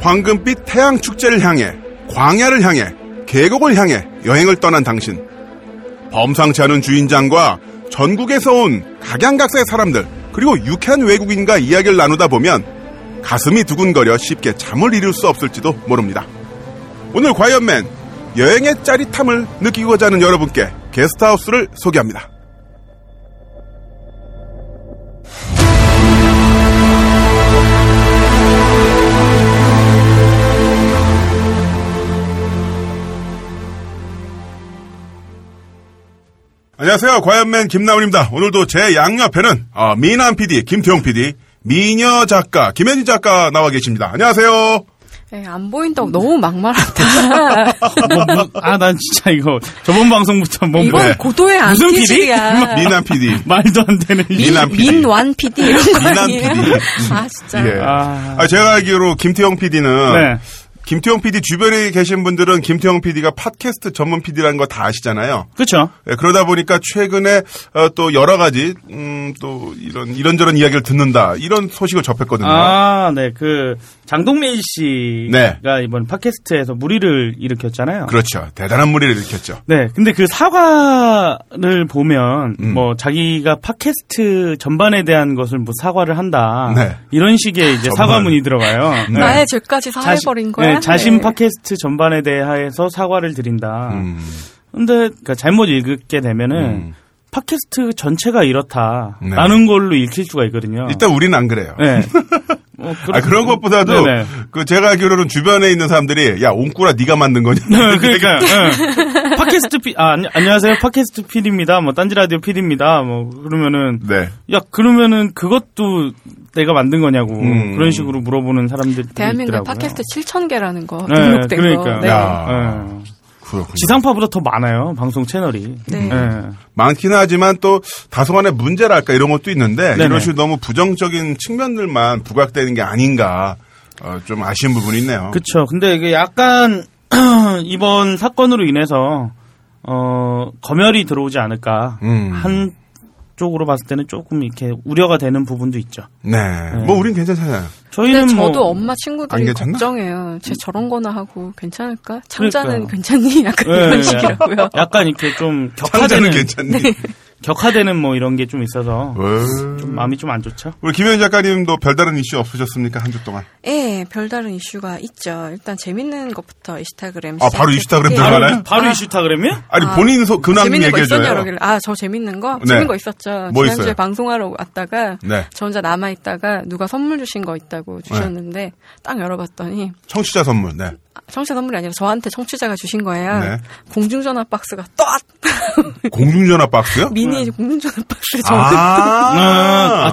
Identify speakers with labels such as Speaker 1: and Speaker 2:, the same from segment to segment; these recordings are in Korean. Speaker 1: 황금빛 태양 축제를 향해 광야를 향해 계곡을 향해 여행을 떠난 당신. 범상치 않은 주인장과 전국에서 온 각양각색의 사람들 그리고 유쾌한 외국인과 이야기를 나누다 보면 가슴이 두근거려 쉽게 잠을 이룰 수 없을지도 모릅니다. 오늘 과연맨 여행의 짜릿함을 느끼고자 하는 여러분께 게스트하우스를 소개합니다. 안녕하세요. 과연맨 김나훈입니다. 오늘도 제 양옆에는 어, 미남 PD, 김태용 PD, 미녀 작가, 김현희 작가 나와 계십니다. 안녕하세요.
Speaker 2: 예, 안 보인다고 너무 막말한다.
Speaker 3: 아, 난 진짜 이거 저번 방송부터 뭔
Speaker 2: 이건
Speaker 3: 뭐야.
Speaker 2: 고도의
Speaker 3: 네. 무슨 PD?
Speaker 2: 안티질이야.
Speaker 1: 미남 PD.
Speaker 3: 말도 안 되는.
Speaker 1: 미- 미남 PD.
Speaker 2: 민완 PD 이런 거
Speaker 1: 미남
Speaker 2: 아니에요?
Speaker 1: PD.
Speaker 2: 아 진짜.
Speaker 1: 예.
Speaker 3: 아.
Speaker 1: 아, 제가 알기로 김태형 PD는
Speaker 3: 네.
Speaker 1: 김태형 PD 주변에 계신 분들은 김태형 PD가 팟캐스트 전문 PD라는 거 다 아시잖아요.
Speaker 3: 그렇죠.
Speaker 1: 예, 그러다 보니까 최근에 어, 또 여러 가지 음, 또 이런 이런저런 이야기를 듣는다 이런 소식을 접했거든요.
Speaker 3: 아, 네. 그 장동민 씨가 이번 팟캐스트에서 무리를 일으켰잖아요.
Speaker 1: 네. 그렇죠. 대단한 무리를 일으켰죠.
Speaker 3: 네. 근데 그 사과를 보면
Speaker 1: 음.
Speaker 3: 뭐 자기가 팟캐스트 전반에 대한 것을 뭐 사과를 한다.
Speaker 1: 네.
Speaker 3: 이런 식의 이제
Speaker 1: 전반.
Speaker 3: 사과문이 들어가요.
Speaker 1: 네.
Speaker 2: 나의 죄까지 사해버린
Speaker 3: 자신-
Speaker 2: 거야.
Speaker 3: 네, 자신
Speaker 2: 예.
Speaker 3: 팟캐스트 전반에 대해서 사과를 드린다.
Speaker 1: 음,
Speaker 3: 근데 그러니까 잘못 읽게 되면은
Speaker 1: 음. 네.
Speaker 3: 팟캐스트 전체가 이렇다라는 걸로 읽힐 수가 있거든요.
Speaker 1: 일단 우리는 안 그래요.
Speaker 3: 어. 네. 뭐 그런,
Speaker 1: 아, 그런 것보다도
Speaker 3: 네네.
Speaker 1: 그 제가 알기로는 주변에 있는 사람들이 야 옹꾸라 네가 만든 거냐?
Speaker 3: 네, 그러니까 네. 팟캐스트 피, 아, 아니- 안녕하세요 팟캐스트 PD입니다. 뭐 딴지 라디오 PD입니다. 뭐 그러면은
Speaker 1: 네.
Speaker 3: 야 그러면은 그것도 내가 만든 거냐고
Speaker 1: 음.
Speaker 3: 그런 식으로 물어보는 사람들
Speaker 2: 대한민국 팟캐스트 7천 개라는 거
Speaker 3: 네,
Speaker 2: 등록된 거.
Speaker 3: 그러니까요.
Speaker 2: 네.
Speaker 1: 야. 음. 그렇군요.
Speaker 3: 지상파보다 더 많아요 방송 채널이.
Speaker 2: 네.
Speaker 1: 많긴 하지만 또 다소간의 문제랄까 이런 것도 있는데
Speaker 3: 네네.
Speaker 1: 이런 식으로 너무 부정적인 측면들만 부각되는 게 아닌가 어, 좀 아쉬운 부분이 있네요.
Speaker 3: 그렇죠. 근데 이게 약간 이번 사건으로 인해서 어 검열이 들어오지 않을까
Speaker 1: 음.
Speaker 3: 한 쪽으로 봤을 때는 조금 이렇게 우려가 되는 부분도 있죠.
Speaker 1: 네. 뭐 우린 괜찮잖아요.
Speaker 3: 저희는
Speaker 2: 근데
Speaker 3: 뭐
Speaker 2: 저도 엄마
Speaker 1: 안
Speaker 2: 친구들이
Speaker 1: 괜찮나?
Speaker 2: 걱정해요. 쟤 저런 거나 하고 괜찮을까? 창자는
Speaker 3: 그러니까요.
Speaker 2: 괜찮니? 약간
Speaker 3: 예,
Speaker 2: 이런
Speaker 3: 예.
Speaker 2: 식이라고요.
Speaker 3: 약간 이렇게 좀
Speaker 1: 상자는
Speaker 3: 격화되는 네.
Speaker 1: 괜찮니?
Speaker 3: 격화되는 뭐 이런 게 좀 있어서
Speaker 1: 어.
Speaker 3: 좀 마음이 좀 안 좋죠.
Speaker 1: 우리 김현 작가님도 별다른 이슈 없으셨습니까 한 주 동안?
Speaker 2: 예, 별다른 이슈가 있죠. 일단 재밌는 것부터 인스타그램.
Speaker 1: 아, 바로
Speaker 2: 시작했-
Speaker 1: 인스타그램
Speaker 2: 예.
Speaker 1: 들어가요?
Speaker 3: 바로,
Speaker 1: 알아요?
Speaker 3: 바로 이슈타그램이요?
Speaker 1: 아니
Speaker 2: 아,
Speaker 1: 본인 소 근황
Speaker 2: 재밌는 거 있었냐
Speaker 1: 얘기해줘요.
Speaker 2: 그러길래 아저 재밌는 거
Speaker 1: 네.
Speaker 2: 재밌는 거 있었죠.
Speaker 1: 뭐
Speaker 2: 지난주에
Speaker 1: 있어요?
Speaker 2: 방송하러 왔다가
Speaker 1: 네.
Speaker 2: 저 혼자 남아 있다가 누가 선물 주신 거 있다고 주셨는데 딱 열어봤더니
Speaker 1: 청취자 선물. 네.
Speaker 2: 아, 청취자 선물이 아니라 저한테 청취자가 주신 거예요.
Speaker 1: 네.
Speaker 2: 공중전화 박스가 딱
Speaker 1: 공중전화 박스요?
Speaker 2: 미니 공중전화 박스 저
Speaker 3: 아,
Speaker 1: 아.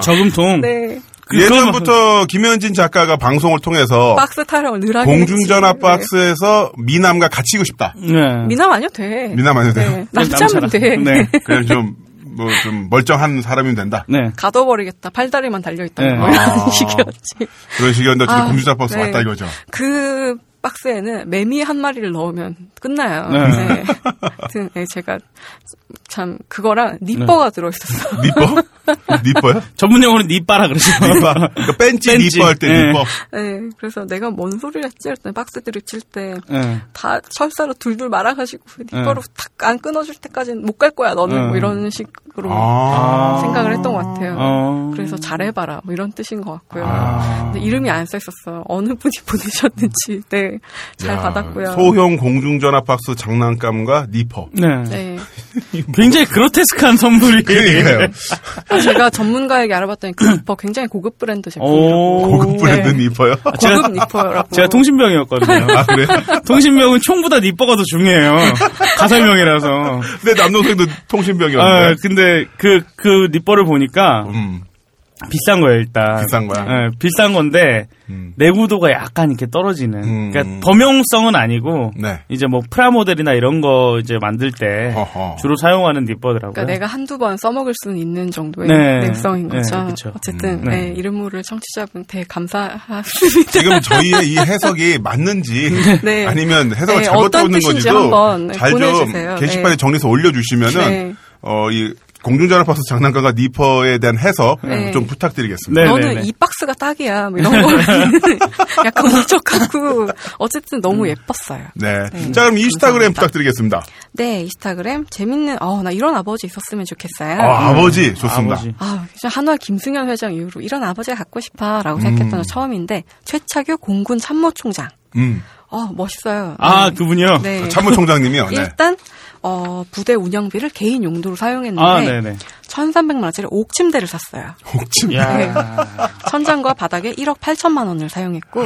Speaker 3: 저금통.
Speaker 2: 네.
Speaker 3: 그-
Speaker 1: 예전부터 김현진 작가가 방송을 통해서
Speaker 2: 박스 타령을 늘하게
Speaker 1: 공중전화
Speaker 2: 했지.
Speaker 1: 박스에서 미남과 같이고 싶다.
Speaker 3: 네.
Speaker 2: 네. 미남 아니어도 돼.
Speaker 1: 미남 아니어도 돼요?
Speaker 2: 네. 남자면
Speaker 3: 남자라.
Speaker 2: 돼.
Speaker 3: 네.
Speaker 1: 그냥 좀, 뭐, 좀 멀쩡한 사람이면 된다.
Speaker 3: 네.
Speaker 2: 가둬버리겠다. 팔다리만 달려있다는
Speaker 3: 네.
Speaker 2: 거 이런
Speaker 1: 아.
Speaker 2: 식이었지.
Speaker 1: 그런 식이었는데,
Speaker 2: 아,
Speaker 1: 공주자 박스
Speaker 2: 네.
Speaker 1: 왔다 이거죠.
Speaker 2: 그 박스에는 매미 한 마리를 넣으면 끝나요.
Speaker 3: 네.
Speaker 2: 네. 하여튼 네, 제가 참 그거랑
Speaker 1: 네.
Speaker 2: 니퍼가 들어있었어.
Speaker 1: 니뻐? 니뻐요?
Speaker 3: 전문 용어는 니빠라 그러죠.
Speaker 1: 니뻐. 그러니까 뺀지
Speaker 3: 뺀지.
Speaker 1: 니뻐 할 때
Speaker 3: 네.
Speaker 1: 니뻐.
Speaker 2: 네, 그래서 내가 뭔 소리를 했지? 그랬더니 박스들을 칠 때 다
Speaker 3: 네.
Speaker 2: 철사로 둘둘 말아가지고 니퍼로
Speaker 1: 네.
Speaker 2: 탁 안 끊어줄 때까지는 못 갈 거야 너는 뭐
Speaker 3: 네.
Speaker 2: 이런 식으로
Speaker 1: 아.
Speaker 2: 생각을 했던 것 같아요.
Speaker 3: 어.
Speaker 2: 그래서 잘해봐라 뭐 이런 뜻인 것 같고요.
Speaker 1: 아.
Speaker 2: 근데 이름이 안 써있었어요. 어느 분이 보내셨는지 네 잘
Speaker 1: 야,
Speaker 2: 받았고요.
Speaker 1: 소형 공중전화 박스 장난감과 니퍼.
Speaker 3: 네.
Speaker 2: 네.
Speaker 3: 굉장히 그로테스크한 선물이.
Speaker 1: 그러니까요.
Speaker 2: 제가 전문가에게 알아봤더니 그 니퍼 굉장히 고급 브랜드
Speaker 3: 오.
Speaker 2: 제품이라고
Speaker 1: 고급 브랜드
Speaker 2: 네.
Speaker 1: 니퍼요?
Speaker 3: 제가-
Speaker 2: 고급 니퍼라고
Speaker 3: 제가 통신병이었거든요.
Speaker 1: 아, 그래요?
Speaker 3: 통신병은 총보다 니뻐가 더 중요해요. 가설명이라서.
Speaker 1: 내 남동생도
Speaker 3: 아,
Speaker 1: 통신병이었는데.
Speaker 3: 근데 그, 그 니뻐를 보니까
Speaker 1: 음,
Speaker 3: 비싼 거예요, 일단.
Speaker 1: 비싼 거야.
Speaker 3: 예, 비싼 건데,
Speaker 1: 음.
Speaker 3: 내구도가 약간 이렇게 떨어지는.
Speaker 1: 음.
Speaker 3: 그러니까 범용성은 아니고,
Speaker 1: 네.
Speaker 3: 이제 뭐 프라모델이나 이런 거 이제 만들 때
Speaker 1: 어허.
Speaker 3: 주로 사용하는 니뻐더라고요.
Speaker 2: 그러니까 내가 한두 번 써먹을 수는 있는 정도의
Speaker 3: 네.
Speaker 2: 냉성인
Speaker 3: 네,
Speaker 2: 거죠.
Speaker 3: 그쵸.
Speaker 2: 어쨌든
Speaker 3: 음, 네.
Speaker 2: 네, 이름 모를 청취자분 되게 감사합니다.
Speaker 1: 지금 저희의 이 해석이 맞는지
Speaker 2: 네.
Speaker 1: 아니면 해석을
Speaker 2: 네,
Speaker 1: 잘못
Speaker 2: 어떤
Speaker 1: 듣는
Speaker 2: 뜻인지
Speaker 1: 건지도
Speaker 2: 한번 네,
Speaker 1: 잘 좀
Speaker 2: 보내주세요.
Speaker 1: 게시판에
Speaker 2: 네.
Speaker 1: 정리해서 올려주시면은
Speaker 2: 네.
Speaker 1: 어 이 공중전화 버스 장난감과 니퍼에 대한 해석
Speaker 2: 네.
Speaker 1: 좀 부탁드리겠습니다.
Speaker 4: 네. 네네네.
Speaker 2: 너는 이 박스가 딱이야. 뭐 이런 거 약간 울적하고 어쨌든
Speaker 3: 음.
Speaker 2: 너무 예뻤어요.
Speaker 1: 네.
Speaker 2: 네.
Speaker 1: 자, 그럼 인스타그램
Speaker 2: 감사합니다.
Speaker 1: 부탁드리겠습니다.
Speaker 2: 네, 인스타그램 재밌는 어 나 이런 아버지 음. 있었으면 좋겠어요.
Speaker 1: 아, 아버지 좋습니다.
Speaker 4: 아버지.
Speaker 2: 아, 진짜 한월 김승현 회장 이후로 이런 아버지가 갖고 싶어라고
Speaker 3: 음.
Speaker 2: 생각했던 건 처음인데 최차규 공군 참모총장.
Speaker 1: 음.
Speaker 2: 어 멋있어요.
Speaker 4: 아
Speaker 2: 네.
Speaker 4: 그분요.
Speaker 2: 네.
Speaker 1: 참모총장님이요. 네.
Speaker 2: 일단 어 부대 운영비를 개인 용도로 사용했는데
Speaker 4: 아 네네.
Speaker 2: 1,300만 원짜리 옥침대를 샀어요.
Speaker 1: 혹시
Speaker 2: 네.
Speaker 4: 야.
Speaker 2: 천장과 바닥에 1억 8천만 원을 사용했고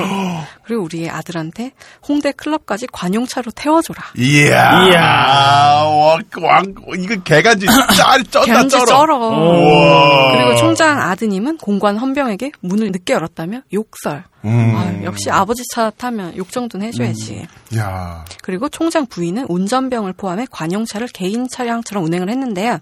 Speaker 2: 그리고 우리의 아들한테 홍대 클럽까지 관용차로 태워줘라.
Speaker 1: 이야.
Speaker 4: 이야.
Speaker 1: 와, 왕, 이거 개간지 짤, 쪘다,
Speaker 2: 견지
Speaker 1: 아, 쩔어.
Speaker 2: 쩔어.
Speaker 1: 우와.
Speaker 2: 그리고 총장 아드님은 공관 헌병에게 문을 늦게 열었다며 욕설.
Speaker 1: 음.
Speaker 2: 아, 역시 아버지 차 타면 욕 정도는 해줘야지.
Speaker 1: 야.
Speaker 2: 그리고 총장 부인은 운전병을 포함해 관용차를 개인 차량처럼 운행을 했는데요.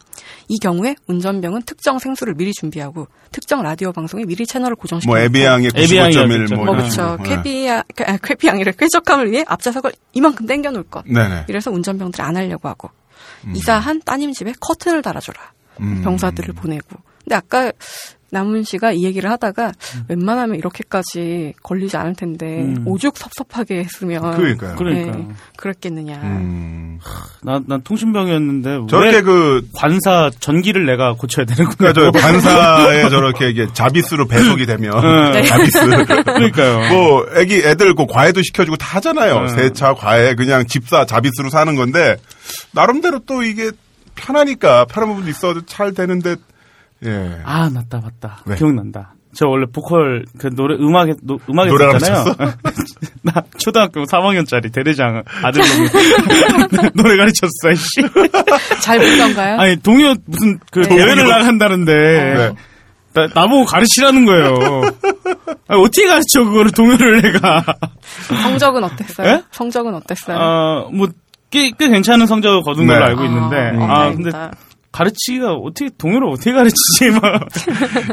Speaker 2: 이 경우에 운전병은 특정 생수를 미리 준비하고 특정 라디오 방송에 미리 채널을 고정시키고
Speaker 1: 뭐, 에비앙의
Speaker 4: 에비앙이
Speaker 1: 95.1, 뭐,
Speaker 2: 뭐
Speaker 1: 이런
Speaker 2: 그쵸
Speaker 1: 식으로. 네.
Speaker 2: 쾌비야 쾌- 아, 쾌비양이를 쾌적함을 위해 앞좌석을 이만큼 당겨놓을 것.
Speaker 1: 네네.
Speaker 2: 이래서 운전병들이 안 하려고 하고 이사한 따님 집에 커튼을 달아줘라.
Speaker 1: 음.
Speaker 2: 병사들을 보내고. 근데 아까 남은 씨가 이 얘기를 하다가
Speaker 1: 음.
Speaker 2: 웬만하면 이렇게까지 걸리지 않을 텐데
Speaker 4: 음.
Speaker 2: 오죽 섭섭하게 했으면
Speaker 1: 그러니까요.
Speaker 4: 그러니까
Speaker 2: 네, 그랬겠느냐.
Speaker 1: 음.
Speaker 4: 나난 통신병이었는데
Speaker 1: 저렇게
Speaker 4: 왜
Speaker 1: 그,
Speaker 4: 관사 전기를 내가 고쳐야 되는구나.
Speaker 1: 그니까 저 반사에 저렇게 이게 자비스로 배속이 되면.
Speaker 4: 네.
Speaker 1: 자비스.
Speaker 4: 그러니까요.
Speaker 1: 뭐, 애기, 애들 그 과외도 시켜주고 다 하잖아요.
Speaker 4: 네.
Speaker 1: 세차, 과외, 그냥 집사, 자비스로 사는 건데, 나름대로 또 이게 편하니까, 편한 부분도 있어도 잘 되는데, 예.
Speaker 4: 아 맞다 맞다
Speaker 1: 왜?
Speaker 4: 기억난다 저 원래 보컬 그 노래 음악에 노, 음악에
Speaker 1: 노래랑
Speaker 4: 있잖아요 나 초등학교 3학년짜리 대대장 아들 놈이 노래 가르쳤어 씨
Speaker 2: 잘 본건가요?
Speaker 4: 아니 동요 무슨 그
Speaker 2: 네.
Speaker 4: 대회를
Speaker 1: 동요?
Speaker 4: 나간다는데
Speaker 1: 네.
Speaker 4: 나, 나보고 가르치라는 거예요 아니, 어떻게 가르쳐 그거를 동요를 내가
Speaker 2: 성적은 어땠어요?
Speaker 4: 예?
Speaker 2: 성적은 어땠어요?
Speaker 4: 아, 아뭐꽤 꽤 괜찮은 성적을 거둔 걸로
Speaker 1: 네.
Speaker 4: 알고 있는데
Speaker 2: 아,
Speaker 4: 아, 근데
Speaker 2: 다행이다.
Speaker 4: 가르치기가 어떻게 동요를 어떻게 가르치지 막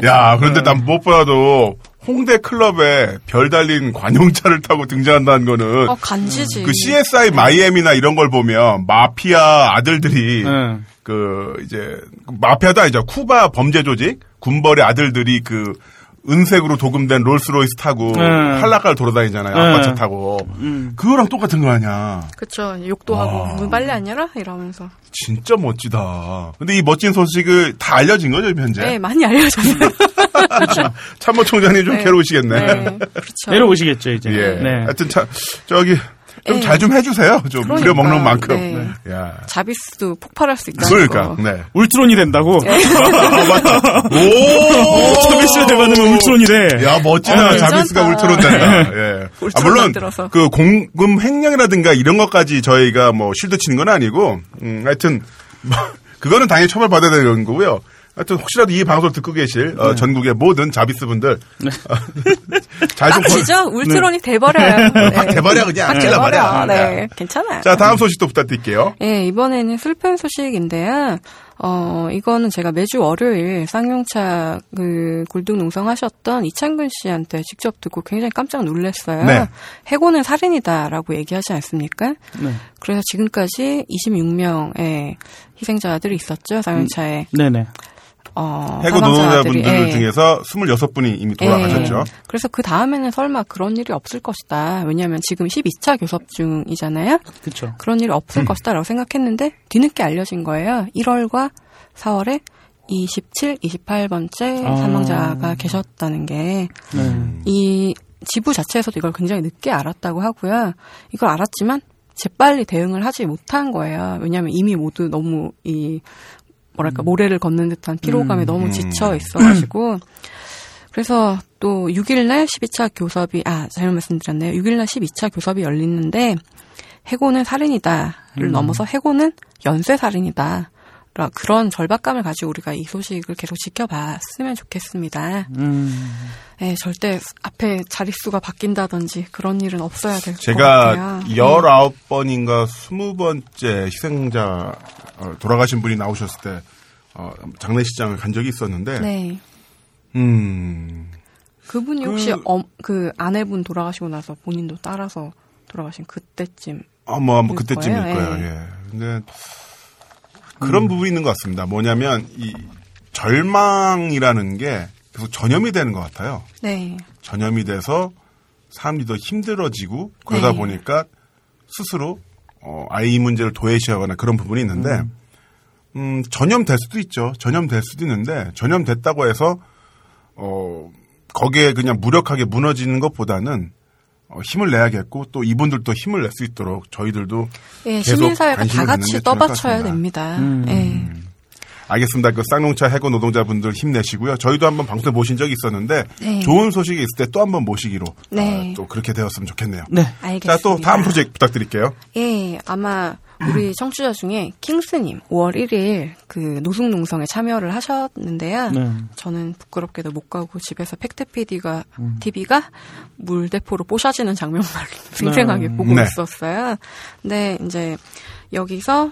Speaker 1: 야,
Speaker 4: 네.
Speaker 1: 그런데 난 무엇보다도 홍대 클럽에 별 달린 관용차를 타고 등장한다는 거는
Speaker 2: 어, 간지지.
Speaker 1: 그 CSI 마이애미나 이런 걸 보면 마피아 아들들이
Speaker 2: 예.
Speaker 4: 네.
Speaker 1: 그 이제 마피아도 아니죠. 쿠바 범죄 조직 군벌의 아들들이 그 은색으로 도금된 롤스로이스 타고
Speaker 2: 예.
Speaker 4: 네.
Speaker 1: 한라가를 돌아다니잖아요. 아빠 차
Speaker 4: 네.
Speaker 1: 타고.
Speaker 2: 음.
Speaker 1: 그거랑 똑같은 거 아니야.
Speaker 2: 그쵸. 욕도
Speaker 1: 와.
Speaker 2: 하고, 문 빨리 안 열어? 이러면서.
Speaker 1: 진짜 멋지다. 근데 이 멋진 소식을 다 알려진 거죠, 지금 현재?
Speaker 2: 네, 많이 알려줬어요.
Speaker 1: 참모총장님 좀
Speaker 2: 네.
Speaker 1: 괴로우시겠네.
Speaker 2: 네, 그렇죠.
Speaker 4: 내려오시겠죠 이제.
Speaker 1: 예.
Speaker 4: 네.
Speaker 1: 하여튼 참 저기 좀
Speaker 2: 예.
Speaker 1: 잘 좀 해주세요. 좀 부려
Speaker 2: 그러니까요.
Speaker 1: 먹는 만큼.
Speaker 2: 네. 어.
Speaker 1: 야.
Speaker 2: 자비스도 폭발할 수 있다.
Speaker 1: 그러니까. 네.
Speaker 4: 울트론이 된다고.
Speaker 2: 예.
Speaker 1: 오.
Speaker 4: 서비스에 대받으면 울트론이래. 네.
Speaker 1: 야 멋지다
Speaker 2: 어,
Speaker 1: 자비스가
Speaker 2: 괜찮다.
Speaker 1: 울트론 된다. 예. 아,
Speaker 2: 울트론
Speaker 1: 물론
Speaker 2: 만들어서.
Speaker 1: 그 공금 횡령이라든가 이런 것까지 저희가 뭐 실드 치는 건 아니고 음, 하여튼 뭐, 그거는 당연히 처벌 받아야 되는 거고요. 하여튼 혹시라도 이 방송을 듣고 계실
Speaker 4: 네.
Speaker 1: 어, 전국의 모든 자비스 분들 어, 아, 잘좀
Speaker 2: 빡치죠? 울트론이 돼버려요.
Speaker 1: 확 돼버려, 그냥.
Speaker 2: 확
Speaker 1: 찔러버려.
Speaker 2: 돼버려.
Speaker 1: 네.
Speaker 2: 네. 괜찮아요.
Speaker 1: 자 다음 소식도 부탁드릴게요.
Speaker 2: 예, 이번에는 슬픈 소식인데요. 어, 이거는 제가 매주 월요일 쌍용차 그 굴뚝 농성하셨던 이창근 씨한테 직접 듣고 굉장히 깜짝 놀랐어요.
Speaker 1: 네.
Speaker 2: 해고는 살인이다라고 얘기하지 않습니까?
Speaker 4: 네.
Speaker 2: 그래서 지금까지 26명의 희생자들이 있었죠. 쌍용차에.
Speaker 4: 네네.
Speaker 2: 어,
Speaker 1: 해고
Speaker 2: 사망자들이.
Speaker 1: 노동자분들
Speaker 2: 예.
Speaker 1: 중에서 26분이 이미 돌아가셨죠.
Speaker 2: 예. 그래서 그 다음에는 설마 그런 일이 없을 것이다. 왜냐하면 지금 12차 교섭 중이잖아요.
Speaker 4: 그쵸.
Speaker 2: 그런 일이
Speaker 1: 음.
Speaker 2: 없을 것이다라고 생각했는데 뒤늦게 알려진 거예요. 1월과 4월에 27, 28번째
Speaker 4: 아.
Speaker 2: 사망자가 계셨다는 게 이
Speaker 4: 네.
Speaker 1: 음.
Speaker 2: 지부 자체에서도 이걸 굉장히 늦게 알았다고 하고요. 이걸 알았지만 재빨리 대응을 하지 못한 거예요. 왜냐하면 이미 모두 너무 이 뭐랄까 모래를 걷는 듯한 피로감에 너무
Speaker 1: 음.
Speaker 2: 지쳐 있어가지고 그래서 또 6일날 12차 교섭이 아 잘못 말씀드렸네요. 6일날 12차 교섭이 열리는데 해고는 살인이다를
Speaker 1: 음.
Speaker 2: 넘어서 해고는 연쇄 살인이다. 라 그런 절박감을 가지고 우리가 이 소식을 계속 지켜봤으면 좋겠습니다.
Speaker 4: 음.
Speaker 2: 예, 절대 앞에 자릿수가 바뀐다든지 그런 일은 없어야 될 것
Speaker 1: 제가
Speaker 2: 같아요. 네.
Speaker 1: 19번인가 20번째 희생자 어, 돌아가신 분이 나오셨을 때 어, 장례식장을 간 적이 있었는데
Speaker 2: 네.
Speaker 1: 음.
Speaker 2: 그분이
Speaker 1: 그-
Speaker 2: 혹시 엄- 그 아내분 돌아가시고 나서 본인도 따라서 돌아가신 그때쯤
Speaker 1: 아마 뭐
Speaker 2: 그럴
Speaker 1: 그때쯤일
Speaker 2: 거예요?
Speaker 1: 거예요.
Speaker 2: 예.
Speaker 1: 예. 근데 그런 부분이 있는 것 같습니다. 뭐냐면 이 절망이라는 게 계속 전염이 되는 것 같아요.
Speaker 2: 네.
Speaker 1: 전염이 돼서 사람들이 더 힘들어지고 그러다
Speaker 2: 네.
Speaker 1: 보니까 스스로 어, 아이 문제를 도외시하거나 그런 부분이 있는데 음. 전염될 수도 있죠. 전염될 수도 있는데 전염됐다고 해서 어, 거기에 그냥 무력하게 무너지는 것보다는 어, 힘을 내야겠고 또 이분들도 힘을 낼 수 있도록 저희들도
Speaker 2: 예,
Speaker 1: 계속
Speaker 2: 시민사회가
Speaker 1: 관심을
Speaker 2: 다
Speaker 1: 갖는
Speaker 2: 같이
Speaker 1: 게 좋을 것
Speaker 2: 떠받쳐야
Speaker 1: 같습니다.
Speaker 2: 됩니다. 예.
Speaker 1: 알겠습니다. 그 쌍용차 해고 노동자분들 힘내시고요. 저희도 한번 방송 모신 적이 있었는데
Speaker 2: 네.
Speaker 1: 좋은 소식이 있을 때 또 한번 모시기로
Speaker 2: 네.
Speaker 1: 아, 또 그렇게 되었으면 좋겠네요.
Speaker 4: 네.
Speaker 2: 알겠습니다.
Speaker 1: 자, 또 다음 프로젝트 부탁드릴게요.
Speaker 2: 예, 아마
Speaker 1: 음.
Speaker 2: 우리 청취자 중에 킹스님 5월 1일 그 노숙농성에 참여를 하셨는데요.
Speaker 4: 네.
Speaker 2: 저는 부끄럽게도 못 가고 집에서 팩트 PD가
Speaker 1: 음.
Speaker 2: TV가 물대포로 뽀샤지는 장면만 생생하게 보고
Speaker 1: 네.
Speaker 2: 있었어요. 근데 이제 여기서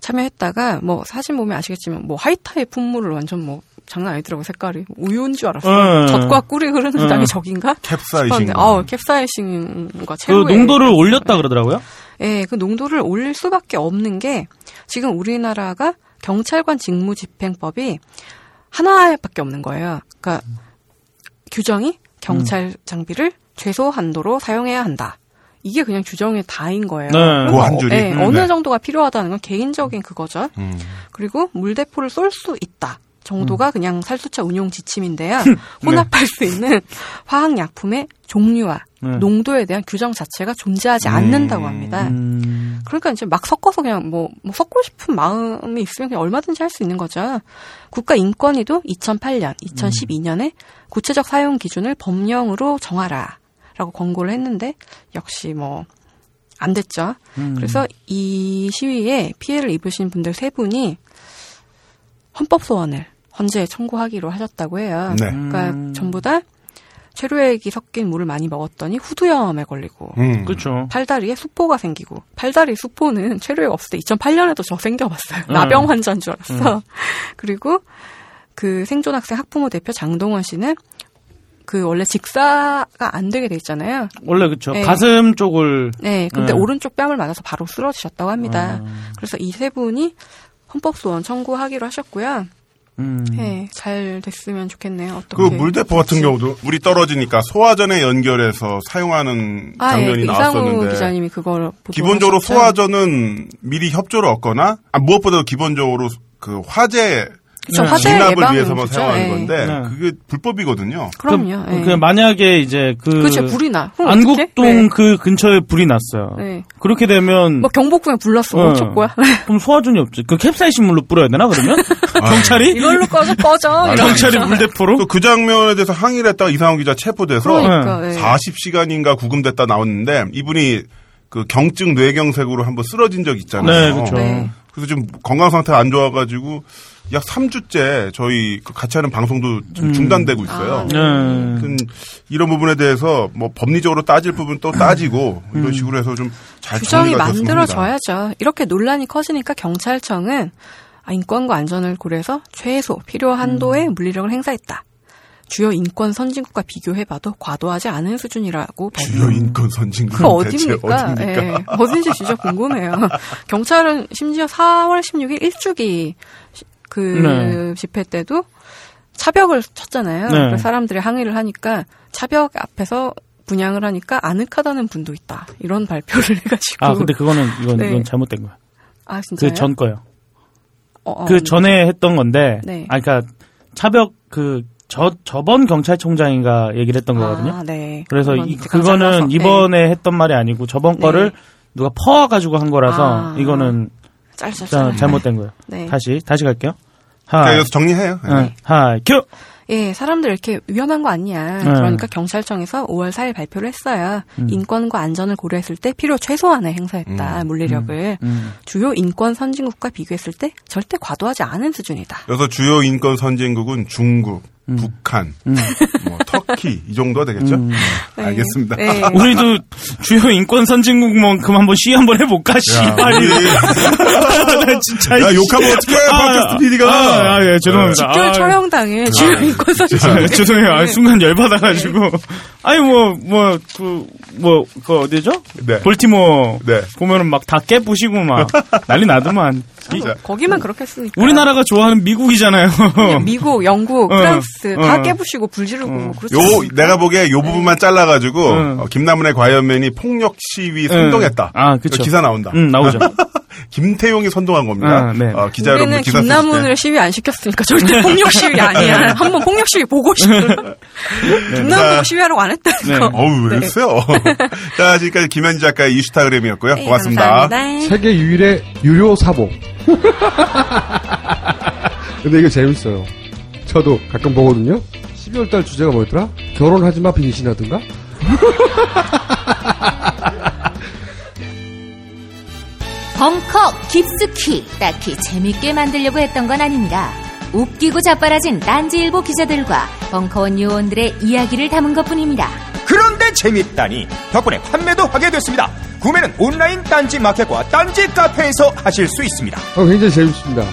Speaker 2: 참여했다가 뭐 사진 보면 아시겠지만 뭐 하이타의 품물을 완전 뭐 장난 아니더라고 색깔이 우유인 줄 알았어요.
Speaker 4: 네.
Speaker 2: 젖과 꿀이 흐르는
Speaker 4: 네.
Speaker 2: 땅이 저긴가?
Speaker 1: 음. 캡사이신.
Speaker 2: 싶었는데, 어, 캡사이신과
Speaker 4: 그
Speaker 2: 최고의
Speaker 4: 농도를 올렸다 그러더라고요.
Speaker 2: 예, 그 농도를 올릴 수밖에 없는 게 지금 우리나라가 경찰관 직무 집행법이 하나밖에 없는 거예요. 그러니까
Speaker 1: 음.
Speaker 2: 규정이 경찰 장비를 최소 한도로 사용해야 한다. 이게 그냥 규정의 다인 거예요.
Speaker 4: 네.
Speaker 2: 그러니까
Speaker 1: 그 한 줄이?
Speaker 2: 예,
Speaker 1: 음, 네.
Speaker 2: 어느 정도가 필요하다는 건 개인적인 그거죠.
Speaker 1: 음.
Speaker 2: 그리고 물대포를 쏠 수 있다. 정도가 그냥 살수차 운용 지침인데요.
Speaker 1: 음.
Speaker 2: 혼합할
Speaker 1: 네.
Speaker 2: 수 있는 화학약품의 종류와
Speaker 4: 네.
Speaker 2: 농도에 대한 규정 자체가 존재하지
Speaker 1: 음.
Speaker 2: 않는다고 합니다.
Speaker 4: 음.
Speaker 2: 그러니까 이제 막 섞어서 그냥 뭐, 뭐 섞고 싶은 마음이 있으면 그냥 얼마든지 할 수 있는 거죠. 국가인권위도 2008년, 2012년에 구체적 사용 기준을 법령으로 정하라. 라고 권고를 했는데, 역시 뭐, 안 됐죠.
Speaker 4: 음.
Speaker 2: 그래서 이 시위에 피해를 입으신 분들 세 분이 헌법 소원을 헌재에 청구하기로 하셨다고 해요.
Speaker 1: 네.
Speaker 2: 그러니까 전부 다 체류액이 섞인 물을 많이 먹었더니 후두염에 걸리고
Speaker 1: 음.
Speaker 4: 그렇죠.
Speaker 2: 팔다리에 수포가 생기고 팔다리 수포는 체류액 없을 때 2008년에도 저 생겨봤어요.
Speaker 1: 음.
Speaker 2: 나병 환자인 줄 알았어. 그리고 그 생존 학생 학부모 대표 장동원 씨는 그 원래 직사가 안 되게 돼 있잖아요.
Speaker 4: 원래 그렇죠.
Speaker 2: 네.
Speaker 4: 가슴 쪽을
Speaker 2: 네, 근데
Speaker 1: 음.
Speaker 4: 네.
Speaker 2: 오른쪽 뺨을 맞아서 바로 쓰러지셨다고 합니다.
Speaker 4: 어.
Speaker 2: 그래서 이 세 분이 헌법 소원 청구하기로 하셨고요.
Speaker 4: 음.
Speaker 2: 네, 잘 됐으면 좋겠네요.
Speaker 1: 그
Speaker 2: 어떻게?
Speaker 1: 물대포 같은 경우도 물이 떨어지니까 소화전에 연결해서 사용하는
Speaker 2: 아, 예,
Speaker 1: 장면이
Speaker 2: 이상우
Speaker 1: 나왔었는데
Speaker 2: 기자님이 그걸 보도를
Speaker 1: 기본적으로
Speaker 2: 하셨죠?
Speaker 1: 소화전은 미리 협조를 얻거나 아, 무엇보다도 기본적으로 그 화재
Speaker 2: 그쵸,
Speaker 4: 네.
Speaker 2: 화재
Speaker 1: 진압을
Speaker 2: 예방
Speaker 1: 위해서만
Speaker 2: 용도죠.
Speaker 1: 사용하는
Speaker 2: 예.
Speaker 1: 건데
Speaker 4: 네.
Speaker 1: 그게 불법이거든요.
Speaker 2: 그럼요.
Speaker 4: 그,
Speaker 2: 예.
Speaker 4: 그 만약에 이제 그
Speaker 2: 그렇죠. 불이 나. 그럼
Speaker 4: 안국동
Speaker 2: 어떡해?
Speaker 4: 그 근처에 불이 났어요.
Speaker 2: 네. 네.
Speaker 4: 그렇게
Speaker 1: 음.
Speaker 4: 되면
Speaker 2: 뭐 경복궁에 불났어.
Speaker 4: 어.
Speaker 2: 어쩔 거야?
Speaker 4: 그럼 소화전이 없지. 그 캡사이신 물로 뿌려야 되나 그러면? 경찰이
Speaker 2: 아. 이걸로 꺼서 꺼져. 이런
Speaker 4: 경찰이 물대포로?
Speaker 1: 그, 그 장면에 대해서 항의를 했다가 이상훈 기자 체포돼서
Speaker 2: 그러니까.
Speaker 1: 어.
Speaker 2: 예.
Speaker 1: 40시간인가 구금됐다 나왔는데 이분이 그 경증 뇌경색으로 한번 쓰러진 적 있잖아요.
Speaker 4: 네, 그렇죠.
Speaker 2: 네.
Speaker 1: 그래서 지금 건강 상태가 안 좋아가지고 약 3주째 저희 그 같이 하는 방송도 지금 중단되고 있어요.
Speaker 2: 아, 네.
Speaker 4: 네.
Speaker 1: 그 이런 부분에 대해서 뭐 법리적으로 따질 부분 또 따지고 이런 식으로 해서 좀 잘
Speaker 2: 규정이
Speaker 1: 정리가 됐으면 합니다.
Speaker 2: 만들어져야죠. 이렇게 논란이 커지니까 경찰청은 아, 인권과 안전을 고려해서 최소 필요 한도의
Speaker 1: 음.
Speaker 2: 물리력을 행사했다. 주요 인권 선진국과 비교해봐도 과도하지 않은 수준이라고 봐요.
Speaker 1: 주요 인권
Speaker 4: 음,
Speaker 1: 선진국
Speaker 2: 그
Speaker 1: 대체
Speaker 2: 어딥니까?
Speaker 1: 어딥니까?
Speaker 2: 예, 어딘지 진짜 궁금해요. 경찰은 심지어 4월 16일 일주기 시- 그
Speaker 4: 네.
Speaker 2: 집회 때도 차벽을 쳤잖아요.
Speaker 4: 네.
Speaker 2: 그래서 사람들이 항의를 하니까 차벽 앞에서 분양을 하니까 아늑하다는 분도 있다. 이런 발표를 해가지고.
Speaker 4: 아 근데 그거는 이건
Speaker 2: 네.
Speaker 4: 이건 잘못된 거야.
Speaker 2: 아, 진짜요?
Speaker 4: 그 전 거요.
Speaker 2: 어, 어,
Speaker 4: 그 전에 했던 건데.
Speaker 2: 네.
Speaker 4: 아 그러니까 차벽 그 저 저번 경찰총장인가 얘기를 했던 거거든요.
Speaker 2: 아, 네.
Speaker 4: 그래서
Speaker 2: 그건
Speaker 4: 이,
Speaker 2: 잠깐 잘라서,
Speaker 4: 그거는
Speaker 2: 네,
Speaker 4: 이번에 했던 말이 아니고 저번
Speaker 2: 네.
Speaker 4: 거를 누가 퍼와 가지고 한 거라서
Speaker 2: 아.
Speaker 4: 이거는
Speaker 2: 짤짤짤.
Speaker 4: 자, 잘못된 거예요.
Speaker 2: 네.
Speaker 4: 다시 다시 갈게요.
Speaker 1: 자,
Speaker 4: 하,
Speaker 1: 여기서 정리해요. 예.
Speaker 4: 응, 하, 큐.
Speaker 2: 예, 사람들 이렇게 위험한 거 아니야.
Speaker 4: 네. 음.
Speaker 2: 그러니까 경찰청에서 5월 4일 발표를 했어요. 인권과 안전을 고려했을 때 필요 최소한의 행사했다.
Speaker 1: 음.
Speaker 4: 음.
Speaker 2: 물리력을 주요 인권 선진국과 비교했을 때 절대 과도하지 않은 수준이다.
Speaker 1: 여기서 주요 인권 선진국은 중국,
Speaker 4: 음.
Speaker 1: 북한, 뭐 터키 이 정도가 되겠죠?
Speaker 2: 네.
Speaker 1: 알겠습니다.
Speaker 2: 네.
Speaker 4: 우리도 주요 인권 선진국만큼 한번 시위 한번 해볼까? 씨발.
Speaker 1: 우리-
Speaker 4: 나 진짜.
Speaker 1: 야, 욕하면 어떡해, 팟캐스트 PD가.
Speaker 4: 아, 아, 예, 죄송합니다.
Speaker 2: 직결
Speaker 4: 아,
Speaker 2: 처형당해 주요 인권
Speaker 4: 아,
Speaker 1: 네.
Speaker 2: 선진국.
Speaker 4: 죄송해요. 아, 순간 열받아가지고. 아니, 뭐, 뭐, 그, 뭐, 그 어디죠?
Speaker 1: 네.
Speaker 4: 볼티모어
Speaker 1: 네.
Speaker 4: 보면은 막 다 깨부시고 막 난리 나더만. 이-
Speaker 1: 진짜.
Speaker 2: 거기만 그렇게 했으니까.
Speaker 4: 우리나라가 음. 좋아하는 미국이잖아요.
Speaker 2: 그냥 미국, 영국,
Speaker 4: 어,
Speaker 2: 프랑스
Speaker 4: 어.
Speaker 2: 다 깨부시고 불지르고
Speaker 4: 음.
Speaker 2: 뭐 그렇지.
Speaker 1: 아, 요
Speaker 2: 않습니까?
Speaker 1: 내가 보기에 요
Speaker 2: 네.
Speaker 1: 부분만 잘라가지고
Speaker 4: 응.
Speaker 1: 어, 김남은의 과연맨이 폭력 시위 선동했다.
Speaker 4: 음. 아, 그쵸.
Speaker 1: 기사 나온다.
Speaker 4: 응, 나오죠.
Speaker 1: 아. 김태용이 선동한 겁니다.
Speaker 4: 아, 네.
Speaker 1: 어, 기자 여러분
Speaker 2: 우리는
Speaker 1: 기사 쓰실 때.
Speaker 2: 김남훈을 시위 안 시켰으니까 절대 폭력 시위
Speaker 4: 네.
Speaker 2: 아니야. 한번 폭력 시위 보고 싶어. 김남훈 시위하라고 안
Speaker 4: 네.
Speaker 2: 했다니까.
Speaker 1: 어우 왜 그러세요? 자 지금까지 김현지 작가의 이슈타그램이었고요.
Speaker 2: 네,
Speaker 1: 고맙습니다.
Speaker 2: 감사합니다.
Speaker 5: 세계 유일의 유료 사보. 근데 이거 재밌어요. 저도 가끔 보거든요. 12월 달 주제가 뭐였더라? 결혼하지 마 빙신하든가?
Speaker 6: 벙커 깊숙이 딱히 재밌게 만들려고 했던 건 아닙니다. 웃기고 자빠라진 딴지일보 기자들과 벙커원 요원들의 이야기를 담은 것 뿐입니다.
Speaker 7: 그런데 재밌다니 덕분에 판매도 하게 됐습니다. 구매는 온라인 딴지 마켓과 딴지 카페에서 하실 수 있습니다.
Speaker 5: 어, 굉장히 재밌습니다.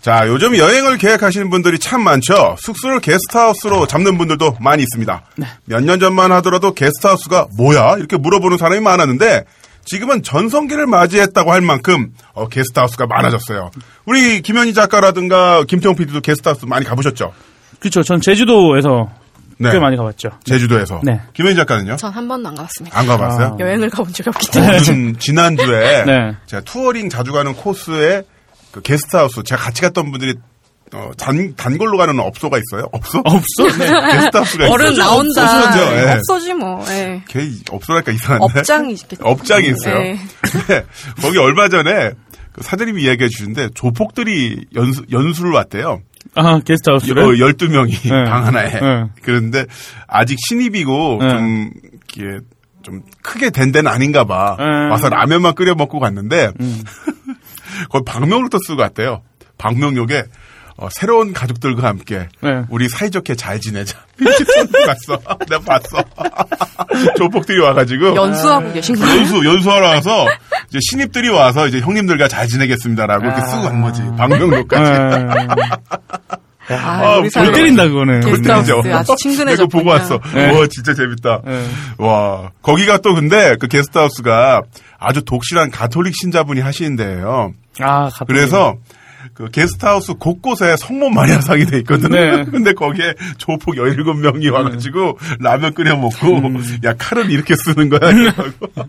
Speaker 1: 자, 요즘 여행을 계획하시는 분들이 참 많죠. 숙소를 게스트하우스로 잡는 분들도 많이 있습니다.
Speaker 4: 네.
Speaker 1: 몇 년 전만 하더라도 게스트하우스가 뭐야? 이렇게 물어보는 사람이 많았는데 지금은 전성기를 맞이했다고 할 만큼 어, 게스트하우스가 많아졌어요. 우리 김현희 작가라든가 김태용 PD도 게스트하우스 많이 가보셨죠?
Speaker 4: 그쵸. 전 제주도에서
Speaker 1: 네.
Speaker 4: 꽤 많이 가봤죠.
Speaker 1: 제주도에서.
Speaker 4: 네. 아.
Speaker 1: 김현희 작가는요?
Speaker 2: 전 한 번도 안 가봤습니다.
Speaker 1: 안 가봤어요?
Speaker 2: 여행을 가본 적이 없기 때문에.
Speaker 1: 요즘 뭐 지난주에
Speaker 4: 네.
Speaker 1: 제가 투어링 자주 가는 코스에 그 게스트하우스 제가 같이 갔던 분들이 어, 단, 단골로 가는 업소가 있어요. 업소?
Speaker 4: 없어? 네.
Speaker 1: 게스트하우스가
Speaker 2: 어른
Speaker 1: 있어요.
Speaker 2: 나온다.
Speaker 1: 없어져, 예.
Speaker 2: 없어지 뭐. 예.
Speaker 1: 걔 업소랄까 이상한데.
Speaker 2: 업장이 있겠죠.
Speaker 1: 업장이 있어요.
Speaker 2: 네.
Speaker 1: 근데 거기 얼마 전에 그 사장님이 이야기해 주는데 조폭들이 연수, 연수를 왔대요.
Speaker 4: 아, 게스트하우스를?
Speaker 1: 어, 12명이
Speaker 4: 네.
Speaker 1: 방 하나에.
Speaker 4: 네.
Speaker 1: 그런데 아직 신입이고
Speaker 4: 네.
Speaker 1: 좀 이게 좀 크게 된 데는 아닌가 봐.
Speaker 4: 음.
Speaker 1: 와서 라면만 끓여 먹고 갔는데 거기 방명으로 또 쓰고 갔대요. 방명욕에 어, 새로운 가족들과 함께
Speaker 4: 네.
Speaker 1: 우리 사이좋게 잘 지내자. 이렇게 쓰고 갔어. 내가 봤어. 조폭들이 와가지고
Speaker 2: 연수하고 계신 거예요?
Speaker 1: 연수 연수하러 와서 이제 신입들이 와서 이제 형님들과 잘 지내겠습니다라고
Speaker 4: 아.
Speaker 1: 이렇게 쓰고 간 거지. 방명록까지.
Speaker 2: 아, 우리
Speaker 1: 아,
Speaker 2: 사람.
Speaker 4: 골 네. 때린다, 그거는.
Speaker 1: 골
Speaker 2: 게스트하우스
Speaker 1: 때리죠.
Speaker 2: 네. 아주 친근해졌군요.
Speaker 1: 이거 보고 왔어.
Speaker 4: 네.
Speaker 1: 와 진짜 재밌다.
Speaker 4: 네.
Speaker 1: 와 거기가 또 근데 그 게스트하우스가 아주 독실한 가톨릭 신자분이 하시는데요.
Speaker 4: 아, 갑자기.
Speaker 1: 그래서
Speaker 2: 네.
Speaker 1: 그 게스트하우스 곳곳에 성모 마리아상이 돼 있거든.
Speaker 4: 네.
Speaker 1: 근데 거기에 조폭 17명이 와가지고 라면 끓여 먹고, 야, 칼은 이렇게 쓰는 거야. 이러고.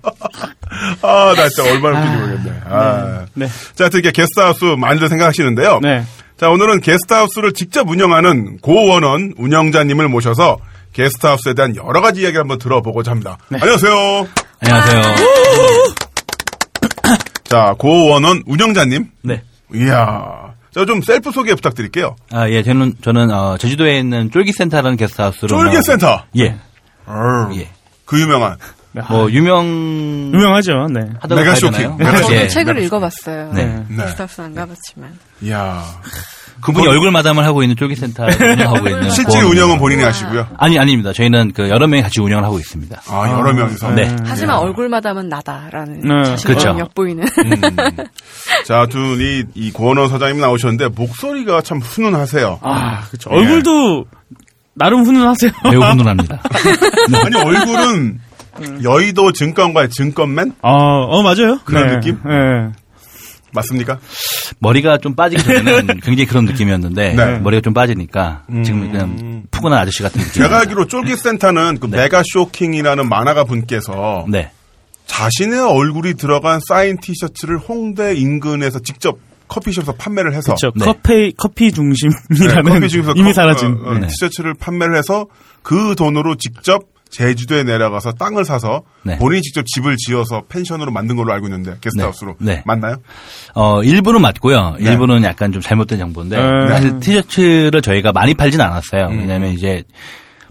Speaker 1: 아, 나 진짜 얼마나 웃긴지 모르겠네. 아.
Speaker 4: 네.
Speaker 1: 자, 하여튼 이렇게 게스트하우스 많이들 생각하시는데요.
Speaker 4: 네.
Speaker 1: 자, 오늘은 게스트하우스를 직접 운영하는 고원원 운영자님을 모셔서 게스트하우스에 대한 여러 가지 이야기를 한번 들어보고자 합니다.
Speaker 4: 네.
Speaker 1: 안녕하세요.
Speaker 8: 안녕하세요.
Speaker 1: 자, 고원원 운영자님.
Speaker 8: 네.
Speaker 1: 이야. 자, 좀 셀프 소개 부탁드릴게요.
Speaker 8: 아, 예, 저는, 저는, 어, 제주도에 있는 쫄깃센터라는 게스트하우스로.
Speaker 1: 쫄깃센터.
Speaker 8: 예.
Speaker 1: 어,
Speaker 8: 예.
Speaker 1: 그 유명한.
Speaker 8: 뭐, 유명.
Speaker 4: 유명하죠, 네.
Speaker 8: 하다고
Speaker 1: 아. 메가
Speaker 8: 봐야
Speaker 1: 쇼킹.
Speaker 8: 되나요? 예.
Speaker 1: 메가
Speaker 2: 저도
Speaker 1: 네.
Speaker 2: 책을 읽어봤어요.
Speaker 8: 네.
Speaker 1: 네.
Speaker 2: 스타스 안 가봤지만.
Speaker 1: 이야.
Speaker 8: 그분이 얼굴 마담을 하고 있는 쫄깃센터 운영하고 있는.
Speaker 1: 실질
Speaker 8: 고원입니다.
Speaker 1: 운영은 본인이 하시고요.
Speaker 8: 아니, 아닙니다. 저희는 그 여러 명이 같이 운영을 하고 있습니다.
Speaker 1: 아, 여러 명이서.
Speaker 8: 네.
Speaker 2: 하지만 얼굴마담은 나다라는
Speaker 4: 네,
Speaker 2: 자신감
Speaker 8: 그렇죠.
Speaker 2: 엿보이는.
Speaker 1: 자, 두분이 이 고원원 사장님 나오셨는데 목소리가 참 훈훈하세요.
Speaker 4: 아, 그쵸. 얼굴도
Speaker 1: 예.
Speaker 4: 나름 훈훈하세요.
Speaker 8: 매우 훈훈합니다.
Speaker 1: 아니, 얼굴은 여의도 증권가의 증권맨?
Speaker 4: 아, 어, 맞아요.
Speaker 1: 그런 느낌?
Speaker 4: 네.
Speaker 1: 맞습니까?
Speaker 8: 머리가 좀 빠지기 전에는 굉장히 그런 느낌이었는데,
Speaker 1: 네. 음.
Speaker 8: 머리가 좀 빠지니까, 지금 그냥 푸근한 아저씨 같은 느낌.
Speaker 1: 제가 알기로 쫄깃센터는 그 메가 쇼킹이라는 만화가 분께서
Speaker 8: 네.
Speaker 1: 자신의 얼굴이 들어간 사인 티셔츠를 홍대 인근에서 직접 커피숍에서 판매를 해서
Speaker 4: 그쵸.
Speaker 8: 네.
Speaker 4: 그렇죠. 커피, 커피 중심이라는
Speaker 1: 네, 중에서
Speaker 4: 이미
Speaker 1: 커-
Speaker 4: 사라진.
Speaker 1: 어, 어,
Speaker 8: 네.
Speaker 1: 티셔츠를 판매를 해서 그 돈으로 직접 제주도에 내려가서 땅을 사서
Speaker 8: 네.
Speaker 1: 본인이 직접 집을 지어서 펜션으로 만든 걸로 알고 있는데 게스트하우스로
Speaker 8: 네, 네.
Speaker 1: 맞나요?
Speaker 8: 어, 일부는 맞고요.
Speaker 1: 네.
Speaker 8: 일부는 약간 좀 잘못된 정보인데
Speaker 4: 네.
Speaker 8: 사실 티셔츠를 저희가 많이 팔진 않았어요.
Speaker 1: 음.
Speaker 8: 왜냐하면 이제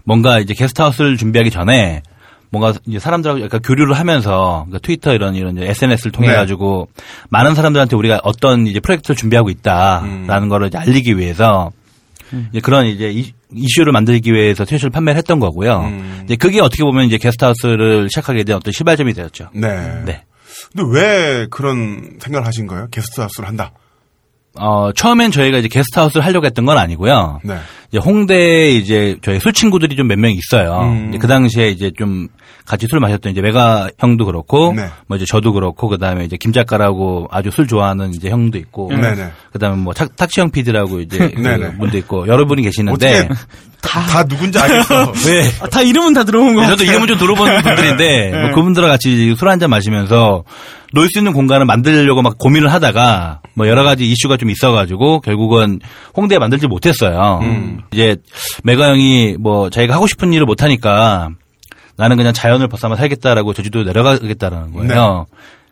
Speaker 8: 뭔가 이제 게스트하우스를 준비하기 전에 뭔가 이제 사람들하고 약간 교류를 하면서 그러니까 트위터 이런 이런 이제 SNS를 통해
Speaker 1: 네.
Speaker 8: 가지고 많은 사람들한테 우리가 어떤 이제 프로젝트를 준비하고
Speaker 1: 음.
Speaker 8: 있다라는 거를 이제 알리기 위해서 이제 그런 이제 이- 이슈를 만들기 위해서 티셔츠를 판매를 했던 거고요.
Speaker 1: 음.
Speaker 8: 이제 그게 어떻게 보면 이제 게스트하우스를 시작하게 된 어떤 시발점이 되었죠.
Speaker 1: 네.
Speaker 8: 네.
Speaker 1: 근데 왜 그런 생각을 하신 거예요? 게스트하우스를 한다.
Speaker 8: 어, 처음엔 저희가 이제 게스트하우스를 하려고 했던 건 아니고요.
Speaker 1: 네.
Speaker 8: 이제 홍대에 이제 저희 술 친구들이 좀 몇 명 있어요.
Speaker 1: 음.
Speaker 8: 이제 그 당시에 이제 좀 같이 술 마셨던 이제 메가 형도 그렇고,
Speaker 1: 네.
Speaker 8: 뭐 이제 저도 그렇고, 그 다음에 이제 김 작가라고 아주 술 좋아하는 이제 형도 있고,
Speaker 1: 네네.
Speaker 8: 그 다음에 뭐 탁, 탁시형 PD라고 이제 그
Speaker 1: 네네.
Speaker 8: 분도 있고, 여러분이 계시는데,
Speaker 1: 어떻게 다, 다 누군지 알겠어.
Speaker 8: 왜
Speaker 4: 아, 다 이름은 다 들어본 거
Speaker 8: 네,
Speaker 4: 같아요. 네.
Speaker 8: 저도 이름을 좀 들어보는 분들인데 뭐 그분들과 같이 술 한 잔 마시면서 놀 수 있는 공간을 만들려고 막 고민을 하다가 뭐 여러 가지 이슈가 좀 있어가지고 결국은 홍대에 만들지 못했어요.
Speaker 4: 음.
Speaker 8: 이제 메가 형이 뭐 자기가 하고 싶은 일을 못하니까 나는 그냥 자연을 벗삼아 살겠다라고 제주도에 내려가겠다라는
Speaker 4: 네.
Speaker 8: 거예요.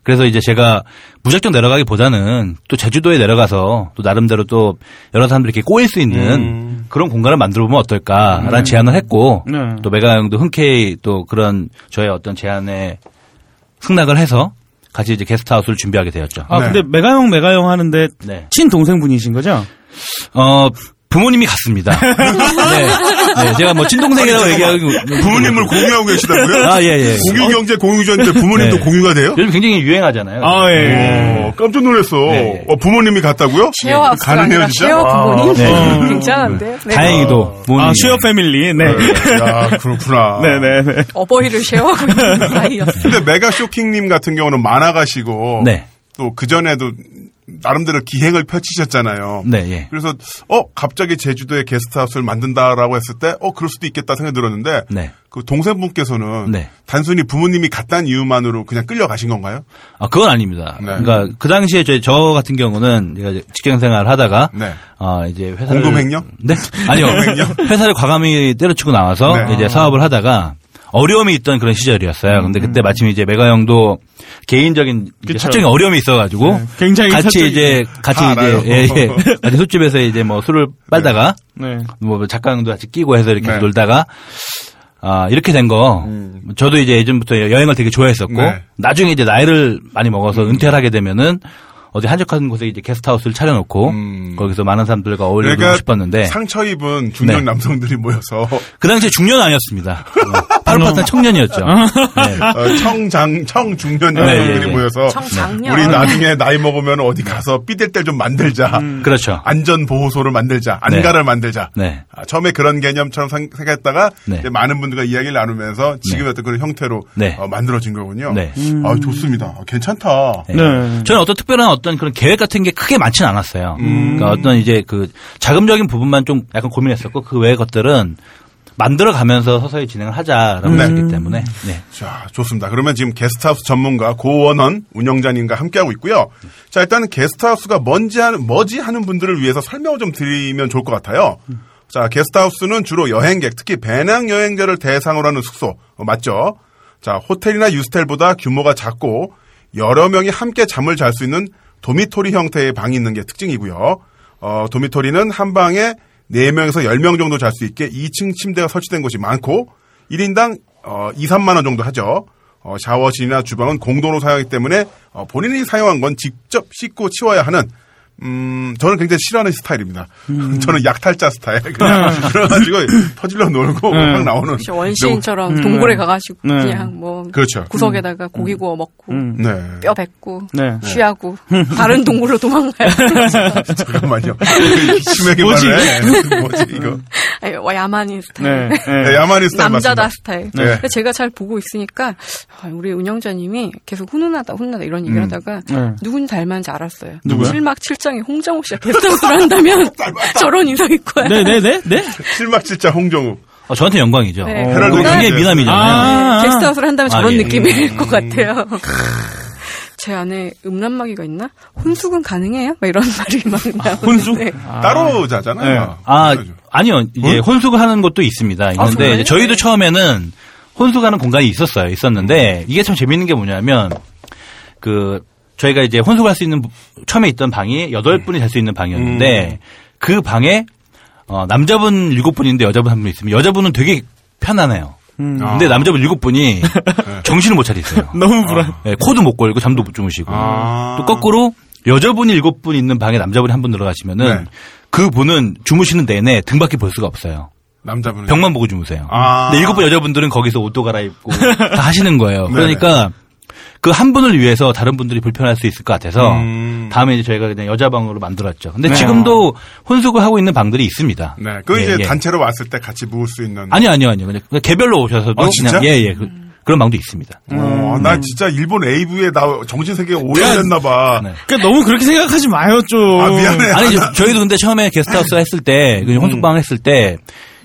Speaker 8: 그래서 이제 제가 무작정 내려가기보다는 또 제주도에 내려가서 또 나름대로 또 여러 사람들이 이렇게 꼬일 수 있는
Speaker 4: 음.
Speaker 8: 그런 공간을 만들어 보면 어떨까라는 제안을 했고
Speaker 4: 네.
Speaker 8: 또 메가 형도 흔쾌히 또 그런 저의 어떤 제안에 승낙을 해서 같이 이제 게스트하우스를 준비하게 되었죠.
Speaker 4: 아,
Speaker 1: 네.
Speaker 4: 근데 메가형, 메가형 하는데,
Speaker 8: 네.
Speaker 4: 친동생분이신 거죠?
Speaker 8: 어 부모님이 같습니다. 네. 네, 제가 뭐 친동생이라고 얘기하고
Speaker 1: 부모님을 공유하고 계시다고요?
Speaker 8: 아, 예, 예.
Speaker 1: 공유경제 공유전인데 부모님도
Speaker 8: 네.
Speaker 1: 공유가 돼요?
Speaker 8: 요즘 굉장히 유행하잖아요.
Speaker 1: 예. 오, 깜짝 놀랐어.
Speaker 8: 네.
Speaker 1: 어, 부모님이 갔다고요?
Speaker 2: 쉐어하우스가
Speaker 1: 가능해요,
Speaker 2: 아니라
Speaker 1: 진짜?
Speaker 2: 쉐어 부모님?
Speaker 8: 네.
Speaker 2: 괜찮은데요? 네.
Speaker 8: 다행히도 부모님이
Speaker 4: 아, 쉐어 패밀리. 네.
Speaker 1: 야, 그렇구나.
Speaker 4: 네네네.
Speaker 2: 어버이를 쉐어하고 있는 사이였어요.
Speaker 1: 근데 메가 쇼킹님 같은 경우는 만화가시고
Speaker 8: 네.
Speaker 1: 또 그전에도 나름대로 기행을 펼치셨잖아요.
Speaker 8: 네, 예.
Speaker 1: 그래서 어 갑자기 제주도에 게스트하우스를 만든다라고 했을 때 어 그럴 수도 있겠다 생각이 들었는데
Speaker 8: 네.
Speaker 1: 그 동생분께서는
Speaker 8: 네.
Speaker 1: 단순히 부모님이 갔다는 이유만으로 그냥 끌려가신 건가요?
Speaker 8: 아, 그건 아닙니다.
Speaker 1: 네.
Speaker 8: 그러니까 그 당시에 저, 저 같은 경우는 제가 이제 직장 생활을 하다가
Speaker 1: 네.
Speaker 8: 아, 이제 회사를
Speaker 1: 공금 횡령?
Speaker 8: 네. 아니요. 회사를 과감히 때려치고 나와서
Speaker 1: 네. 음.
Speaker 8: 이제 사업을 하다가 어려움이 있던 그런 시절이었어요. 근데 그때 마침 이제 메가 형도 개인적인 이제
Speaker 4: 그쵸.
Speaker 8: 사적인 어려움이 있어가지고
Speaker 4: 네. 굉장히
Speaker 8: 같이
Speaker 4: 사적인-
Speaker 8: 이제 같이
Speaker 1: 다
Speaker 8: 이제
Speaker 1: 알아요.
Speaker 8: 예, 예. 같이 술집에서 이제 뭐 술을 빨다가
Speaker 4: 네.
Speaker 8: 뭐 작가 형도 같이 끼고 해서 이렇게
Speaker 1: 네. 음.
Speaker 8: 놀다가 아 이렇게 된 거. 저도 이제 예전부터 여행을 되게 좋아했었고
Speaker 1: 네. 음.
Speaker 8: 나중에 이제 나이를 많이 먹어서 은퇴를 하게 되면은 어디 한적한 곳에 이제 게스트하우스를 차려놓고
Speaker 1: 음.
Speaker 8: 거기서 많은 사람들과 어울리고 싶었는데
Speaker 1: 그러니까 상처 입은 중년
Speaker 8: 네.
Speaker 1: 남성들이 모여서
Speaker 8: 그 당시에 중년 아니었습니다. 어, 바로
Speaker 1: 뭐.
Speaker 8: 파탄 청년이었죠. 네.
Speaker 1: 어, 청장 청중년
Speaker 8: 네,
Speaker 1: 남성들이
Speaker 8: 예, 예.
Speaker 1: 모여서
Speaker 2: 청장년.
Speaker 1: 우리 나중에 나이 먹으면 어디 가서 삐댈 때를 좀 만들자.
Speaker 2: 음.
Speaker 8: 그렇죠.
Speaker 1: 안전보호소를 만들자, 안가를 만들자.
Speaker 8: 네.
Speaker 1: 아, 처음에 그런 개념처럼 생- 생각했다가
Speaker 8: 네.
Speaker 1: 이제 많은 분들과 이야기를 나누면서 지금 의 어떤 그런 형태로
Speaker 8: 네.
Speaker 1: 어, 만들어진 거군요.
Speaker 8: 네.
Speaker 1: 아, 좋습니다. 아, 괜찮다.
Speaker 8: 네.
Speaker 4: 네.
Speaker 8: 저는 어떤 특별한 어떤 그런 계획 같은 게 크게 많지는 않았어요. 그러니까 어떤 이제 그 자금적인 부분만 좀 약간 고민했었고 그 외의 것들은 만들어 가면서 서서히 진행을 하자라고
Speaker 1: 네.
Speaker 8: 했기 때문에 네.
Speaker 1: 자, 좋습니다. 그러면 지금 게스트하우스 전문가 고원원 운영자님과 함께하고 있고요. 자, 일단 은 게스트하우스가 뭔지 하는, 뭐지 하는 분들을 위해서 설명을 좀 드리면 좋을 것 같아요. 자, 게스트하우스는 주로 여행객, 특히 배낭 여행자를 대상으로 하는 숙소, 어, 맞죠? 자, 호텔이나 유스텔보다 규모가 작고 여러 명이 함께 잠을 잘 수 있는 도미토리 형태의 방이 있는 게 특징이고요. 어, 도미토리는 한 방에 4명에서 10명 정도 잘 수 있게 2층 침대가 설치된 곳이 많고 1인당 어, 2, 3만 원 정도 하죠. 어, 샤워실이나 주방은 공동으로 사용하기 때문에 어, 본인이 사용한 건 직접 씻고 치워야 하는 음, 저는 굉장히 싫어하는 스타일입니다.
Speaker 4: 음.
Speaker 1: 저는 약탈자 스타일. 그냥 그래가지고 퍼질러
Speaker 4: 음.
Speaker 1: 놀고 막 나오는.
Speaker 2: 혹시 원시인처럼 동굴에 가가지고
Speaker 4: 네.
Speaker 2: 그냥 뭐
Speaker 1: 그렇죠.
Speaker 2: 구석에다가 고기 구워 먹고
Speaker 4: 음.
Speaker 1: 네.
Speaker 2: 뼈 뱉고
Speaker 4: 네.
Speaker 2: 쉬하고 다른 동굴로 도망가요.
Speaker 1: 잠깐만요. 심하게
Speaker 4: 뭐지? 음.
Speaker 1: 말해. 뭐지 이거?
Speaker 2: 아니, 와, 야만인
Speaker 4: 네.
Speaker 2: 스타일.
Speaker 1: 네,
Speaker 4: 네.
Speaker 1: 야만인 스타일
Speaker 2: 남자다
Speaker 1: 맞습니다.
Speaker 2: 스타일.
Speaker 1: 네.
Speaker 2: 근데 제가 잘 보고 있으니까 아, 우리 운영자님이 계속 훈훈하다 훈훈하다 이런 얘기를 하다가
Speaker 4: 네.
Speaker 2: 누군지 닮았는지 알았어요.
Speaker 4: 누구야?
Speaker 2: 실막 칠장에 홍정호 씨가 게스트하우스를 한다면 저런 인상일 거야.
Speaker 4: 네, 네, 네, 네.
Speaker 1: 실막질자 홍정우.
Speaker 8: 어, 저한테 영광이죠.
Speaker 2: 네.
Speaker 8: 어,
Speaker 1: 헤럴드
Speaker 8: 굉장히
Speaker 1: 가이드.
Speaker 8: 미남이잖아요.
Speaker 4: 아. 음.
Speaker 2: 게스트하우스를 한다면
Speaker 8: 아,
Speaker 2: 저런
Speaker 8: 예.
Speaker 2: 느낌일 것 같아요. 제 안에 음란마귀가 있나? 혼숙은 가능해요? 막 이런 말이 막 나오는데.
Speaker 4: 혼숙?
Speaker 1: 따로 자잖아요. 아,
Speaker 8: 아,
Speaker 1: 그렇죠.
Speaker 8: 아니요. 이제
Speaker 1: 응?
Speaker 8: 혼숙을 하는 곳도 있습니다. 있는데
Speaker 2: 정말요?
Speaker 8: 이제 저희도 처음에는 혼숙하는 공간이 있었어요. 있었는데 이게 참 재밌는 게 뭐냐면 그 저희가 이제 혼숙할 수 있는 처음에 있던 방이 여덟 분이 잘 수 있는 방이었는데 그 방에 어, 남자분 일곱 분인데 여자분 한 분 있으면 여자분은 되게 편안해요.
Speaker 1: 음.
Speaker 8: 근데
Speaker 1: 아.
Speaker 8: 남자분 일곱 분이
Speaker 1: 네.
Speaker 8: 정신을 못 차리세요.
Speaker 4: 너무 불안.
Speaker 8: 예, 코도 못 걸고 잠도 못 주무시고
Speaker 1: 아.
Speaker 8: 또 거꾸로 여자분이 일곱 분 있는 방에 남자분이 한 분 들어가시면은
Speaker 1: 네.
Speaker 8: 그 분은 주무시는 내내 등밖에 볼 수가 없어요.
Speaker 1: 남자분은.
Speaker 8: 벽만 보고 주무세요.
Speaker 1: 네. 아.
Speaker 8: 근데 일곱 분 여자분들은 거기서 옷도 갈아입고 다 하시는 거예요.
Speaker 1: 네네.
Speaker 8: 그러니까 그 그 한 분을 위해서 다른 분들이 불편할 수 있을 것 같아서
Speaker 1: 음.
Speaker 8: 다음에 이제 저희가 그냥 여자 방으로 만들었죠. 근데 지금도 혼숙을 하고 있는 방들이 있습니다.
Speaker 1: 네, 그
Speaker 8: 예,
Speaker 1: 이제
Speaker 8: 예.
Speaker 1: 단체로 왔을 때 같이 묵을 수 있는.
Speaker 8: 아니요, 아니요, 아니요. 그냥 개별로 오셔서도
Speaker 1: 아, 진짜?
Speaker 8: 그냥 예, 예. 그, 런 방도 있습니다.
Speaker 1: 어, 나 진짜 일본 AV에 나 정신 세계 오해됐나봐.
Speaker 8: 네. 어.
Speaker 3: 그러니까 너무 그렇게 생각하지 마요 좀.
Speaker 1: 아 미안해.
Speaker 8: 아니 저- 저희도 근데 처음에 게스트하우스 했을 때
Speaker 3: 음.
Speaker 8: 그냥 혼숙방 했을 때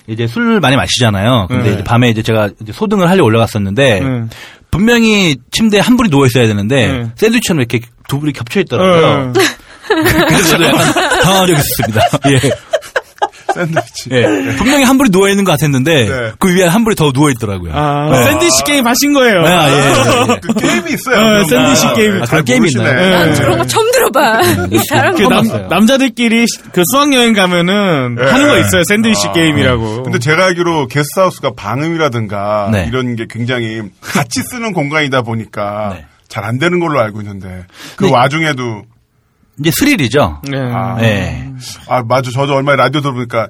Speaker 8: 이제 술 많이 마시잖아요. 근데 이제 밤에 이제 제가 이제 소등을 하려 올라갔었는데
Speaker 3: 네.
Speaker 8: 분명히 침대에 한 분이 누워 있어야 되는데
Speaker 3: 네.
Speaker 8: 샌드위치처럼 이렇게 두 분이 겹쳐
Speaker 4: 네.
Speaker 3: 예.
Speaker 8: 있더라고요.
Speaker 1: 네.
Speaker 8: 그래서 저도 약간 당황하려고 했습니다. 예.
Speaker 1: 샌드위치.
Speaker 8: 예. 분명히 한 분이 누워 있는 것 같았는데
Speaker 1: 네.
Speaker 8: 그 위에 한 분이 더 누워 있더라고요.
Speaker 3: 아,
Speaker 8: 네.
Speaker 3: 샌드위치 게임 하신 거예요.
Speaker 1: 네,
Speaker 8: 아, 예, 예, 예.
Speaker 1: 그 게임이 있어요.
Speaker 3: 어,
Speaker 1: 그런 거.
Speaker 3: 샌드위치 게임.
Speaker 1: 잘
Speaker 8: 아, 그런 게임이
Speaker 1: 모르시네.
Speaker 8: 있나요?
Speaker 3: 예.
Speaker 2: 그런 거 처음 들어봐. 이 사람
Speaker 3: 그
Speaker 8: 처음
Speaker 3: 남,
Speaker 8: 봤어요.
Speaker 3: 남자들끼리 시- 그 수학여행 가면은
Speaker 1: 예.
Speaker 3: 하는 거 있어요. 샌드위치
Speaker 1: 아,
Speaker 3: 게임이라고.
Speaker 1: 근데 제가 알기로 게스트하우스가 방음이라든가
Speaker 8: 네.
Speaker 1: 이런 게 굉장히 같이 쓰는 공간이다 보니까
Speaker 8: 네.
Speaker 1: 잘 안 되는 걸로 알고 있는데 그
Speaker 8: 네.
Speaker 1: 와중에도
Speaker 8: 이제 스릴이죠.
Speaker 3: 네.
Speaker 1: 아,
Speaker 8: 예.
Speaker 1: 아 맞아 저도 얼마에 라디오 들어보니까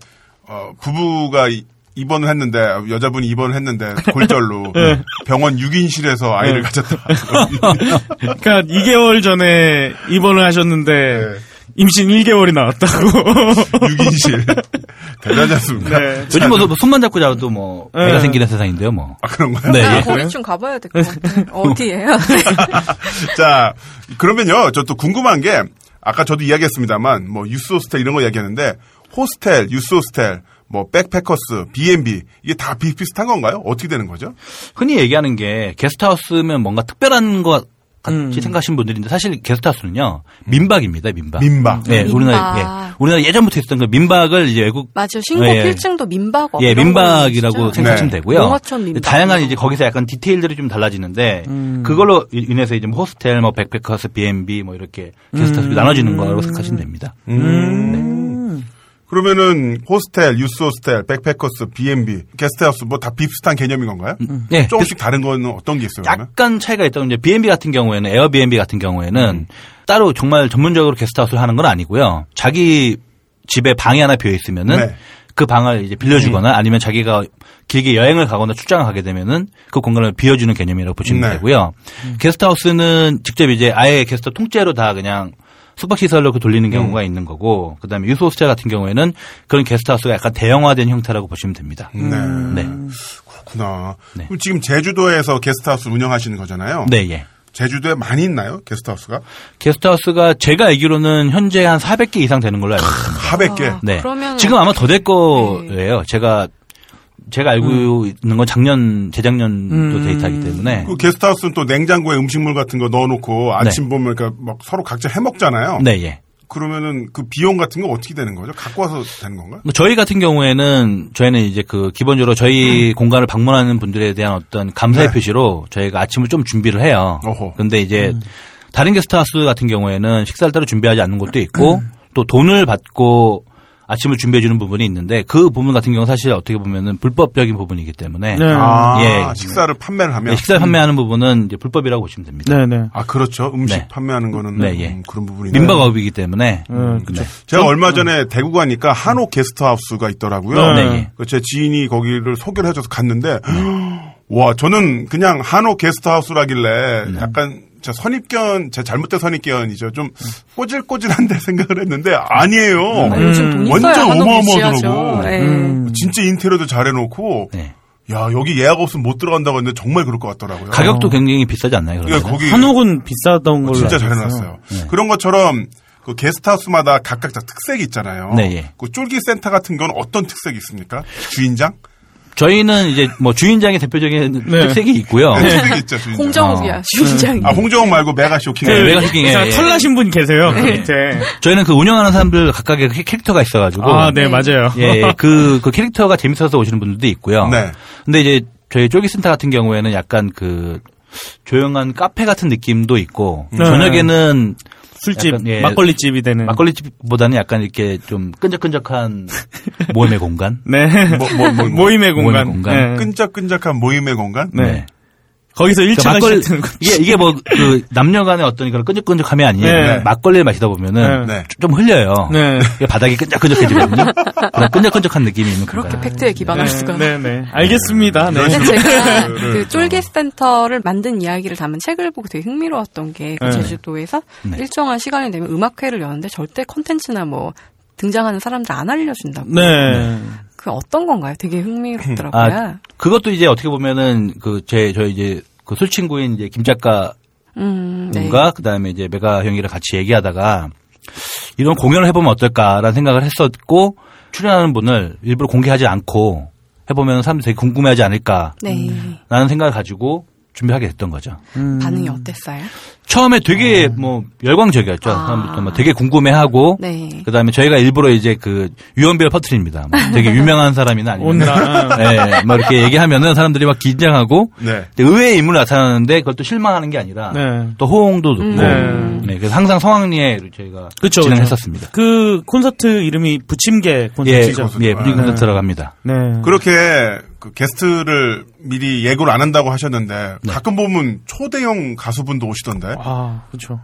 Speaker 1: 어, 부부가 이- 입원을 했는데 여자분이 입원을 했는데 골절로 병원 6인실에서 아이를 가졌다.
Speaker 3: 그러니까 2개월 전에 입원을 하셨는데
Speaker 1: 네.
Speaker 3: 임신 1개월이 나왔다고.
Speaker 1: 6인실 대단하지 않습니까?
Speaker 3: 네.
Speaker 8: 요즘 뭐, 뭐 손만 잡고 자도 뭐 배가
Speaker 3: 예.
Speaker 8: 생기는 세상인데요, 뭐.
Speaker 1: 아 그런가요?
Speaker 8: 네.
Speaker 2: 아,
Speaker 8: 예. 네,
Speaker 2: 거기 좀 가봐야 될 것 같아. 어디예요?
Speaker 1: 자, 그러면요. 저 또 궁금한 게 아까 저도 이야기했습니다만 뭐 유스 호스텔 이런 거 이야기했는데 호스텔, 유스 호스텔, 뭐 백패커스, B&B 이게 다 비슷비슷한 건가요? 어떻게 되는 거죠?
Speaker 8: 흔히 얘기하는 게 게스트하우스면 뭔가 특별한 것 같이
Speaker 1: 음.
Speaker 8: 생각하시는 분들인데 사실 게스트하우스는요 민박입니다 민박.
Speaker 1: 민박.
Speaker 8: 네,
Speaker 2: 민박.
Speaker 8: 우리나라 예, 우리나라 예전부터 있었던 그 민박을 이제 외국
Speaker 2: 맞아. 신고
Speaker 8: 예.
Speaker 2: 필증도 민박어.
Speaker 8: 예,
Speaker 2: 이런
Speaker 8: 민박이라고
Speaker 2: 거는 진짜.
Speaker 8: 생각하시면
Speaker 1: 네.
Speaker 8: 되고요.
Speaker 2: 농어촌 민박.
Speaker 8: 다양한 이제 거기서 약간 디테일들이 좀 달라지는데
Speaker 1: 음.
Speaker 8: 그걸로 인- 인해서 이제 뭐 호스텔, 뭐 백패커스, B&B 뭐 이렇게 게스트하우스
Speaker 1: 음.
Speaker 8: 나눠지는 거라고 생각하시면 됩니다.
Speaker 1: 그러면은 호스텔, 유스 호스텔, 백패커스, B&B, 게스트하우스 뭐 다 비슷한 개념인 건가요?
Speaker 8: 예,
Speaker 1: 조금씩 다른 거는 어떤 게 있어요? 그러면?
Speaker 8: 약간 차이가 있다면 이제 B&B 같은 경우에는 에어비앤비 같은 경우에는
Speaker 1: 음.
Speaker 8: 따로 정말 전문적으로 게스트하우스를 하는 건 아니고요. 자기 집에 방이 하나 비어 있으면은
Speaker 1: 네. 음.
Speaker 8: 그 방을 이제 빌려주거나 아니면 자기가 길게 여행을 가거나 출장을 가게 되면은 그 공간을 비워주는 개념이라고 보시면
Speaker 1: 네.
Speaker 8: 되고요. 게스트하우스는 직접 이제 아예 게스트 통째로 다 그냥 숙박시설로 그 돌리는 경우가
Speaker 1: 음.
Speaker 8: 있는 거고, 그 다음에 유소호스텔 같은 경우에는 그런 게스트하우스가 약간 대형화된 형태라고 보시면 됩니다.
Speaker 1: 네.
Speaker 8: 네.
Speaker 1: 그렇구나.
Speaker 8: 네.
Speaker 1: 아. 그럼 지금 제주도에서 게스트하우스 운영하시는 거잖아요.
Speaker 8: 네, 아. 예.
Speaker 1: 제주도에 많이 있나요? 게스트하우스가?
Speaker 8: 게스트하우스가 제가 알기로는 현재 한 400개 이상 되는 걸로 알고 있습니다.
Speaker 1: 400개.
Speaker 8: 네.
Speaker 2: 그러면-
Speaker 8: 지금 아마 더 될 거예요. 제가 제가 알고
Speaker 2: 음.
Speaker 8: 있는 건 작년 재작년도 데이터이기 때문에
Speaker 1: 그 게스트하우스는 또 냉장고에 음식물 같은 거 넣어놓고 아침 보면 그러니까 막 서로 각자 해 먹잖아요.
Speaker 8: 네, 예.
Speaker 1: 그러면은 그 비용 같은 거 어떻게 되는 거죠? 갖고 와서 되는 건가요?
Speaker 8: 뭐 저희 같은 경우에는 저희는 이제 그 기본적으로 저희 공간을 방문하는 분들에 대한 어떤 감사의
Speaker 1: 네.
Speaker 8: 표시로 저희가 아침을 좀 준비를 해요.
Speaker 1: 어허.
Speaker 8: 근데 이제 다른 게스트하우스 같은 경우에는 식사를 따로 준비하지 않는 곳도 있고 또 돈을 받고 아침을 준비해 주는 부분이 있는데 그 부분 같은 경우 사실 어떻게 보면은 불법적인 부분이기 때문에
Speaker 3: 네.
Speaker 1: 아,
Speaker 8: 예.
Speaker 1: 식사를 판매를 하면.
Speaker 8: 네, 식사 판매하는 부분은 이제 불법이라고 보시면 됩니다.
Speaker 3: 네, 네.
Speaker 1: 아, 그렇죠. 음식
Speaker 8: 네.
Speaker 1: 판매하는 거는
Speaker 8: 네, 예.
Speaker 1: 음, 그런 부분이.
Speaker 8: 민박업이기 때문에 네.
Speaker 1: 제가
Speaker 2: 어?
Speaker 1: 얼마 전에 대구 가니까
Speaker 2: 음.
Speaker 1: 한옥 게스트하우스가 있더라고요.
Speaker 8: 네, 예.
Speaker 1: 그 제 지인이 거기를 소개를 해줘서 갔는데,
Speaker 2: 음.
Speaker 1: 와, 저는 그냥 한옥 게스트하우스라길래
Speaker 2: 네.
Speaker 1: 약간 제 선입견, 제 잘못된 선입견이죠. 좀 꼬질꼬질한데 생각을 했는데 아니에요.
Speaker 2: 음. 아,
Speaker 8: 음,
Speaker 2: 요즘 돈 있어야
Speaker 1: 완전
Speaker 2: 한옥
Speaker 1: 어마어마하더라고. 음.
Speaker 2: 유지하죠. 예.
Speaker 1: 진짜 인테리어도 잘 해놓고,
Speaker 8: 네.
Speaker 1: 야, 여기 예약 없으면 못 들어간다고 했는데 정말 그럴 것 같더라고요.
Speaker 8: 가격도 굉장히 비싸지 않나요? 그러면?
Speaker 1: 그러니까 거기
Speaker 3: 한옥은 비싸던 걸로.
Speaker 1: 진짜
Speaker 3: 알고
Speaker 1: 잘
Speaker 3: 있어요.
Speaker 1: 해놨어요.
Speaker 8: 네.
Speaker 1: 그런 것처럼 그 게스트하우스마다 각각 다 특색이 있잖아요.
Speaker 8: 네, 예.
Speaker 1: 그 쫄깃센터 같은 건 어떤 특색이 있습니까? 주인장?
Speaker 8: 저희는 이제 뭐 주인장의 대표적인
Speaker 3: 네.
Speaker 8: 특색이 있고요.
Speaker 1: 네, 특색이 있죠, 주인장.
Speaker 2: 홍정욱이야. 주인장이.
Speaker 1: 아, 홍정욱 말고 메가쇼킹.
Speaker 8: 네, 외곽 쇼킹, 예,
Speaker 3: 자,
Speaker 8: 예.
Speaker 3: 털나신 분 계세요. 그 밑에.
Speaker 8: 저희는 그 운영하는 사람들 각각의 캐- 캐릭터가 있어가지고
Speaker 3: 아, 네, 맞아요.
Speaker 8: 예, 예. 그, 그 캐릭터가 재밌어서 오시는 분들도 있고요.
Speaker 1: 네.
Speaker 8: 근데 이제 저희 쫄깃센터 같은 경우에는 약간 그 조용한 카페 같은 느낌도 있고
Speaker 3: 네.
Speaker 8: 저녁에는
Speaker 3: 술집,
Speaker 8: 약간, 예.
Speaker 3: 막걸리집이 되는.
Speaker 8: 막걸리집보다는 약간 이렇게 좀 끈적끈적한 모험의 공간.
Speaker 3: 네.
Speaker 1: 뭐, 뭐, 뭐, 뭐.
Speaker 3: 모임의 공간.
Speaker 1: 음.
Speaker 8: 모임의 공간.
Speaker 3: 네.
Speaker 1: 끈적끈적한 모임의 공간?
Speaker 3: 네. 거기서 1차가
Speaker 8: 그러니까 막걸리-
Speaker 3: 시작되는군요.
Speaker 8: 이게 이게 뭐 그 남녀간의 어떤 그런 끈적끈적함이 아닌
Speaker 3: 네.
Speaker 8: 막걸리를 마시다 보면은
Speaker 1: 네.
Speaker 8: 좀 흘려요.
Speaker 3: 네.
Speaker 8: 이게 바닥이 끈적끈적해지거든요. 그런 끈적끈적한 느낌이 있는
Speaker 2: 그렇게
Speaker 8: 공간.
Speaker 2: 팩트에 기반할 수가.
Speaker 3: 네, 네. 알겠습니다. 네.
Speaker 2: 근데 제가 그 쫄깃센터를 만든 이야기를 담은 책을 보고 되게 흥미로웠던 게그
Speaker 3: 네.
Speaker 2: 제주도에서
Speaker 8: 네.
Speaker 2: 일정한 시간이 되면 음악회를 여는데 절대 컨텐츠나 뭐 등장하는 사람들 안 알려준다고.
Speaker 3: 네.
Speaker 2: 그 어떤 건가요? 되게 흥미롭더라고요.
Speaker 8: 아, 그것도 이제 어떻게 보면은 그 제 저 이제 그 술 친구인 이제 김 작가
Speaker 2: 음, 네.
Speaker 8: 뭔가 그다음에 이제 메가 형이랑 같이 얘기하다가 이런 공연을 해보면 어떨까라는 생각을 했었고 출연하는 분을 일부러 공개하지 않고 해보면 사람들이 되게 궁금해하지 않을까라는
Speaker 2: 네.
Speaker 8: 음. 생각을 가지고 준비하게 됐던 거죠.
Speaker 2: 반응이 어땠어요?
Speaker 8: 처음에 되게 뭐 열광적이었죠.
Speaker 2: 어. 아.
Speaker 8: 처음부터 막 되게 궁금해하고
Speaker 2: 네.
Speaker 8: 그다음에 저희가 일부러 이제 그 유언비를 퍼뜨립니다. 뭐 되게 유명한 사람이나 아니면
Speaker 3: 온나.
Speaker 8: 예, 막 이렇게 얘기하면은 사람들이 막 긴장하고
Speaker 1: 네.
Speaker 8: 근데 의외의 인물 나타나는데 그걸 또 실망하는 게 아니라
Speaker 3: 네.
Speaker 8: 또 호응도 높고
Speaker 3: 네.
Speaker 8: 네, 그래서 항상 성황리에 저희가
Speaker 3: 그쵸,
Speaker 8: 진행했었습니다.
Speaker 3: 그 콘서트 이름이 부침개
Speaker 8: 예,
Speaker 3: 콘서트죠. 아,
Speaker 1: 콘서트.
Speaker 8: 예, 분위기 네. 들어갑니다.
Speaker 3: 네.
Speaker 1: 그렇게 그 게스트를 미리 예고를 안 한다고 하셨는데
Speaker 8: 네.
Speaker 1: 가끔 보면 초대형 가수분도 오시던데.
Speaker 3: 아, 그렇죠.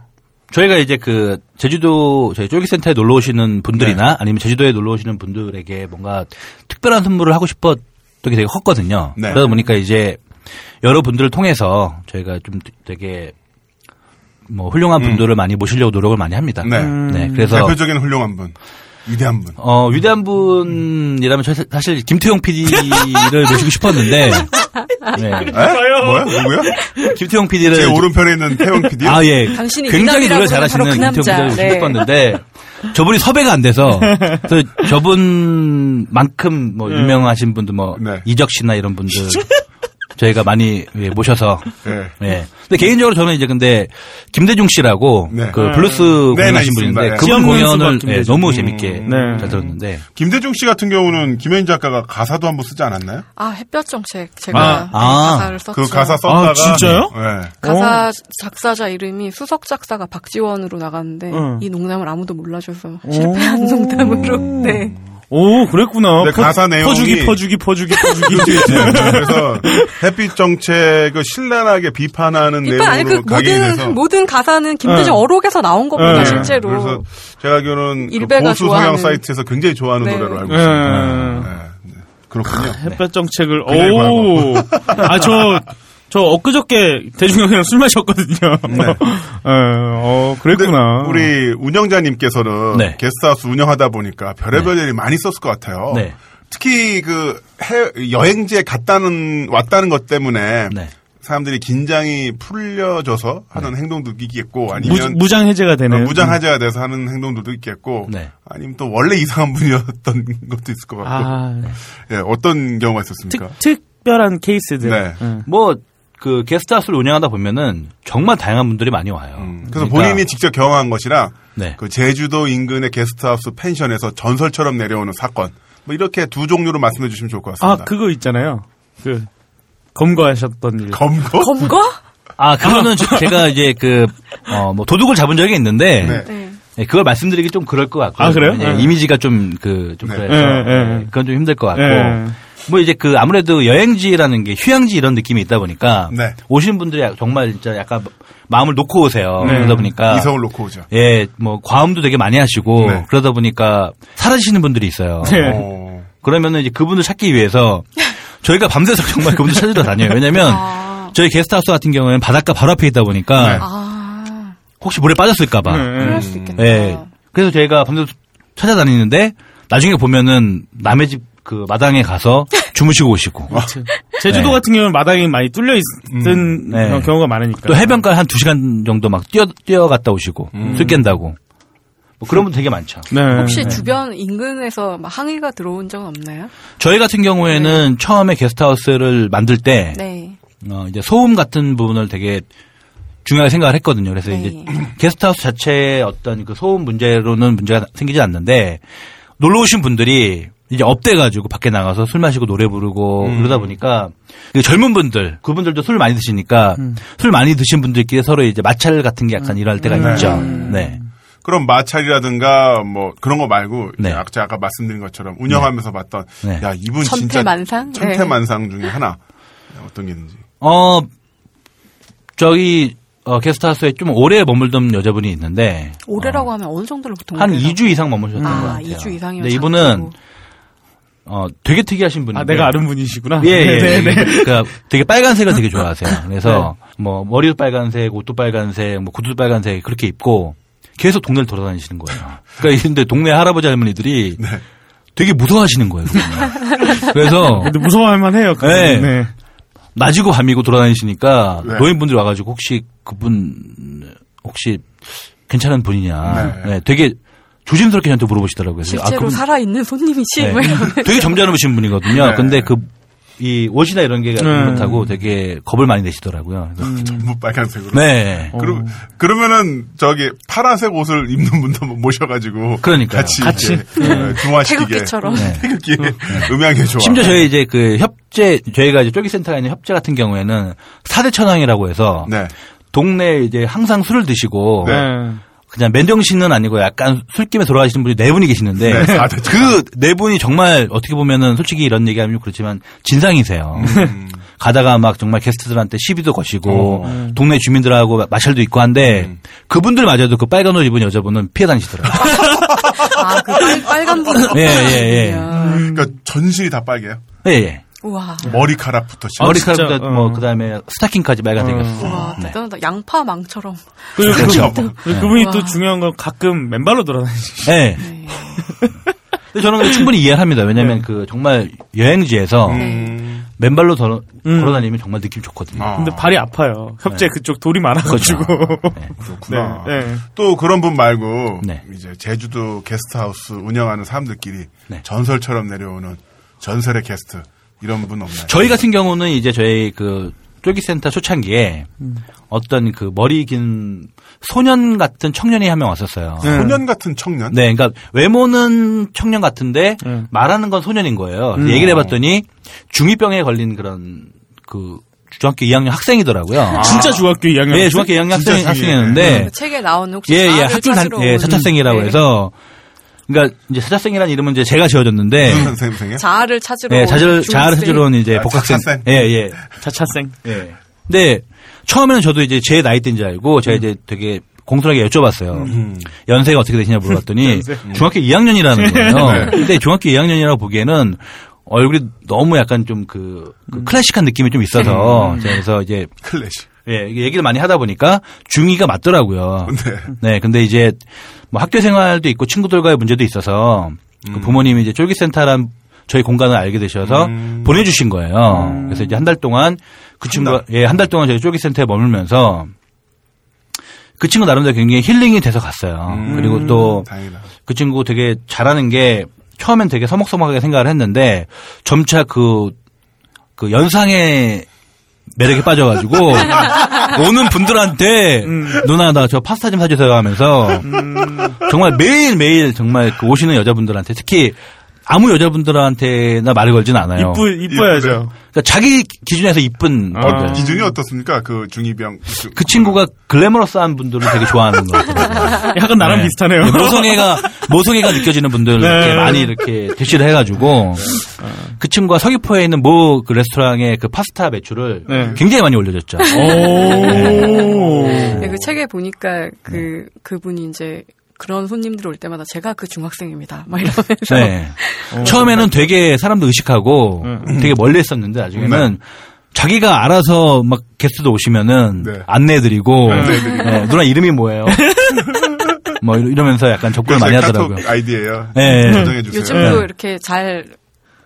Speaker 8: 저희가 이제 그 제주도 저희 쫄깃센터에 놀러 오시는 분들이나
Speaker 3: 네.
Speaker 8: 아니면 제주도에 놀러 오시는 분들에게 뭔가 특별한 선물을 하고 싶었던 게 되게 컸거든요.
Speaker 1: 네.
Speaker 8: 그러다 보니까 이제 여러분들을 통해서 저희가 좀 되게 뭐
Speaker 3: 음.
Speaker 8: 훌륭한 분들을 많이 모시려고 노력을 많이 합니다.
Speaker 1: 네.
Speaker 8: 네, 그래서
Speaker 1: 대표적인 훌륭한 분, 위대한 분.
Speaker 8: 어, 위대한 분이라면 저 사실 김태용 PD를 모시고 싶었는데. 네.
Speaker 1: 에? 뭐야? 누구야?
Speaker 8: 김태용
Speaker 1: 제
Speaker 8: PD를.
Speaker 1: 오른편에 있는 태용 PD.
Speaker 8: 네. 아, 예.
Speaker 2: 당신이
Speaker 8: 굉장히
Speaker 2: 미남이라고
Speaker 8: 노래
Speaker 2: 하는 바로
Speaker 8: 잘하시는
Speaker 2: 그
Speaker 8: 김태용 PD를
Speaker 2: 남자.
Speaker 8: 모시고
Speaker 2: 네.
Speaker 8: 싶었는데. 저분이 섭외가 안 돼서. 그래서 저분만큼 뭐 유명하신 분들 뭐
Speaker 1: 네.
Speaker 8: 이적 씨나 이런 분들 저희가 많이 예, 모셔서
Speaker 1: 예.
Speaker 8: 예. 근데 개인적으로 저는 이제 근데 김대중 씨라고
Speaker 1: 네.
Speaker 8: 그
Speaker 2: 아.
Speaker 8: 블루스
Speaker 1: 네, 네,
Speaker 8: 공연하신
Speaker 1: 있습니다.
Speaker 8: 분인데
Speaker 1: 예.
Speaker 8: 그분
Speaker 3: 지역
Speaker 8: 공연을
Speaker 3: 연수박
Speaker 8: 예,
Speaker 3: 김대중.
Speaker 2: 음.
Speaker 8: 너무 재밌게
Speaker 3: 네.
Speaker 8: 잘 들었는데
Speaker 1: 김대중 씨 같은 경우는 김혜인 작가가 가사도 한번 쓰지 않았나요?
Speaker 2: 아, 햇볕 정책. 제가 네,
Speaker 3: 아,
Speaker 8: 아.
Speaker 2: 가사를 썼죠.
Speaker 1: 그 가사 썼다가
Speaker 3: 아, 진짜요?
Speaker 1: 예.
Speaker 2: 가사 작사자 이름이 수석 작사가 박지원으로 나갔는데
Speaker 3: 응.
Speaker 2: 이 농담을 아무도 몰라줘서 실패한
Speaker 3: 음.
Speaker 2: 농담으로 네.
Speaker 3: 오, 그랬구나.
Speaker 1: 근데 가사 내용이-
Speaker 3: 퍼주기, 퍼주기, 퍼주기, 퍼주기.
Speaker 1: 그래서 햇빛 정책을 신랄하게 비판하는
Speaker 2: 비판 아니 그
Speaker 1: 내용으로 각인해서 예.
Speaker 2: 모든 모든 가사는 김대중
Speaker 3: 네.
Speaker 2: 어록에서 나온 겁니다
Speaker 3: 네.
Speaker 2: 실제로
Speaker 1: 그래서 제가 알기로는 그
Speaker 2: 일베가
Speaker 1: 보수 성향
Speaker 2: 좋아하는-
Speaker 1: 사이트에서 굉장히 좋아하는
Speaker 2: 네.
Speaker 1: 노래로 알고
Speaker 3: 예. 아,
Speaker 1: 있습니다. 예. 그렇군요.
Speaker 3: 햇볕 정책을,
Speaker 1: 그날
Speaker 3: 오. 아, 저, 저 엊그저께 대중형이랑 술 마셨거든요.
Speaker 1: 네.
Speaker 3: 예, 어,
Speaker 1: 근데
Speaker 3: 그랬구나.
Speaker 1: 우리 운영자님께서는
Speaker 8: 네.
Speaker 1: 게스트하우스 운영하다 보니까 별의별 일이 많이 있었을 것 같아요.
Speaker 8: 네.
Speaker 1: 특히 그 해- 여행지에 갔다는 왔다는 것 때문에
Speaker 8: 네.
Speaker 1: 사람들이 긴장이 풀려져서 하는 행동도 있겠고 아니면
Speaker 3: 무, 장 해제가
Speaker 1: 어,
Speaker 3: 되는.
Speaker 1: 무장하자가 돼서 하는 행동들도 있겠고
Speaker 8: 네.
Speaker 1: 아니면 또 원래 이상한 분이었던 것도 있을 것 같고
Speaker 3: 아,
Speaker 1: 예, 어떤 경우가
Speaker 3: 특,
Speaker 1: 있었습니까?
Speaker 3: 특별한 케이스들.
Speaker 1: 그러니까. 네.
Speaker 3: 응.
Speaker 8: 뭐 그 게스트하우스를 운영하다 보면은 정말 다양한 분들이 많이 와요.
Speaker 1: 음, 그래서
Speaker 8: 그러니까,
Speaker 1: 본인이 직접 경험한 것이라
Speaker 8: 네.
Speaker 1: 그 제주도 인근의 게스트하우스 펜션에서 전설처럼 내려오는 사건 뭐 이렇게 두 종류로 말씀해 주시면 좋을 것
Speaker 3: 아,
Speaker 1: 같습니다.
Speaker 3: 그거 있잖아요. 그, 검거하셨던 일.
Speaker 1: 검거?
Speaker 2: 검거?
Speaker 8: 아 그거는 저- 제가 이제 그어뭐 도둑을 잡은 적이 있는데
Speaker 1: 네.
Speaker 2: 네.
Speaker 8: 예, 그걸 말씀드리기 좀 그럴 것 같고
Speaker 3: 아, 그래요? 네.
Speaker 8: 이미지가 좀 그좀
Speaker 1: 네.
Speaker 8: 그래서
Speaker 3: 네, 네, 네.
Speaker 8: 그건 좀 힘들
Speaker 1: 아,
Speaker 8: 것 같고
Speaker 3: 네.
Speaker 8: 뭐 이제 그 아무래도 여행지라는 게 휴양지 이런 느낌이 있다 보니까
Speaker 1: 네.
Speaker 8: 오시는 분들이 정말 진짜 약간 마음을 놓고 오세요
Speaker 3: 네.
Speaker 8: 그러다 보니까
Speaker 1: 이성을 놓고 오죠.
Speaker 8: 예, 뭐 과음도 되게 많이 하시고
Speaker 1: 네.
Speaker 8: 그러다 보니까 사라지시는 분들이 있어요.
Speaker 3: 네.
Speaker 1: 어,
Speaker 8: 그러면은 이제 그분을 찾기 위해서 저희가 밤새서 정말 그분을 찾으러 다녀요. 왜냐면
Speaker 2: 아.
Speaker 8: 저희 게스트하우스 같은 경우에는 바닷가 바로 앞에 있다 보니까
Speaker 1: 네.
Speaker 2: 아
Speaker 8: 혹시 물에 빠졌을까봐.
Speaker 3: 네.
Speaker 2: 그럴 수 있겠다.
Speaker 8: 예. 그래서 저희가 밤새서 찾아다니는데 나중에 보면은 남의 집 그 마당에 가서 주무시고 오시고
Speaker 3: 제주도
Speaker 8: 네.
Speaker 3: 같은 경우는 마당이 많이 뚫려 있던
Speaker 1: 음.
Speaker 8: 네.
Speaker 3: 경우가 많으니까.
Speaker 8: 또 해변가 한 두 시간 정도 막 뛰어 뛰어갔다 오시고 술 깬다고 뭐 그런 분 되게 많죠.
Speaker 3: 네.
Speaker 2: 혹시 주변 인근에서 막 항의가 들어온 적은 없나요?
Speaker 8: 저희 같은 경우에는 처음에 게스트하우스를 만들 때
Speaker 2: 네.
Speaker 8: 어, 이제 소음 같은 부분을 되게 중요하게 생각을 했거든요. 그래서
Speaker 2: 네.
Speaker 8: 이제 게스트하우스 자체의 어떤 그 소음 문제로는 문제가 생기지 않는데 놀러 오신 분들이 이제 업돼가지고 밖에 나가서 술 마시고 노래 부르고 그러다 보니까 그 젊은 분들 그분들도 술 많이 드시니까 술 많이 드신 분들끼리 서로 이제 마찰 같은 게 약간 일어날 때가 있죠. 네.
Speaker 1: 그럼 마찰이라든가 뭐 그런 거 말고
Speaker 8: 네.
Speaker 1: 아 제가 아까 말씀드린 것처럼 운영하면서 봤던
Speaker 8: 네.
Speaker 1: 야 이분 진짜
Speaker 2: 천태만상? 네.
Speaker 1: 천태만상 중에 하나 어떤 게 있는지
Speaker 8: 어 저희 어, 게스트하우스에 좀 오래 머물던 여자분이 있는데
Speaker 2: 올해라고 하면 어느 정도로 보통
Speaker 8: 한
Speaker 2: 올해라고?
Speaker 8: 2주 이상 머무셨던
Speaker 2: 아,
Speaker 8: 것 같아요.
Speaker 2: 2주 이상이면
Speaker 8: 근데
Speaker 2: 장기고.
Speaker 8: 이분은 어, 되게 특이하신 분인데.
Speaker 3: 아, 내가 아는 분이시구나. 네,
Speaker 8: 예, 예. 그러니까 되게 빨간색을 되게 좋아하세요. 그래서
Speaker 3: 네.
Speaker 8: 뭐 머리도 빨간색, 옷도 빨간색, 뭐 구두도 빨간색 그렇게 입고 계속 동네를 돌아다니시는 거예요. 그러니까 근데 동네 할아버지 할머니들이
Speaker 3: 네.
Speaker 8: 되게 무서워하시는 거예요. 그거는. 그래서
Speaker 3: 근데 뭐 무서워할 만해요. 그분.
Speaker 8: 네.
Speaker 3: 네.
Speaker 8: 낮이고 밤이고 돌아다니시니까
Speaker 1: 네.
Speaker 8: 노인분들이 와가지고 혹시 그분 혹시 괜찮은 분이냐.
Speaker 1: 네.
Speaker 8: 네, 되게 조심스럽게 저한테 물어보시더라고요. 그래서 아,
Speaker 2: 실제로
Speaker 8: 그분-
Speaker 2: 살아있는 손님이지.
Speaker 8: 네.
Speaker 2: 뭐 이런.
Speaker 8: 되게 점잖으신 분이거든요.
Speaker 1: 음. 네.
Speaker 8: 근데 그, 이 옷이나 이런 게 그렇다고 되게 겁을 많이 내시더라고요. 그래서
Speaker 1: 전부 빨간색으로.
Speaker 8: 네.
Speaker 1: 그러, 그러면은 저기 파란색 옷을 입는 분도 한번 모셔가지고
Speaker 8: 그러니까요.
Speaker 1: 같이
Speaker 3: 같이.
Speaker 1: 이렇게, 예, 중화시키게
Speaker 2: 태극기처럼.
Speaker 8: 네.
Speaker 1: 태극기 음향에 좋아. 네.
Speaker 8: 심지어 저희 이제 그 협재, 저희가 이제 쪼기센터에 있는 협재 같은 경우에는 사대천왕이라고 해서
Speaker 1: 네.
Speaker 8: 동네에 이제 항상 술을 드시고
Speaker 1: 네.
Speaker 3: 네.
Speaker 8: 그냥 맨정신은 아니고 약간 술김에 돌아가시는 분이 네 분이 계시는데
Speaker 1: 네, 사대천왕.
Speaker 8: 그 네 분이 정말 어떻게 보면은 솔직히 이런 얘기하면 그렇지만 진상이세요.
Speaker 3: 음.
Speaker 8: 가다가 막 정말 게스트들한테 시비도 거시고
Speaker 3: 어.
Speaker 8: 동네 주민들하고 마찰도 있고 한데
Speaker 3: 음.
Speaker 8: 그분들마저도 그 빨간 옷 입은 여자분은 피해 다니시더라고요.
Speaker 2: 아, 그 빨- 빨간 분.
Speaker 8: 예, 예, 예.
Speaker 2: 그냥.
Speaker 1: 그러니까 전신이 다 빨개요.
Speaker 8: 예, 예.
Speaker 2: 우와.
Speaker 1: 머리카락부터 시작.
Speaker 8: 머리카락부터
Speaker 3: 진짜?
Speaker 8: 뭐
Speaker 3: 어. 음.
Speaker 8: 그다음에 스타킹까지
Speaker 2: 와,
Speaker 8: 빨간색이었어요. 네.
Speaker 2: 대단하다. 양파망처럼.
Speaker 3: 그리고 그,
Speaker 1: 그렇죠.
Speaker 3: 그리고 그분이
Speaker 2: 와.
Speaker 3: 또 중요한 건 가끔 맨발로 돌아다니시.
Speaker 8: 예. 근데 저는 근데 충분히 이해를 합니다. 왜냐하면
Speaker 3: 네.
Speaker 8: 그 정말 여행지에서
Speaker 1: 음.
Speaker 8: 맨발로 덜-
Speaker 3: 음.
Speaker 8: 걸어다니면 정말 느낌 좋거든요.
Speaker 1: 아,
Speaker 3: 근데 발이 아파요. 협재 그쪽 돌이 많아가지고.
Speaker 8: 네.
Speaker 1: 그렇구나.
Speaker 3: 네, 네.
Speaker 1: 또 그런 분 말고
Speaker 8: 네.
Speaker 1: 이제 제주도 게스트하우스 운영하는 사람들끼리
Speaker 8: 네.
Speaker 1: 전설처럼 내려오는 전설의 게스트 이런 분 없나요?
Speaker 8: 저희 같은 경우는 이제 저희 그 쫄기센터 초창기에 어떤 그 머리 긴 소년 같은 청년이 한 명 왔었어요. 네.
Speaker 1: 소년 같은 청년.
Speaker 8: 그러니까 외모는 청년 같은데
Speaker 3: 네.
Speaker 8: 말하는 건 소년인 거예요. 얘기를 해봤더니 중이병에 걸린 그런 그 중학교 2학년 학생이더라고요.
Speaker 3: 아. 진짜 중학교 2학년.
Speaker 8: 네, 중학교
Speaker 1: 진짜
Speaker 8: 2학년 학생,
Speaker 1: 중이에요.
Speaker 8: 학생이었는데
Speaker 2: 그 책에 나오는 혹시
Speaker 8: 예, 예,
Speaker 2: 나를
Speaker 8: 학교 다,
Speaker 2: 찾으러
Speaker 8: 예,
Speaker 2: 온-
Speaker 8: 사차생이라고
Speaker 2: 네.
Speaker 8: 해서 그러니까 이제 사차생이라는 이름은 이제 제가 지어줬는데
Speaker 1: 무슨 선생님이세요?
Speaker 2: 자아를 찾으러
Speaker 8: 예,
Speaker 2: 온
Speaker 8: 자절 자아를
Speaker 2: 중학생.
Speaker 8: 해주러 온 이제
Speaker 1: 음. 아,
Speaker 8: 복학생.
Speaker 1: 차차생.
Speaker 8: 예, 예.
Speaker 3: 자차생.
Speaker 8: 예. 근데 처음에는 저도 이제 제 나이 때인 줄 알고 제가 이제 되게 공손하게 여쭤봤어요. 연세가 어떻게 되시냐 물어봤더니 중학교 2학년이라는 거예요. 근데 중학교 2학년이라고 보기에는 얼굴이 너무 약간 좀 그 클래식한 느낌이 좀 있어서 제가 그래서 이제
Speaker 1: 클래식.
Speaker 8: 예, 이게 얘기를 많이 하다 보니까 중이가 맞더라고요.
Speaker 1: 음.
Speaker 8: 네. 근데 이제 뭐 학교 생활도 있고 친구들과의 문제도 있어서 그 부모님이 이제 쫄기센터란 저희 공간을 알게 되셔서 보내주신 거예요. 그래서 이제 한 달 동안 그 친구, 가 예, 음. 한 달 동안 저희 쫄기센터에 머물면서 그 친구 나름대로 굉장히 힐링이 돼서 갔어요. 음, 그리고 또
Speaker 1: 다행이다.
Speaker 8: 그 친구 되게 잘하는 게 처음엔 되게 서먹서먹하게 생각을 했는데 점차 그, 그 연상의 매력에 빠져가지고 오는 분들한테
Speaker 3: 음.
Speaker 8: 누나 나 저 파스타 좀 사주세요 하면서 정말 매일매일 정말 그 오시는 여자분들한테 특히 아무 여자분들한테나 말을 걸진 않아요.
Speaker 3: 이쁘, 이뻐야죠.
Speaker 8: 그러니까 자기 기준에서 이쁜
Speaker 3: 아.
Speaker 8: 분들.
Speaker 1: 기준이 어떻습니까? 그 중이병. 그-
Speaker 8: 그 친구가 글래머러스한 분들을 되게 좋아하는 것 같아요.
Speaker 3: 약간 나랑
Speaker 8: 네.
Speaker 3: 비슷하네요.
Speaker 8: 네, 모성애가 모성애가 느껴지는 분들 이렇게
Speaker 3: 네.
Speaker 8: 많이 이렇게 대시를 해가지고 그 친구가 서귀포에 있는 모 그 레스토랑의 그 파스타 매출을
Speaker 3: 네. 어,
Speaker 8: 굉장히 많이 올려줬죠.
Speaker 3: 오.
Speaker 2: 네, 그 책에 보니까
Speaker 8: 네.
Speaker 2: 그 그분이 이제 그런 손님들 올 때마다 제가 그 중학생입니다. 막 이러면서
Speaker 8: 네.
Speaker 3: 어.
Speaker 8: 처음에는 되게 사람도 의식하고
Speaker 3: 네.
Speaker 8: 되게 멀리 했었는데 나중에는 자기가 알아서 막 게스트도 오시면은
Speaker 1: 네.
Speaker 8: 안내해드리고
Speaker 1: 안내해드리고.
Speaker 8: 네, 누나 이름이 뭐예요? 뭐 이러면서 약간 접근을 많이
Speaker 1: 제
Speaker 8: 하더라고요.
Speaker 1: 카톡 아이디예요.
Speaker 8: 네.
Speaker 1: 정해 주세요.
Speaker 2: 요즘도 이렇게 잘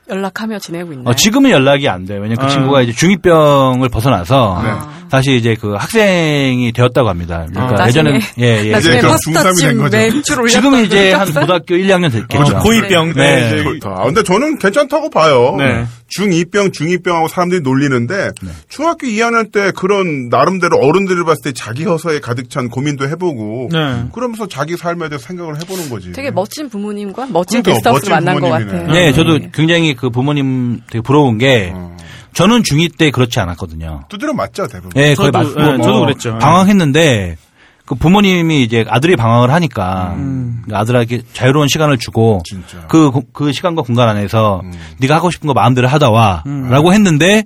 Speaker 2: 연락하며 지내고 있나요?
Speaker 8: 어, 지금은 연락이 안 돼요. 왜냐면 그
Speaker 3: 아.
Speaker 8: 친구가 이제 중2병을 벗어나서
Speaker 1: 네.
Speaker 8: 다시 이제 그 학생이 되었다고 합니다. 그러니까
Speaker 2: 아.
Speaker 8: 예전에
Speaker 2: 나중에-
Speaker 8: 예,
Speaker 1: 나중에
Speaker 8: 예.
Speaker 2: 나중에
Speaker 1: 저그 중3이 된
Speaker 2: 파스타집
Speaker 1: 거죠.
Speaker 2: 매출 올렸다.
Speaker 8: 지금 이제 한 고등학교 1, 2학년 됐겠죠.
Speaker 3: 그렇죠. 고이병.
Speaker 8: 네.
Speaker 3: 네.
Speaker 1: 그렇다. 아, 근데 저는 괜찮다고 봐요.
Speaker 3: 네.
Speaker 1: 중2병, 중2병하고 사람들이 놀리는데,
Speaker 8: 네.
Speaker 1: 중학교 2학년 때 그런 나름대로 어른들을 봤을 때 자기 허서에 가득 찬 고민도 해보고,
Speaker 3: 네.
Speaker 1: 그러면서 자기 삶에 대해서 생각을 해보는 거지.
Speaker 2: 되게 멋진 부모님과 멋진
Speaker 1: 그러니까요,
Speaker 2: 게스트하우스
Speaker 1: 멋진
Speaker 2: 만난 것
Speaker 1: 부모님이네. 음.
Speaker 2: 같아요.
Speaker 8: 네, 저도 굉장히 그 부모님 되게 부러운 게
Speaker 1: 어.
Speaker 8: 저는 중2 때 그렇지 않았거든요.
Speaker 1: 두드려 맞죠, 대부분.
Speaker 8: 예,
Speaker 3: 저도,
Speaker 8: 거의 맞고
Speaker 3: 예,
Speaker 8: 뭐
Speaker 3: 저도 그랬죠.
Speaker 8: 방황했는데 그 부모님이 이제 아들이 방황을 하니까
Speaker 3: 음.
Speaker 8: 그 아들에게 자유로운 시간을 주고
Speaker 1: 진짜.
Speaker 3: 음.
Speaker 8: 그 그 시간과 공간 안에서 네가 하고 싶은 거 마음대로 하다 와라고 했는데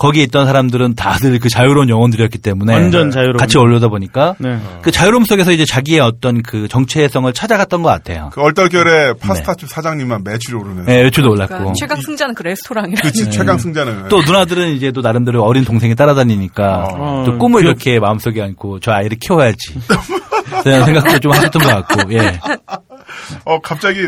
Speaker 8: 거기에 있던 사람들은 다들 그 자유로운 영혼들이었기 때문에
Speaker 3: 완전 자유로운.
Speaker 8: 같이 어울려다 보니까
Speaker 3: 네.
Speaker 8: 그 자유로움 속에서 이제 자기의 어떤 그 정체성을 찾아갔던 것 같아요.
Speaker 1: 그 얼떨결에
Speaker 8: 네.
Speaker 1: 파스타집 사장님만 매출이 오르는.
Speaker 8: 예, 외출도
Speaker 2: 그러니까
Speaker 8: 올랐고.
Speaker 2: 최강 승자는 그 레스토랑이라.
Speaker 1: 그치, 최강 승자는.
Speaker 8: 네. 또 누나들은 이제 또 나름대로 어린 동생이 따라다니니까
Speaker 1: 어.
Speaker 8: 또 꿈을 이렇게 마음속에 안고 저 아이를 키워야지. 그런 생각도 좀 하셨던 것 같고, 예.
Speaker 1: 어, 갑자기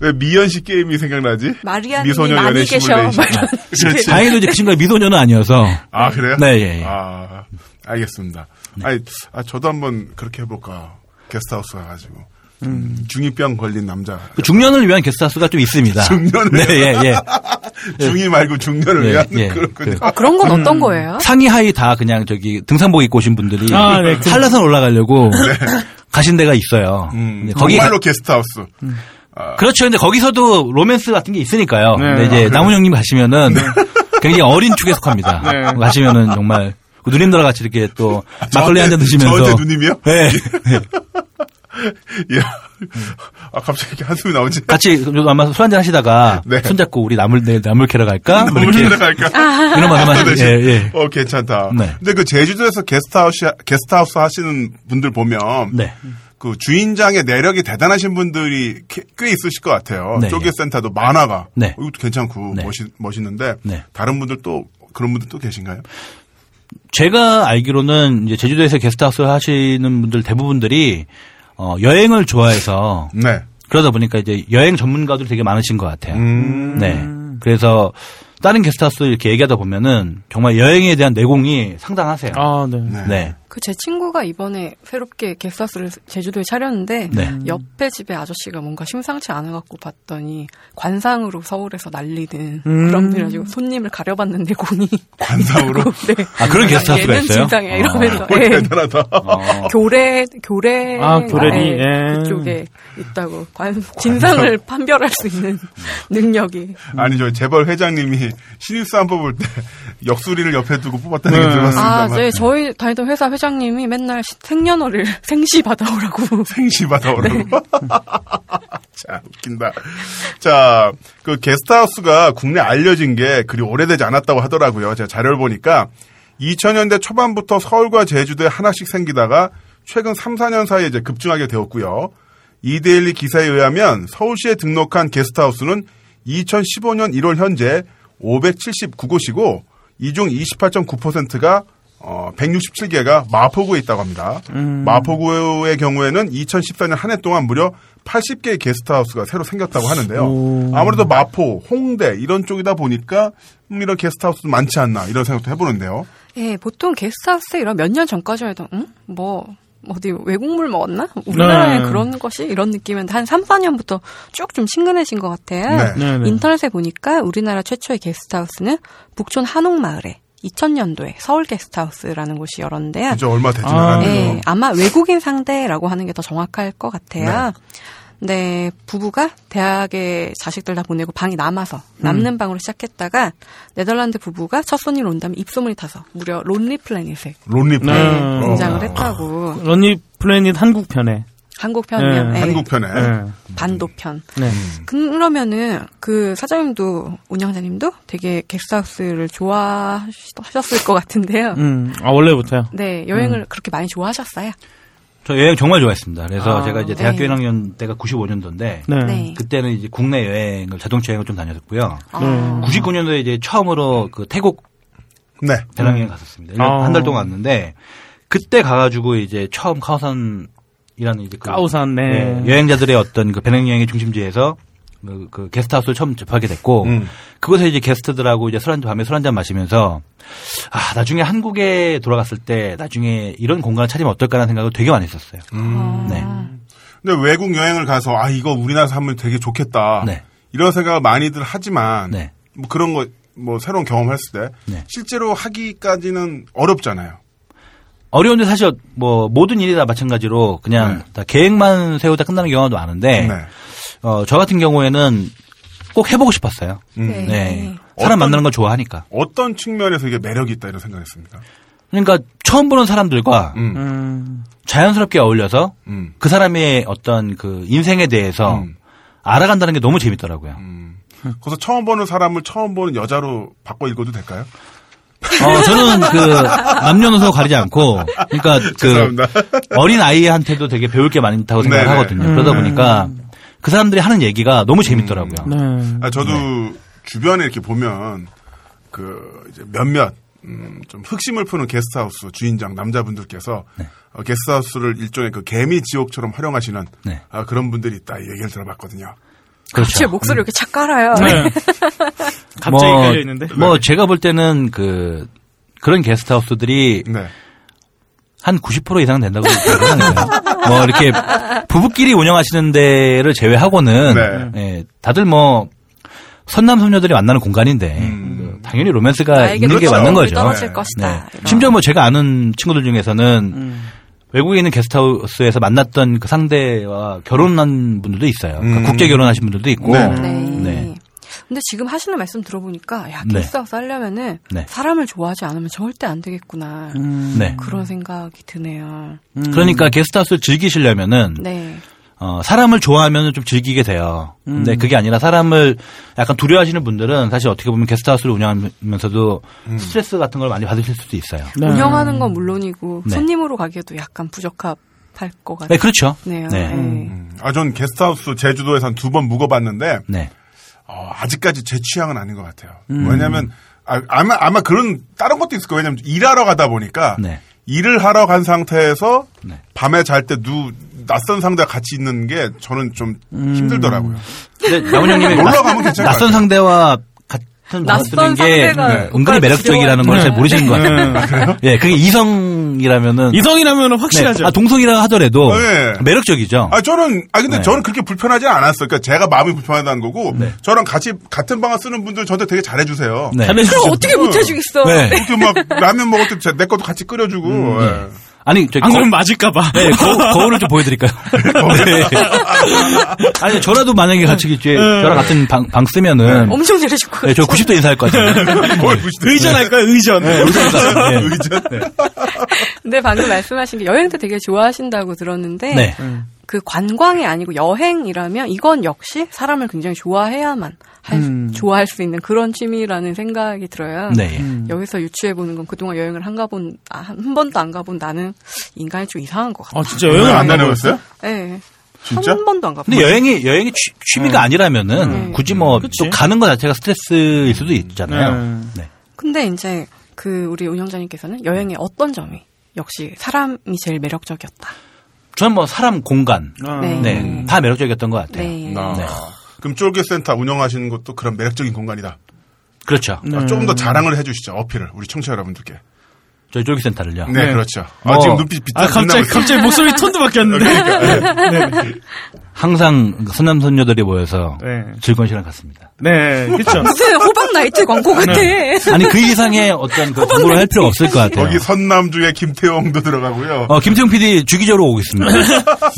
Speaker 1: 왜 미연 씨 게임이 생각나지?
Speaker 2: 마리아님이
Speaker 1: 미소녀
Speaker 2: 많이
Speaker 1: 연애
Speaker 2: 계셔. 막
Speaker 1: 시뮬레이션.
Speaker 2: 이런
Speaker 1: 그렇지.
Speaker 8: 다행히도 이제 그 친구가 미소녀는 아니어서.
Speaker 1: 아, 그래요?
Speaker 8: 네, 예, 네. 예.
Speaker 1: 아, 알겠습니다. 아니, 아, 저도 한번 그렇게 해볼까. 게스트하우스 가가지고. 음,
Speaker 8: 음.
Speaker 1: 중이병 걸린 남자.
Speaker 8: 그 중년을 위한 게스트하우스가 좀 있습니다.
Speaker 1: 중년을
Speaker 8: 네, 예, 예.
Speaker 1: 중이 말고 중년을
Speaker 8: 예,
Speaker 1: 위한
Speaker 8: 예.
Speaker 1: 그렇군요.
Speaker 2: 아, 그런
Speaker 8: 음.
Speaker 2: 건 어떤 거예요?
Speaker 8: 상의 하의 다 그냥 저기 등산복 입고 오신 분들이
Speaker 3: 아, 네.
Speaker 8: 한라산 올라가려고 가신 데가 있어요.
Speaker 1: 그렇죠. 네. 음,
Speaker 8: 네, 거기
Speaker 1: 정말로 게스트하우스. 아.
Speaker 8: 그렇죠. 근데 거기서도 로맨스 같은 게 있으니까요.
Speaker 1: 네.
Speaker 8: 근데 이제 남훈 형님 가시면은 굉장히 어린 축에 속합니다.
Speaker 1: 네.
Speaker 8: 가시면은 정말 그 누님들 같이 이렇게 또 막걸리 한 잔 드시면서
Speaker 1: 저한테 누님이요?
Speaker 8: 네.
Speaker 1: 예. 아, 갑자기 이렇게 한숨이 나오지.
Speaker 8: 같이 저도 아마 술 한잔 하시다가
Speaker 1: 네.
Speaker 8: 손잡고 우리 나물 내일 나물 캐러 갈까? 뭐 이렇게
Speaker 1: 물리러 갈까?
Speaker 8: 이런 말씀 하시는 예, 예.
Speaker 1: 아, 어, 괜찮다.
Speaker 8: 네.
Speaker 1: 근데 그 제주도에서 게스트하우스, 게스트하우스 하시는 분들 보면.
Speaker 8: 네.
Speaker 1: 그 주인장의 내력이 대단하신 분들이 꽤- 꽤 있으실 것 같아요.
Speaker 8: 네,
Speaker 1: 쪼개 센터도 만화가.
Speaker 8: 네.
Speaker 1: 어, 이것도 괜찮고
Speaker 8: 네.
Speaker 1: 멋있, 멋있는데.
Speaker 8: 네.
Speaker 1: 다른 분들 또, 그런 분들 또 계신가요?
Speaker 8: 제가 알기로는 이제 제주도에서 게스트하우스 하시는 분들 대부분들이 어, 여행을 좋아해서
Speaker 1: 네.
Speaker 8: 그러다 보니까 이제 여행 전문가들이 되게 많으신 것 같아요.
Speaker 1: 음.
Speaker 8: 네. 그래서 다른 게스트하우스 이렇게 얘기하다 보면은 정말 여행에 대한 내공이 상당하세요.
Speaker 3: 아, 네.
Speaker 1: 네.
Speaker 8: 네.
Speaker 2: 그 제 친구가 이번에 새롭게 게스트하우스를 제주도에 차렸는데
Speaker 8: 네.
Speaker 2: 옆에 집에 아저씨가 뭔가 심상치 않아갖고 봤더니 관상으로 서울에서 날리는
Speaker 8: 음.
Speaker 2: 그런 분이라서 손님을 가려봤는데 공이
Speaker 1: 관상으로?
Speaker 2: 네.
Speaker 8: 아, 그런 게스트하우스가
Speaker 2: 얘는
Speaker 8: 있어요?
Speaker 2: 진상이야
Speaker 8: 어.
Speaker 2: 이러면서
Speaker 1: 어,
Speaker 2: 예.
Speaker 1: 대단하다.
Speaker 2: 교래 교래
Speaker 3: 어. 아, 교래니, 예.
Speaker 2: 네,
Speaker 3: 아,
Speaker 2: 그쪽에 있다고 관, 진상을 판별할 수 있는
Speaker 3: 음.
Speaker 2: 능력이
Speaker 1: 아니, 저 재벌 회장님이 신입사 한번 볼 때 역수리를 옆에 두고 뽑았다는 게 들어봤습니다만.
Speaker 3: 음,
Speaker 2: 아, 네. 저희 다니던 회사 회장님이 맨날 시- 생년월일 생시 받아오라고.
Speaker 1: 생시 받아오라고. 자, 웃긴다. 자, 그 게스트하우스가 국내 알려진 게 그리 오래되지 않았다고 하더라고요. 제가 자료를 보니까 2000년대 초반부터 서울과 제주도에 하나씩 생기다가 최근 3, 4년 사이에 이제 급증하게 되었고요. 이데일리 기사에 의하면 서울시에 등록한 게스트하우스는 2015년 1월 현재 579곳이고 이 중 28.9%가 어, 167개가 마포구에 있다고 합니다. 마포구의 경우에는 2014년 한 해 동안 무려 80개의 게스트하우스가 새로 생겼다고 하는데요. 아무래도 마포, 홍대 이런 쪽이다 보니까 음, 이런 게스트하우스도 많지 않나 이런 생각도 해보는데요.
Speaker 2: 예, 보통 게스트하우스에 이런 몇 년 전까지만 해도, 응? 뭐, 어디 외국물 먹었나? 우리나라에
Speaker 3: 네.
Speaker 2: 그런 것이? 이런 느낌인데, 한 3, 4년부터 쭉 좀 친근해진 것 같아요.
Speaker 1: 네.
Speaker 3: 네, 네.
Speaker 2: 인터넷에 보니까 우리나라 최초의 게스트하우스는 북촌 한옥마을에 2000년도에 서울 게스트하우스라는 곳이 열었는데요.
Speaker 1: 그저 얼마 되진
Speaker 3: 아,
Speaker 1: 않았네요.
Speaker 2: 네, 아마 외국인 상대라고 하는 게 더 정확할 것 같아요. 네, 부부가 대학에 자식들 다 보내고 방이 남아서 남는 방으로 시작했다가 네덜란드 부부가 첫 손님 온다면 입소문이 타서 무려 론리 플래닛에
Speaker 1: 론리 플
Speaker 3: 네.
Speaker 1: 어.
Speaker 2: 등장을 했다고
Speaker 3: 런니 플래닛 한국 편에.
Speaker 2: 한국 편이요.
Speaker 3: 네,
Speaker 2: 예,
Speaker 1: 한국 편에
Speaker 3: 네.
Speaker 2: 반도편.
Speaker 3: 네.
Speaker 2: 그러면은 그 사장님도 운영자님도 되게 게스트하우스를 좋아하셨을 것 같은데요.
Speaker 3: 음. 아, 원래부터요.
Speaker 2: 네, 여행을 그렇게 많이 좋아하셨어요.
Speaker 8: 저 여행 정말 좋아했습니다. 그래서 제가 이제 대학교
Speaker 2: 네.
Speaker 8: 1학년 때가 95년도인데
Speaker 3: 네.
Speaker 2: 네.
Speaker 8: 그때는 이제 국내 여행을 자동차 여행을 좀 다녔고요.
Speaker 2: 아,
Speaker 8: 99년도에 이제 처음으로 그 태국
Speaker 1: 네.
Speaker 8: 배낭여행 갔었습니다.
Speaker 3: 아.
Speaker 8: 한 달 동안 왔는데 그때 가가지고 이제 처음 카오산이라는 이제 그
Speaker 3: 까오산, 네.
Speaker 8: 예, 여행자들의 어떤 그 배낭여행의 중심지에서 그, 그 게스트하우스를 처음 접하게 됐고
Speaker 1: 음.
Speaker 8: 그곳에 이제 게스트들하고 이제 술한 밤에 술 한 잔 마시면서 아 나중에 한국에 돌아갔을 때 나중에 이런 공간을 찾으면 어떨까라는 생각을 되게 많이 했었어요. 네.
Speaker 1: 근데 외국 여행을 가서 아 이거 우리나라에서 하면 되게 좋겠다.
Speaker 8: 네.
Speaker 1: 이런 생각을 많이들 하지만
Speaker 8: 네.
Speaker 1: 뭐 그런 거 뭐 새로운 경험했을 때
Speaker 8: 네.
Speaker 1: 실제로 하기까지는 어렵잖아요.
Speaker 8: 어려운데 사실 뭐 모든 일이 다 마찬가지로 그냥
Speaker 1: 네.
Speaker 8: 다 계획만 세우다 끝나는 경우가 많은데
Speaker 1: 네.
Speaker 8: 어, 저 같은 경우에는 꼭 해보고 싶었어요.
Speaker 2: 네.
Speaker 8: 네. 사람 만나는 걸 좋아하니까.
Speaker 1: 어떤 측면에서 이게 매력이 있다 이런 생각했습니다.
Speaker 8: 그러니까 처음 보는 사람들과
Speaker 1: 음.
Speaker 3: 음.
Speaker 8: 자연스럽게 어울려서
Speaker 1: 음.
Speaker 8: 그 사람의 어떤 그 인생에 대해서
Speaker 1: 음.
Speaker 8: 알아간다는 게 너무 재밌더라고요.
Speaker 1: 그래서 처음 보는 사람을 처음 보는 여자로 바꿔 읽어도 될까요?
Speaker 8: 어, 저는 그 남녀노소 가리지 않고 그러니까 그
Speaker 1: 죄송합니다.
Speaker 8: 어린 아이한테도 되게 배울 게 많다고
Speaker 1: 네네. 음.
Speaker 8: 생각하거든요.
Speaker 3: 음.
Speaker 8: 그러다 보니까 그 사람들이 하는 얘기가 너무 재밌더라고요.
Speaker 3: 네.
Speaker 1: 아, 저도 주변에 이렇게 보면 그 이제 몇몇 음, 좀 흑심을 푸는 게스트하우스 주인장 남자분들께서 어, 게스트하우스를 일종의 그 개미 지옥처럼 활용하시는
Speaker 8: 네.
Speaker 1: 아, 그런 분들이 있다 이 얘기를 들어봤거든요.
Speaker 8: 그렇죠.
Speaker 2: 제 목소리 이렇게 착 깔아요.
Speaker 3: 네. 뭐 갑자기 깔려 있는데.
Speaker 8: 뭐 제가 볼 때는 그 그런 게스트하우스들이
Speaker 1: 네.
Speaker 8: 한 90% 이상 된다고 생각을 하는데요. 뭐 이렇게 부부끼리 운영하시는 데를 제외하고는
Speaker 1: 네.
Speaker 8: 예, 다들 뭐 선남 선녀들이 만나는 공간인데
Speaker 1: 음.
Speaker 8: 그 당연히 로맨스가
Speaker 2: 나에게
Speaker 8: 있는 게
Speaker 1: 그렇죠.
Speaker 8: 맞는
Speaker 1: 우리
Speaker 8: 거죠.
Speaker 2: 떨어질
Speaker 1: 네.
Speaker 2: 것이다. 음. 이런.
Speaker 8: 심지어 뭐 제가 아는 친구들 중에서는 외국에 있는 게스트하우스에서 만났던 그 상대와 결혼한 분들도 있어요. 그러니까
Speaker 1: 음.
Speaker 8: 국제 결혼하신 분들도 있고.
Speaker 1: 네.
Speaker 2: 네.
Speaker 8: 네.
Speaker 2: 근데 지금 하시는 말씀 들어보니까 야
Speaker 8: 네.
Speaker 2: 게스트하우스 하려면은
Speaker 8: 네.
Speaker 2: 사람을 좋아하지 않으면 절대 안 되겠구나
Speaker 8: 네.
Speaker 2: 그런 생각이 드네요.
Speaker 8: 그러니까 게스트하우스를 즐기시려면은
Speaker 2: 네.
Speaker 8: 어, 사람을 좋아하면 좀 즐기게 돼요.
Speaker 2: 음.
Speaker 8: 근데 그게 아니라 사람을 약간 두려워하시는 분들은 사실 어떻게 보면 게스트하우스를 운영하면서도
Speaker 1: 음.
Speaker 8: 스트레스 같은 걸 많이 받으실 수도 있어요.
Speaker 3: 네.
Speaker 2: 운영하는 건 물론이고
Speaker 8: 네.
Speaker 2: 손님으로 가기에도 약간 부적합할 것
Speaker 8: 네,
Speaker 2: 같네요.
Speaker 8: 그렇죠.
Speaker 2: 네.
Speaker 8: 네.
Speaker 1: 음, 아, 전 게스트하우스 제주도에서 한 두 번 묵어봤는데
Speaker 8: 네.
Speaker 1: 어, 아직까지 제 취향은 아닌 것 같아요.
Speaker 8: 음.
Speaker 1: 왜냐하면 아, 마 아마 그런 다른 것도 있을 거예요. 왜냐하면 일하러 가다 보니까
Speaker 8: 네.
Speaker 1: 일을 하러 간 상태에서
Speaker 8: 네.
Speaker 1: 밤에 잘 때 누 낯선 상대가 같이 있는 게 저는 좀
Speaker 8: 음.
Speaker 1: 힘들더라고요.
Speaker 8: 근데 나훈 형님이
Speaker 1: 놀러 가면 괜찮을 것
Speaker 8: 낯선
Speaker 1: 같아요.
Speaker 8: 상대와 같은 방을 쓰는
Speaker 2: 낯선
Speaker 8: 게 음,
Speaker 2: 상대가
Speaker 8: 은근히
Speaker 2: 국가를
Speaker 8: 매력적이라는 걸 잘
Speaker 3: 네.
Speaker 8: 모르시는 것
Speaker 3: 네. 아,
Speaker 8: 같아요. 예, 그게 이성이라면은
Speaker 3: 이성이라면 확실하죠.
Speaker 8: 네. 아, 동성이라 하더라도
Speaker 1: 네.
Speaker 8: 매력적이죠.
Speaker 1: 아 저는 아 근데
Speaker 8: 네.
Speaker 1: 저는 그렇게 불편하지 않았어요. 그러니까 제가 마음이 불편하다는 거고 저랑 같이 같은 방을 쓰는 분들 저한테 되게 잘해주세요.
Speaker 8: 네.
Speaker 3: 잘해주죠.
Speaker 2: 그럼 어떻게 못 해주겠어?
Speaker 8: 네.
Speaker 1: 그렇게 막 라면 먹을 때 내 것도 같이 끓여주고
Speaker 8: 음,
Speaker 1: 예.
Speaker 8: 아니, 저기
Speaker 3: 안
Speaker 8: 거-
Speaker 3: 그러면 맞을까봐.
Speaker 8: 네, 거, 울을좀 보여드릴까요? 네. 아니, 저라도 만약에 같이, 이제 저랑 같은 방, 방 쓰면은,
Speaker 2: 엄청 잘해줄 것 같아.
Speaker 8: 네, 저 90도 인사할 것 같아요.
Speaker 1: 뭘 무시해.
Speaker 3: 의전할 거야, 의전.
Speaker 8: 의사입니다. 네.
Speaker 1: 의전.
Speaker 2: 근데 방금 말씀하신 게 여행도 되게 좋아하신다고 들었는데
Speaker 8: 네.
Speaker 2: 그 관광이 아니고 여행이라면 이건 역시 사람을 굉장히 좋아해야만 할 수-
Speaker 1: 음.
Speaker 2: 좋아할 수 있는 그런 취미라는 생각이 들어요.
Speaker 8: 네.
Speaker 1: 음.
Speaker 2: 여기서 유추해 보는 건 그동안 여행을 한 가본 아, 한 번도 안 가본 나는 인간이 좀 이상한 것 같아.
Speaker 3: 아, 진짜
Speaker 1: 왜
Speaker 8: 네.
Speaker 3: 여행
Speaker 1: 안
Speaker 3: 안
Speaker 1: 다녀봤어요?
Speaker 2: 네.
Speaker 1: 아, 진짜?
Speaker 2: 한 번도 안 가본.
Speaker 8: 근데 여행이, 여행이 취, 미가 아니라면은, 굳이 뭐, 또 가는 것 자체가 스트레스일 수도 있잖아요.
Speaker 3: 음.
Speaker 8: 네.
Speaker 2: 근데 이제 그 우리 운영자님께서는 여행의 어떤 점이 역시 사람이 제일 매력적이었다.
Speaker 8: 저는 뭐, 사람, 공간.
Speaker 3: 아.
Speaker 2: 네.
Speaker 8: 네. 다 매력적이었던 것 같아요.
Speaker 2: 네.
Speaker 1: 아.
Speaker 8: 네.
Speaker 1: 그럼 쫄깃센터 운영하시는 것도 그런 매력적인 공간이다.
Speaker 8: 그렇죠.
Speaker 1: 아, 조금 더 자랑을 해주시죠. 어필을 우리 청취자 여러분들께.
Speaker 8: 저희 쫄기센터를요.
Speaker 1: 네, 그렇죠. 아,
Speaker 8: 뭐.
Speaker 1: 지금 눈빛 빛나
Speaker 3: 아, 갑자기, 갑자기 목소리 톤도 바뀌었는데.
Speaker 8: 항상 선남선녀들이 모여서
Speaker 3: 네.
Speaker 8: 즐거운 시간 같습니다.
Speaker 3: 네, 그쵸.
Speaker 2: 무슨 호박 나이트 광고 같아.
Speaker 1: 네.
Speaker 8: 아니, 그 이상의 어떤 그 공부를 할 필요 없을 것 같아요.
Speaker 1: 거기 선남주에 김태형도 들어가고요.
Speaker 8: 어, 김태용 PD 주기적으로 오고 있습니다.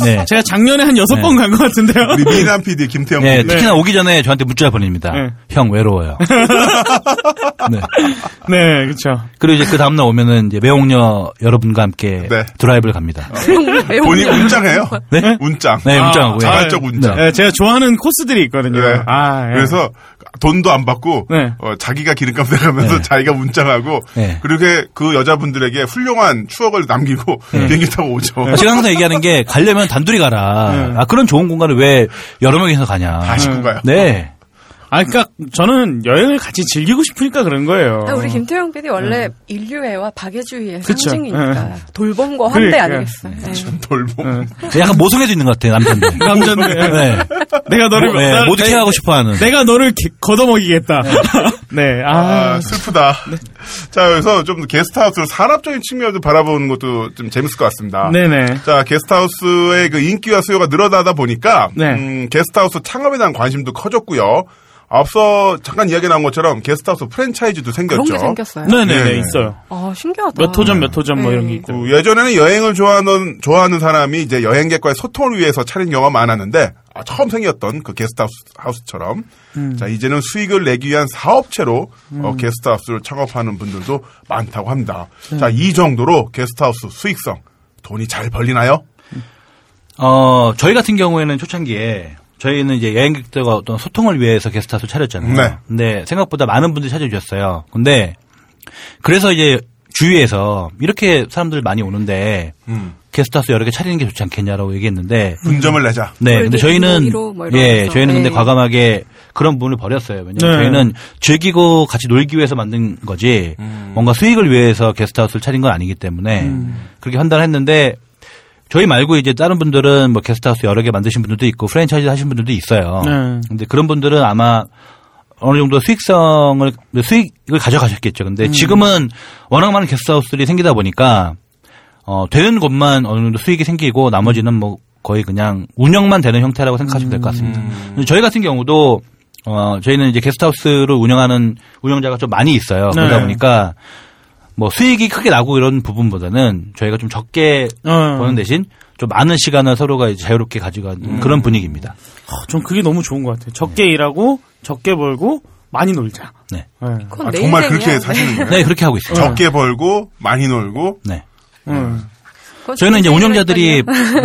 Speaker 8: 네.
Speaker 3: 제가 작년에 한 여섯
Speaker 8: 네.
Speaker 3: 번 간 것 같은데요.
Speaker 1: 우리 미남 PD 김태형
Speaker 8: 네,
Speaker 1: PD.
Speaker 8: 특히나 오기 전에 저한테 문자 보냅니다.
Speaker 3: 네.
Speaker 8: 형 외로워요. 네.
Speaker 3: 네, 그쵸.
Speaker 8: 그리고 이제 그 다음날 오면은 이제 매홍녀 여러분과 함께
Speaker 1: 네.
Speaker 8: 드라이브를 갑니다.
Speaker 1: 본인 운짱해요.
Speaker 8: 네?
Speaker 1: 운짱.
Speaker 8: 네,
Speaker 3: 아,
Speaker 8: 문자하고. 예.
Speaker 1: 자발적 운짱.
Speaker 3: 네, 제가 좋아하는 코스들이 있거든요.
Speaker 1: 네.
Speaker 3: 아, 예.
Speaker 1: 그래서 돈도 안 받고
Speaker 3: 네.
Speaker 1: 어, 자기가 기름값 내가면서
Speaker 8: 네.
Speaker 1: 자기가 운짱하고
Speaker 8: 네.
Speaker 1: 그렇게 그 여자분들에게 훌륭한 추억을 남기고 비행기 타고 오죠.
Speaker 8: 아, 제가 항상 얘기하는 게 가려면 단둘이 가라. 아, 그런 좋은 공간을 왜 여러 명이서 가냐.
Speaker 1: 다 식구 가요.
Speaker 8: 네.
Speaker 3: 아, 그니까 저는 여행을 같이 즐기고 싶으니까 그런 거예요.
Speaker 2: 아, 우리 김태형 PD 원래 인류애와 박애주의의
Speaker 3: 음. 그쵸.
Speaker 2: 상징이니까
Speaker 3: 예.
Speaker 2: 돌봄과 환대
Speaker 3: 그러니까요.
Speaker 2: 아니겠어요. 네.
Speaker 1: 돌봄.
Speaker 8: 약간 모성애도 있는 것 같아요, 남편들.
Speaker 3: 남잔데.
Speaker 8: 네.
Speaker 3: 내가 너를,
Speaker 8: 네,
Speaker 3: 나-
Speaker 8: 모두
Speaker 3: 내-
Speaker 8: 케어하고 싶어 하는.
Speaker 3: 내가 너를 기- 걷어먹이겠다. 네, 아. 네.
Speaker 1: 아, 슬프다. 자, 그래서 좀 게스트하우스를 산업적인 측면에서 바라보는 것도 좀 재밌을 것 같습니다.
Speaker 3: 아. 네네.
Speaker 1: 자, 게스트하우스의 그 인기와 수요가 늘어나다 보니까
Speaker 3: 네.
Speaker 1: 음, 게스트하우스 창업에 대한 관심도 커졌고요. 앞서 잠깐 이야기 나온 것처럼 게스트하우스 프랜차이즈도
Speaker 2: 그런
Speaker 1: 생겼죠.
Speaker 2: 게 생겼어요.
Speaker 3: 네네네,
Speaker 1: 그렇죠. 네네.
Speaker 3: 있어요.
Speaker 2: 아, 신기하다.
Speaker 3: 몇 호점, 몇 호점 뭐
Speaker 2: 네.
Speaker 3: 이런 게 있고.
Speaker 1: 그 예전에는 여행을 좋아하는 좋아하는 사람이 이제 여행객과의 소통을 위해서 차린 경우가 많았는데 아, 처음 생겼던 그 게스트하우스처럼
Speaker 8: 음.
Speaker 1: 자 이제는 수익을 내기 위한 사업체로 어, 게스트하우스를 창업하는 분들도 많다고 합니다.
Speaker 8: 음.
Speaker 1: 자 이 정도로 게스트하우스 수익성 돈이 잘 벌리나요?
Speaker 8: 어, 저희 같은 경우에는 초창기에 저희는 이제 여행객들과 어떤 소통을 위해서 게스트하우스 차렸잖아요.
Speaker 1: 네.
Speaker 8: 근데 생각보다 많은 분들이 찾아주셨어요. 근데 그래서 이제 주위에서 이렇게 사람들 많이 오는데
Speaker 1: 음.
Speaker 8: 게스트하우스 여러 개 차리는 게 좋지 않겠냐라고 얘기했는데
Speaker 1: 분점을 내자.
Speaker 8: 네,
Speaker 2: 홀도
Speaker 8: 근데 저희는
Speaker 2: 일호, 일호 뭐 이런
Speaker 8: 예,
Speaker 2: 거죠.
Speaker 8: 저희는 근데
Speaker 2: 네.
Speaker 8: 과감하게 그런 부분을 버렸어요. 왜냐면
Speaker 3: 네.
Speaker 8: 저희는 즐기고 같이 놀기 위해서 만든 거지 뭔가 수익을 위해서 게스트하우스를 차린 건 아니기 때문에
Speaker 2: 음.
Speaker 8: 그렇게 판단을 했는데 저희 말고 이제 다른 분들은 뭐 게스트하우스 여러 개 만드신 분들도 있고 프랜차이즈 하신 분들도 있어요.
Speaker 3: 네.
Speaker 8: 근데 그런 분들은 아마 어느 정도 수익성을 수익을 가져가셨겠죠.
Speaker 2: 음.
Speaker 8: 근데 지금은 워낙 많은 게스트하우스들이 생기다 보니까 어, 되는 곳만 어느 정도 수익이 생기고 나머지는 뭐 거의 그냥 운영만 되는 형태라고 생각하시면 될 것 같습니다. 근데 저희 같은 경우도 어, 저희는 이제 게스트하우스를 운영하는 운영자가 좀 많이 있어요. 그러다
Speaker 3: 네.
Speaker 8: 보니까 뭐 수익이 크게 나고 이런 부분보다는 저희가 좀 적게
Speaker 3: 어.
Speaker 8: 버는 대신 좀 많은 시간을 서로가 이제 자유롭게 가져가는 그런 분위기입니다.
Speaker 3: 아, 전 그게 너무 좋은 것 같아요. 적게 일하고 적게 벌고 많이 놀자.
Speaker 8: 네.
Speaker 3: 네.
Speaker 2: 그건
Speaker 1: 아,
Speaker 2: 내
Speaker 1: 정말
Speaker 2: 인생이야.
Speaker 1: 그렇게 사시는 거예요?
Speaker 8: 네, 그렇게 하고 있어요.
Speaker 1: 적게 벌고 많이 놀고
Speaker 8: 네.
Speaker 3: 음.
Speaker 2: 그건
Speaker 8: 저희는 이제
Speaker 2: 인생이라니까요.
Speaker 8: 운영자들이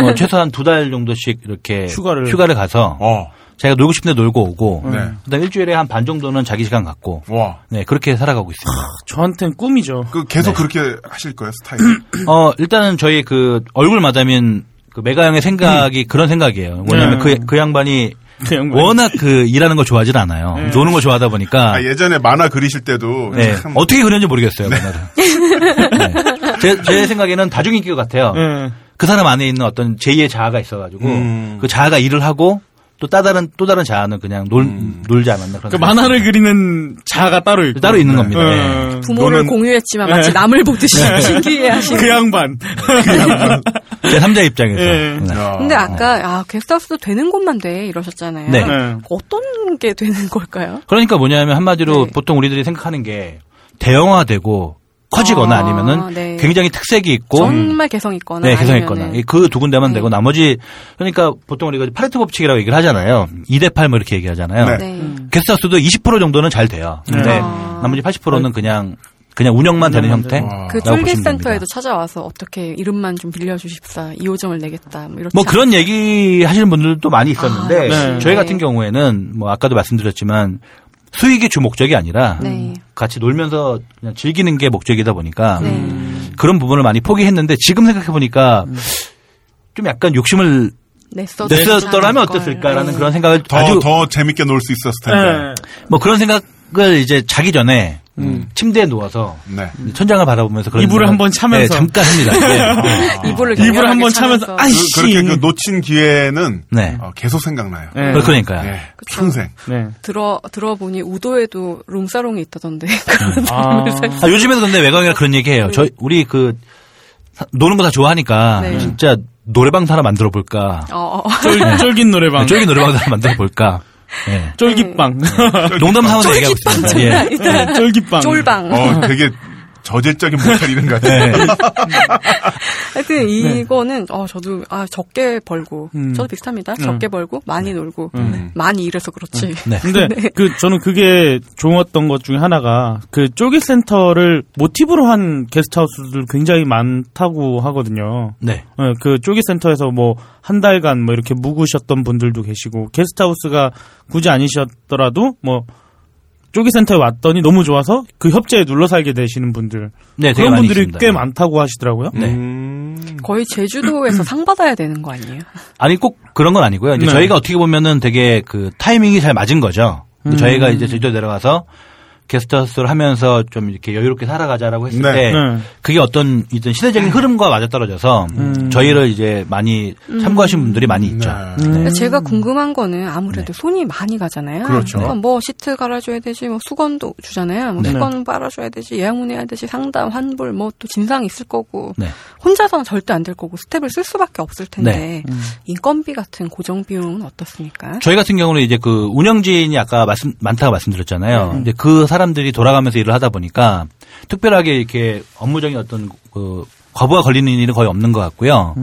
Speaker 8: 뭐 최소한 두 달 정도씩 이렇게
Speaker 3: 휴가를.
Speaker 8: 가서
Speaker 1: 어.
Speaker 8: 자기가 놀고 싶은데 놀고 오고
Speaker 1: 네.
Speaker 8: 그다음 일주일에 한 반 정도는 자기 시간 갖고
Speaker 1: 와.
Speaker 8: 네 그렇게 살아가고 있습니다.
Speaker 3: 저한텐 꿈이죠.
Speaker 1: 그
Speaker 8: 네.
Speaker 1: 계속 그렇게 하실 거예요, 스타일.
Speaker 8: 어 일단은 저희 그 얼굴 마담인 그 메가형의 생각이 그런 생각이에요. 뭐냐면
Speaker 3: 네.
Speaker 8: 그, 그 양반이
Speaker 3: 그 양반.
Speaker 8: 워낙 그 일하는 걸 좋아하진 않아요. 노는 걸 좋아하다 보니까
Speaker 1: 아, 예전에 만화 그리실 때도
Speaker 8: 네.
Speaker 1: 참
Speaker 8: 어떻게 그렸는지 모르겠어요. 맨날. 네. 제, 제 생각에는 다중인격 같아요.
Speaker 3: 네.
Speaker 8: 그 사람 안에 있는 어떤 제2의 자아가 있어가지고 그 자아가 일을 하고 또 다른 또 다른 자아는 그냥 놀 놀지 않았나 그런
Speaker 3: 그
Speaker 8: 생각이
Speaker 3: 만화를 그리는 자아가 따로 있고.
Speaker 8: 따로 있는 겁니다. 예.
Speaker 3: 네.
Speaker 2: 부모를
Speaker 1: 너는-
Speaker 2: 공유했지만 마치
Speaker 3: 네.
Speaker 2: 남을 보듯이 신기해하시는.
Speaker 3: 그 양반.
Speaker 8: 제 3자 입장에서.
Speaker 3: 예.
Speaker 8: 네.
Speaker 1: 야.
Speaker 2: 근데 아까 아 게스트하우스도 되는 곳만 돼 이러셨잖아요.
Speaker 8: 네.
Speaker 3: 네.
Speaker 2: 어떤 게 되는 걸까요?
Speaker 8: 그러니까 뭐냐면 한마디로
Speaker 2: 네.
Speaker 8: 보통 우리들이 생각하는 게 대형화되고 커지거나
Speaker 2: 아,
Speaker 8: 아, 니면은
Speaker 2: 네.
Speaker 8: 굉장히 특색이 있고
Speaker 2: 정말 개성 있거나
Speaker 8: 뭐, 음. 네, 개성
Speaker 2: 아니면은
Speaker 8: 있거나 그 두 군데만
Speaker 2: 네.
Speaker 8: 되고 나머지 그러니까 보통 우리가 파레토 법칙이라고 얘기를 하잖아요. 2대 8뭐 이렇게 얘기하잖아요.
Speaker 1: 네.
Speaker 2: 네.
Speaker 8: 음. 게스트하우스도 20% 정도는 잘 돼요. 근데
Speaker 2: 아.
Speaker 8: 나머지 80%는 그냥 그냥 운영만 되는 형태.
Speaker 1: 되는.
Speaker 2: 그
Speaker 8: 라고 보시면
Speaker 2: 쫄깃센터에도
Speaker 8: 아, 됩니다.
Speaker 2: 찾아와서 어떻게 이름만 좀 빌려주십사 이 요정을 내겠다 뭐 이렇게
Speaker 8: 뭐 그런 얘기 하시는 분들도 많이 있었는데
Speaker 2: 아,
Speaker 3: 네.
Speaker 8: 저희
Speaker 2: 네.
Speaker 8: 같은 경우에는 뭐 아까도 말씀드렸지만 수익이 주 목적이 아니라
Speaker 2: 네.
Speaker 8: 같이 놀면서 그냥 즐기는 게 목적이다 보니까
Speaker 2: 네.
Speaker 8: 그런 부분을 많이 포기했는데 지금 생각해 보니까
Speaker 3: 음.
Speaker 8: 좀 약간 욕심을
Speaker 2: 냈어도
Speaker 8: 냈었더라면
Speaker 2: 괜찮을
Speaker 8: 어땠을까라는
Speaker 2: 걸. 네.
Speaker 8: 그런
Speaker 3: 네.
Speaker 8: 생각을
Speaker 1: 더,
Speaker 8: 아주
Speaker 1: 더 재밌게 놀 수 있었을 텐데.
Speaker 8: 뭐 그런 생각을 이제 자기 전에 음, 침대에 누워서
Speaker 1: 네.
Speaker 8: 천장을 바라보면서 그런
Speaker 3: 음. 이불을
Speaker 8: 생각을-
Speaker 3: 한번 차면서.
Speaker 8: 네, 잠깐 합니다. 네.
Speaker 2: 네. 이불을
Speaker 3: 입을
Speaker 2: 격렬하게
Speaker 3: 한번 차면서
Speaker 2: 차면서.
Speaker 3: 아이씨.
Speaker 1: 그, 렇게그 놓친 기회는
Speaker 8: 네.
Speaker 1: 어, 계속 생각나요.
Speaker 3: 아, 네.
Speaker 8: 어, 그러니까요.
Speaker 1: 네, 평생.
Speaker 3: 네.
Speaker 2: 들어 들어보니 우도에도 룸사롱이 있다던데 그런
Speaker 3: 아.
Speaker 8: 아, 요즘에도 근데 외곽이랑 그런 얘기 해요. 저, 우리 그, 사- 노는 거 다 좋아하니까,
Speaker 2: 네.
Speaker 8: 진짜 노래방 하나 만들어 볼까.
Speaker 2: 어, 어.
Speaker 3: 쫄, 쫄깃 노래방.
Speaker 8: 저기 노래방 하나 만들어 볼까. 예.
Speaker 3: 쫄깃방.
Speaker 8: 농담 삼아서 얘기하고 있습니다. 예.
Speaker 3: 네, 쫄깃방.
Speaker 2: 쫄방.
Speaker 1: 어, 되게 저질적인 목소리는 같아.
Speaker 3: 네.
Speaker 2: 하여튼
Speaker 8: 네.
Speaker 2: 이거는 어 저도 아 적게 벌고
Speaker 8: 음.
Speaker 2: 저도 비슷합니다. 적게 벌고 많이 놀고 많이 일해서 그렇지.
Speaker 8: 네.
Speaker 3: 근데 그 저는 그게 좋았던 것 중에 하나가 그 쫄깃 센터를 모티브로 한 게스트하우스들 굉장히 많다고 하거든요.
Speaker 8: 네.
Speaker 3: 예, 그 쫄깃 센터에서 뭐 한 달간 뭐 이렇게 묵으셨던 분들도 계시고 게스트하우스가 굳이 아니셨더라도 뭐 쫄깃 센터에 왔더니 너무 좋아서 그 협재에 눌러 살게 되시는 분들
Speaker 8: 네, 되게
Speaker 3: 그런
Speaker 8: 많이
Speaker 3: 분들이
Speaker 8: 있습니다.
Speaker 3: 꽤 많다고 하시더라고요.
Speaker 8: 네.
Speaker 2: 거의 제주도에서 상 받아야 되는 거 아니에요?
Speaker 8: 아니, 꼭 그런 건 아니고요. 이제
Speaker 3: 네.
Speaker 8: 저희가 어떻게 보면은 되게 그 타이밍이 잘 맞은 거죠.
Speaker 3: 음.
Speaker 8: 근데 저희가 이제 제주도 내려가서 게스트하우스를 하면서 좀 이렇게 여유롭게 살아가자라고 했을
Speaker 1: 네.
Speaker 8: 때
Speaker 3: 네.
Speaker 8: 그게 어떤 이제 시대적인 흐름과 맞아떨어져서
Speaker 3: 음.
Speaker 8: 저희를 이제 많이 참고하신 분들이 많이 있죠.
Speaker 1: 네.
Speaker 2: 근데 그러니까
Speaker 8: 음.
Speaker 2: 제가 궁금한 거는
Speaker 8: 네.
Speaker 2: 아무래도 손이 많이 가잖아요.
Speaker 1: 그렇죠.
Speaker 2: 러니까뭐 시트 갈아줘야 되지, 뭐 수건도 주잖아요.
Speaker 8: 네.
Speaker 2: 뭐 수건 빨아줘야 되지, 예약문 해야 되지, 상담, 환불, 뭐 또 진상 있을 거고.
Speaker 8: 네.
Speaker 2: 혼자서는 절대 안 될 거고 스텝을 쓸 수밖에 없을 텐데 인건비 같은 고정 비용은 어떻습니까?
Speaker 8: 네. 음. 저희 같은 경우는 이제 그 운영진이 아까 말씀 많다고 말씀드렸잖아요. 이제 그 사람들이 돌아가면서 일을 하다 보니까 특별하게 이렇게 업무적인 어떤 그 과부하 걸리는 일은 거의 없는 것 같고요.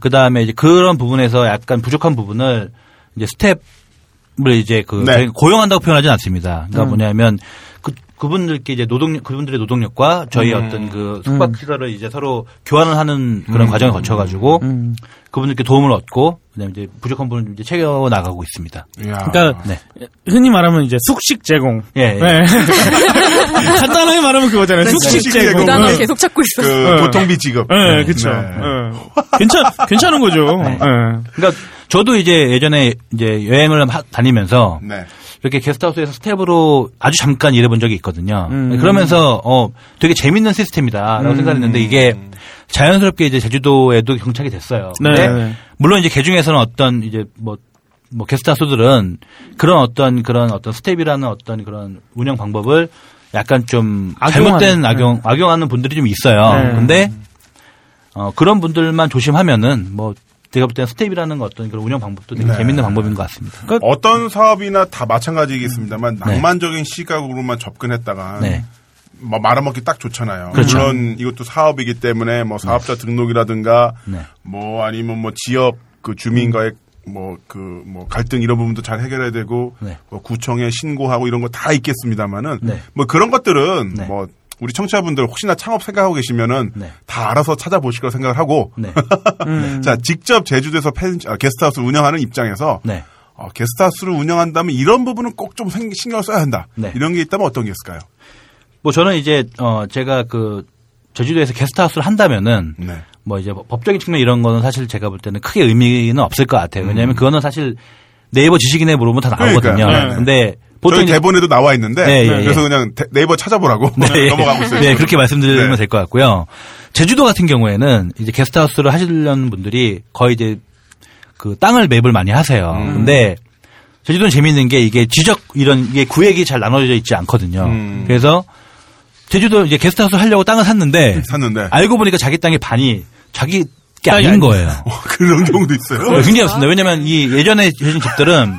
Speaker 8: 그 다음에 이제 그런 부분에서 약간 부족한 부분을 이제 스텝을 이제 그
Speaker 1: 네.
Speaker 8: 저희 고용한다고 표현하지는 않습니다. 그러니까 뭐냐면 그 그분들께 이제 노동 그분들의 노동력과 저희 어떤 그 숙박 시설을 이제 서로 교환을 하는 그런 과정을 거쳐가지고 그분들께 도움을 얻고 그다음에 이제 부족한 분을 이제 채워 나가고 있습니다.
Speaker 1: 이야.
Speaker 3: 그러니까
Speaker 8: 네.
Speaker 3: 흔히 말하면 이제 숙식 제공.
Speaker 8: 예, 예.
Speaker 3: 네. 간단하게 말하면 그거잖아요. 숙식
Speaker 1: 숙식
Speaker 3: 제공.
Speaker 1: 제공.
Speaker 2: 단어
Speaker 1: 네.
Speaker 2: 계속 찾고
Speaker 1: 그
Speaker 2: 있어.
Speaker 1: 보통비 직업.
Speaker 3: 네, 그쵸.
Speaker 1: 네.
Speaker 3: 예. 괜찮, 괜찮은 거죠.
Speaker 8: 네.
Speaker 3: 예.
Speaker 8: 그러니까 저도 이제 예전에 이제 여행을 하- 다니면서
Speaker 1: 네.
Speaker 8: 이렇게 게스트하우스에서 스텝으로 아주 잠깐 일해본 적이 있거든요.
Speaker 3: 음.
Speaker 8: 그러면서 어 되게 재밌는 시스템이다라고 생각했는데 이게 자연스럽게 이제 제주도에도 경착이 됐어요.
Speaker 3: 네.
Speaker 8: 근데 물론 이제 그 중에서는 어떤 이제 뭐 뭐 게스트하우스들은 그런 어떤 그런 어떤 스텝이라는 어떤 그런 운영 방법을 약간 좀
Speaker 3: 악용하는,
Speaker 8: 잘못된 악용 악용하는 분들이 좀 있어요.
Speaker 3: 네.
Speaker 8: 근데 어 그런 분들만 조심하면은 뭐 제가 볼 때는 스텝이라는 어떤 그런 운영 방법도 되게
Speaker 1: 네.
Speaker 8: 재밌는 방법인 것 같습니다.
Speaker 1: 어떤 사업이나 다 마찬가지겠습니다만 낭만적인 시각으로만 접근했다가
Speaker 8: 음. 네.
Speaker 1: 뭐 말아먹기 딱 좋잖아요.
Speaker 8: 그렇죠.
Speaker 1: 물론 이것도 사업이기 때문에 뭐 사업자 등록이라든가
Speaker 8: 네.
Speaker 1: 뭐 아니면 뭐 지역 그 주민과의 뭐 그 뭐 갈등 이런 부분도 잘 해결해야 되고
Speaker 8: 네.
Speaker 1: 뭐 구청에 신고하고 이런 거 다 있겠습니다만은
Speaker 8: 네.
Speaker 1: 뭐 그런 것들은
Speaker 8: 네.
Speaker 1: 뭐 우리 청취자분들 혹시나 창업 생각하고 계시면은
Speaker 8: 네.
Speaker 1: 다 알아서 찾아보실 거라 생각을 하고
Speaker 8: 네.
Speaker 1: 자 직접 제주도에서 펜- 아, 게스트하우스 운영하는 입장에서
Speaker 8: 네.
Speaker 1: 어, 게스트하우스를 운영한다면 이런 부분은 꼭 좀 신경 을 써야 한다.
Speaker 8: 네.
Speaker 1: 이런 게 있다면 어떤 게 있을까요?
Speaker 8: 뭐 저는 이제 어 제가 그 제주도에서 게스트하우스를 한다면은
Speaker 1: 네.
Speaker 8: 뭐 이제 법적인 측면 이런 거는 사실 제가 볼 때는 크게 의미는 없을 것 같아요. 왜냐하면 그거는 사실 네이버 지식인에 물어보면 다 나오거든요.
Speaker 1: 음. 그러니까요. 네, 네.
Speaker 8: 근데
Speaker 1: 저희
Speaker 8: 보통 이제-
Speaker 1: 대본에도 나와 있는데
Speaker 8: 네, 예,
Speaker 1: 그래서
Speaker 8: 예.
Speaker 1: 그냥 데- 네이버 찾아보라고
Speaker 8: 네,
Speaker 1: 넘어가고 있어요.
Speaker 8: 네,
Speaker 1: 지금.
Speaker 8: 그렇게 말씀드리면
Speaker 1: 네.
Speaker 8: 될 것 같고요. 제주도 같은 경우에는 이제 게스트하우스를 하시려는 분들이 거의 이제 그 땅을 매입을 많이 하세요.
Speaker 1: 음.
Speaker 8: 근데 제주도는 재밌는 게 이게 지적 이런 이게 구획이 잘 나눠져 있지 않거든요.
Speaker 1: 음.
Speaker 8: 그래서 제주도 이제 게스트하우스 하려고 땅을 샀는데
Speaker 1: 샀는데
Speaker 8: 알고 보니까 자기 땅의 반이 자기 게
Speaker 3: 땅이
Speaker 8: 아닌
Speaker 3: 아니-
Speaker 8: 거예요.
Speaker 1: 어, 그런 경우도 있어요.
Speaker 8: 네, 굉장히 없습니다. 왜냐면 이 예전에 주신 집들은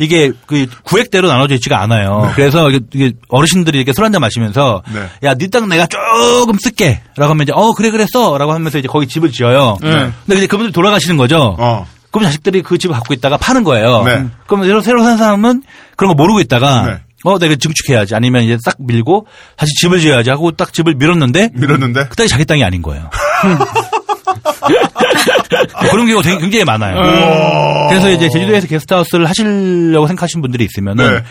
Speaker 8: 이게 그 구획대로 나눠져 있지가 않아요. 그래서 이게- 이게 어르신들이 이렇게 술 한잔 마시면서
Speaker 1: 네.
Speaker 8: 야, 네. 네 땅 내가 조금 쓸게. 라고 하면 이제 어, 그래, 그랬어. 라고 하면서 이제 거기 집을 지어요. 네. 근데 이제 그분들 이 돌아가시는 거죠.
Speaker 1: 어.
Speaker 8: 그럼 자식들이 그 집을 갖고 있다가 파는 거예요.
Speaker 1: 네.
Speaker 8: 그럼 새로, 새로 산 사람은 그런 거 모르고 있다가
Speaker 1: 네.
Speaker 8: 어, 내가 증축해야지. 아니면 이제 싹 밀고 다시 집을 지어야지 하고 딱 집을 밀었는데
Speaker 1: 밀었는데
Speaker 8: 그 땅이 자기 땅이 아닌 거예요. 음. 그런 경우가 되게- 굉장히 많아요.
Speaker 1: 음.
Speaker 8: 그래서 이제 제주도에서 게스트하우스를 하시려고 생각하시는 분들이 있으면은
Speaker 1: 네.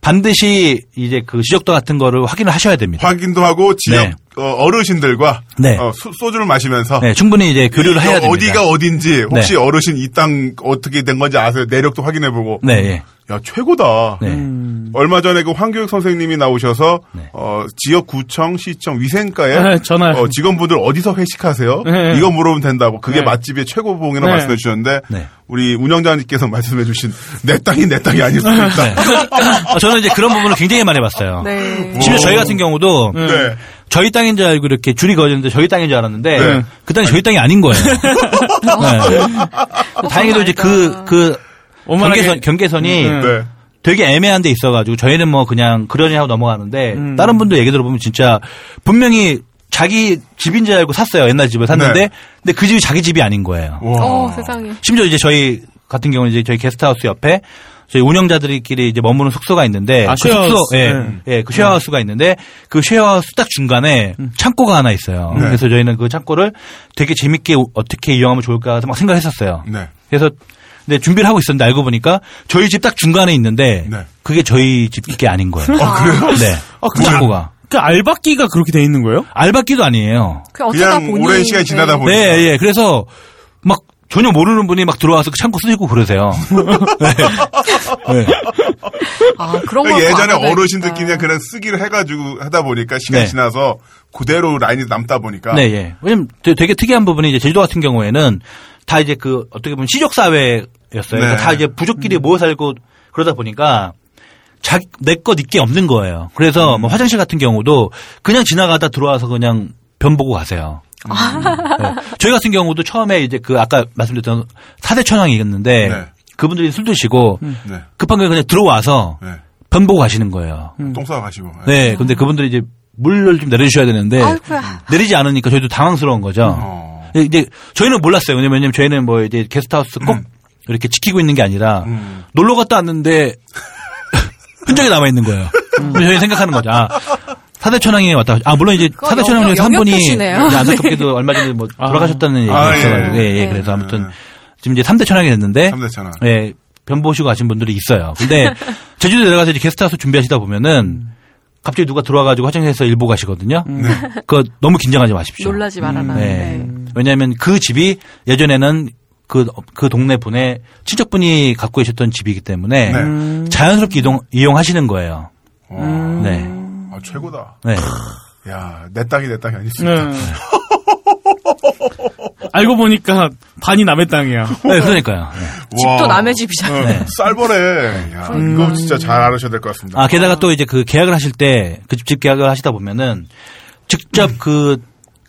Speaker 8: 반드시 이제 그 지적도 같은 거를 확인을 하셔야 됩니다.
Speaker 1: 확인도 하고 지역
Speaker 8: 네.
Speaker 1: 어, 르신들과 어,
Speaker 8: 네.
Speaker 1: 소주를 마시면서
Speaker 8: 네, 충분히 이제 교류를 해야 됩니다. 네.
Speaker 1: 어디가 어딘지 혹시 어르신 이 땅 어떻게 된 건지 아세요? 내력도 확인해보고
Speaker 8: 네, 예.
Speaker 1: 야 최고다. 음.
Speaker 8: 네.
Speaker 1: 얼마 전에 그 황교익 선생님이 나오셔서
Speaker 8: 네.
Speaker 1: 어, 지역 구청, 시청, 위생과에
Speaker 3: 네, 전화.
Speaker 1: 어, 직원분들 어디서 회식하세요?
Speaker 3: 네.
Speaker 1: 이거 물어보면 된다고 그게
Speaker 3: 네.
Speaker 1: 맛집의 최고봉이라고
Speaker 3: 네.
Speaker 1: 말씀해 주셨는데
Speaker 8: 네.
Speaker 1: 우리 운영자님께서 말씀해 주신 내 땅이 내 땅이 아닐 수도 있다.
Speaker 8: 네. 어, 저는 이제 그런 부분을 굉장히 많이 봤어요.
Speaker 2: 네.
Speaker 8: 심지어
Speaker 1: 오.
Speaker 8: 저희 같은 경우도
Speaker 1: 네.
Speaker 8: 저희 땅인 줄 알고 이렇게 줄이 그어졌는데 저희 땅인 줄 알았는데
Speaker 1: 네.
Speaker 8: 그 땅이 저희 땅이 아닌 거예요.
Speaker 2: 어,
Speaker 8: 네. 다행히도 이제 그, 그
Speaker 3: 오만하게-
Speaker 8: 경계선, 경계선이
Speaker 3: 음,
Speaker 1: 네.
Speaker 8: 되게 애매한 데 있어가지고 저희는 뭐 그냥 그러니 하고 넘어가는데 다른 분들 얘기 들어보면 진짜 분명히 자기 집인 줄 알고 샀어요. 옛날 집을 샀는데
Speaker 1: 네.
Speaker 8: 근데 그 집이 자기 집이 아닌 거예요.
Speaker 2: 어,
Speaker 1: 와.
Speaker 2: 세상에.
Speaker 8: 심지어 이제 저희 같은 경우는 이제 저희 게스트하우스 옆에 저희 운영자들끼리 이제 머무는 숙소가 있는데
Speaker 3: 아,
Speaker 8: 그
Speaker 3: 쉐어하우스.
Speaker 8: 숙소 예.
Speaker 3: 네.
Speaker 8: 예, 그 쉐어하우스가 있는데 그 쉐어하우스 딱 중간에 창고가 하나 있어요.
Speaker 1: 네.
Speaker 8: 그래서 저희는 그 창고를 되게 재밌게 오- 어떻게 이용하면 좋을까 해서 막 생각했었어요.
Speaker 1: 네.
Speaker 8: 그래서 근데 준비를 하고 있었는데 알고 보니까 저희 집 딱 중간에 있는데
Speaker 1: 네.
Speaker 8: 그게 저희 집 게 아닌 거예요.
Speaker 1: 그래요?
Speaker 8: 네. 그 창고가
Speaker 3: 그 알바끼가 그렇게 돼 있는 거예요?
Speaker 8: 알바끼도 아니에요.
Speaker 2: 그냥 어쩌다
Speaker 1: 아, 그냥
Speaker 2: 보니
Speaker 1: 오랜 시간 이
Speaker 2: 네.
Speaker 1: 지나다 보니까
Speaker 8: 네, 예. 그래서 막 전혀 모르는 분이 막 들어와서 그 창고 쓰고 그러세요. 네. 네.
Speaker 2: 아, 그런 거
Speaker 1: 그러니까 예전에 어르신들끼리 그냥 그런 쓰기를 해가지고 하다 보니까 시간 이
Speaker 8: 네.
Speaker 1: 지나서 그대로 라인이 남다 보니까
Speaker 8: 네, 예. 왜냐면 되- 되게 특이한 부분이 이제 제주도 같은 경우에는 다 이제 그 어떻게 보면 시족 사회였어요. 그러니까
Speaker 1: 네.
Speaker 8: 다 이제 부족끼리 모여 살고 그러다 보니까 자기 내것 있게 없는 거예요.
Speaker 1: 음.
Speaker 8: 그래서 뭐 화장실 같은 경우도 그냥 지나가다 들어와서 그냥 변 보고 가세요.
Speaker 1: 음.
Speaker 8: 네. 저희 같은 경우도 처음에 이제 그 아까 말씀드렸던 사대 천왕이 있는데
Speaker 1: 네.
Speaker 8: 그분들이 술 드시고
Speaker 1: 네.
Speaker 8: 급한 게 그냥 들어와서
Speaker 1: 네.
Speaker 8: 변 보고 가시는 거예요.
Speaker 1: 똥 싸고 가시고 네.
Speaker 8: 네, 근데 그분들이 이제 물을 좀 내려주셔야 되는데
Speaker 2: 아이고야.
Speaker 8: 내리지 않으니까 저희도 당황스러운 거죠. 예,
Speaker 1: 어.
Speaker 8: 이제 저희는 몰랐어요. 왜냐면 왜냐면 저희는 뭐 이제 게스트하우스 꼭 이렇게 지키고 있는 게 아니라
Speaker 1: 음.
Speaker 8: 놀러 갔다 왔는데 흔적이 남아 있는 거예요. 저희 생각하는 거죠. 아, 사대천왕이 왔다. 아 물론 이제
Speaker 2: 그거
Speaker 8: 사대천왕 중에서 한
Speaker 2: 영역
Speaker 8: 분이
Speaker 2: 표시네요.
Speaker 8: 이제 안타깝게도 얼마 전에 뭐 돌아가셨다는 얘기가
Speaker 1: 아,
Speaker 8: 있어가지고
Speaker 1: 예.
Speaker 8: 예, 예.
Speaker 2: 네.
Speaker 8: 그래서 아무튼 지금 이제 3대 천왕이 됐는데
Speaker 1: 3대 천왕.
Speaker 8: 예, 변보시고 가신 분들이 있어요. 근데 제주도 내려가서 이제 게스트하우스 준비하시다 보면은 갑자기 누가 들어와가지고 화장실에서 일보 가시거든요.
Speaker 1: 음.
Speaker 8: 네. 그거 너무 긴장하지 마십시오.
Speaker 2: 놀라지 말아라.
Speaker 8: 네.
Speaker 2: 네.
Speaker 8: 왜냐하면 그 집이 예전에는 그, 그 동네 분의 친척분이 갖고 계셨던 집이기 때문에
Speaker 1: 네.
Speaker 8: 자연스럽게 이동, 이용하시는 거예요.
Speaker 1: 어,
Speaker 8: 네.
Speaker 1: 아, 최고다.
Speaker 8: 네.
Speaker 1: 야, 내 땅이 내 땅이 아니지.
Speaker 3: 네. 알고 보니까 반이 남의 땅이야.
Speaker 8: 네, 그러니까요. 네.
Speaker 2: 집도 남의 집이잖아. 요
Speaker 8: 네.
Speaker 1: 쌀벌해. 야, 이거 진짜 잘 알으셔야 될 것 같습니다.
Speaker 8: 아, 게다가 또 이제 그 계약을 하실 때, 그 집집 계약을 하시다 보면은 직접 그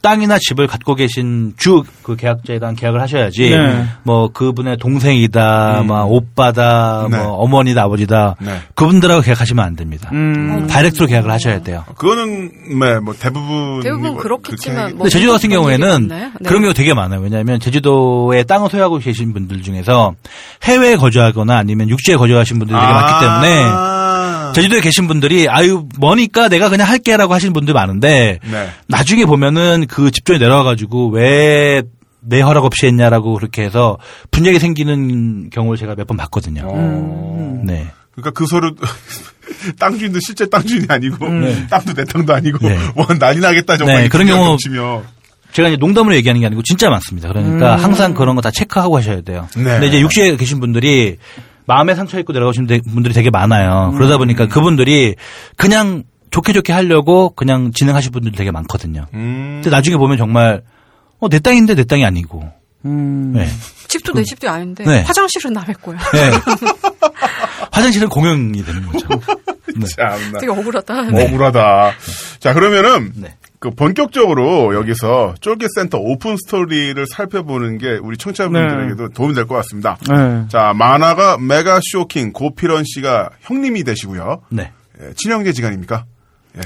Speaker 8: 땅이나 집을 갖고 계신 주 그 계약자에 대한 계약을 하셔야지
Speaker 3: 네.
Speaker 8: 뭐 그분의 동생이다, 뭐 오빠다,
Speaker 1: 네.
Speaker 8: 뭐 어머니다, 아버지다
Speaker 1: 네.
Speaker 8: 그분들하고 계약하시면 안 됩니다.
Speaker 3: 음.
Speaker 8: 다이렉트로 계약을 하셔야 돼요.
Speaker 1: 그거는 네, 뭐 대부분
Speaker 2: 대부분
Speaker 1: 뭐
Speaker 2: 그렇겠지만
Speaker 1: 그렇게
Speaker 2: 뭐
Speaker 8: 근데 제주도 같은
Speaker 2: 그런 얘기가
Speaker 8: 경우에는
Speaker 2: 있나요? 네.
Speaker 8: 그런 경우 되게 많아요. 왜냐하면 제주도에 땅을 소유하고 계신 분들 중에서 해외에 거주하거나 아니면 육지에 거주하신 네, 분들이 되게 많기 때문에
Speaker 1: 아.
Speaker 8: 제주도에 계신 분들이 아유 머니까 내가 그냥 할게라고 하시는 분들 많은데
Speaker 1: 네.
Speaker 8: 나중에 보면은 그 집주인 내려와가지고 왜 내 허락 없이 했냐라고 그렇게 해서 분쟁이 생기는 경우를 제가 몇 번 봤거든요. 네.
Speaker 1: 그러니까 그 서류 땅 주인도 실제 땅 주인이 아니고
Speaker 2: 음.
Speaker 1: 땅도 내 땅도 아니고
Speaker 8: 네.
Speaker 1: 뭐 난리 나겠다 정말
Speaker 8: 네, 그런 경우-
Speaker 1: 치며
Speaker 8: 제가 이제 농담으로 얘기하는 게 아니고 진짜 많습니다. 그러니까 항상 그런 거 다 체크하고 하셔야 돼요.
Speaker 1: 네.
Speaker 8: 근데 이제 육지에 계신 분들이 마음에 상처 입고 내려가시는 데- 분들이 되게 많아요. 그러다 보니까 그분들이 그냥 좋게 좋게 하려고 그냥 진행하실 분들이 되게 많거든요.
Speaker 1: 음.
Speaker 8: 근데 나중에 보면 정말 어, 내 땅인데 내 땅이 아니고. 네.
Speaker 2: 집도
Speaker 1: 음.
Speaker 2: 내 집도 아닌데
Speaker 8: 네.
Speaker 2: 화장실은 남의 거야.
Speaker 8: 네. 화장실은 공용이 되는 거죠. 네.
Speaker 1: 참나
Speaker 2: 되게 억울하다.
Speaker 1: 억울하다. 자 그러면은
Speaker 8: 네.
Speaker 1: 그 본격적으로 여기서 쫄깃 센터 오픈 스토리를 살펴보는 게 우리 청취자분들에게도 도움이 될 것 같습니다.
Speaker 3: 네.
Speaker 1: 자 만화가 메가 쇼킹 고필원 씨가 형님이 되시고요.
Speaker 8: 네.
Speaker 1: 예, 친형제 지간입니까?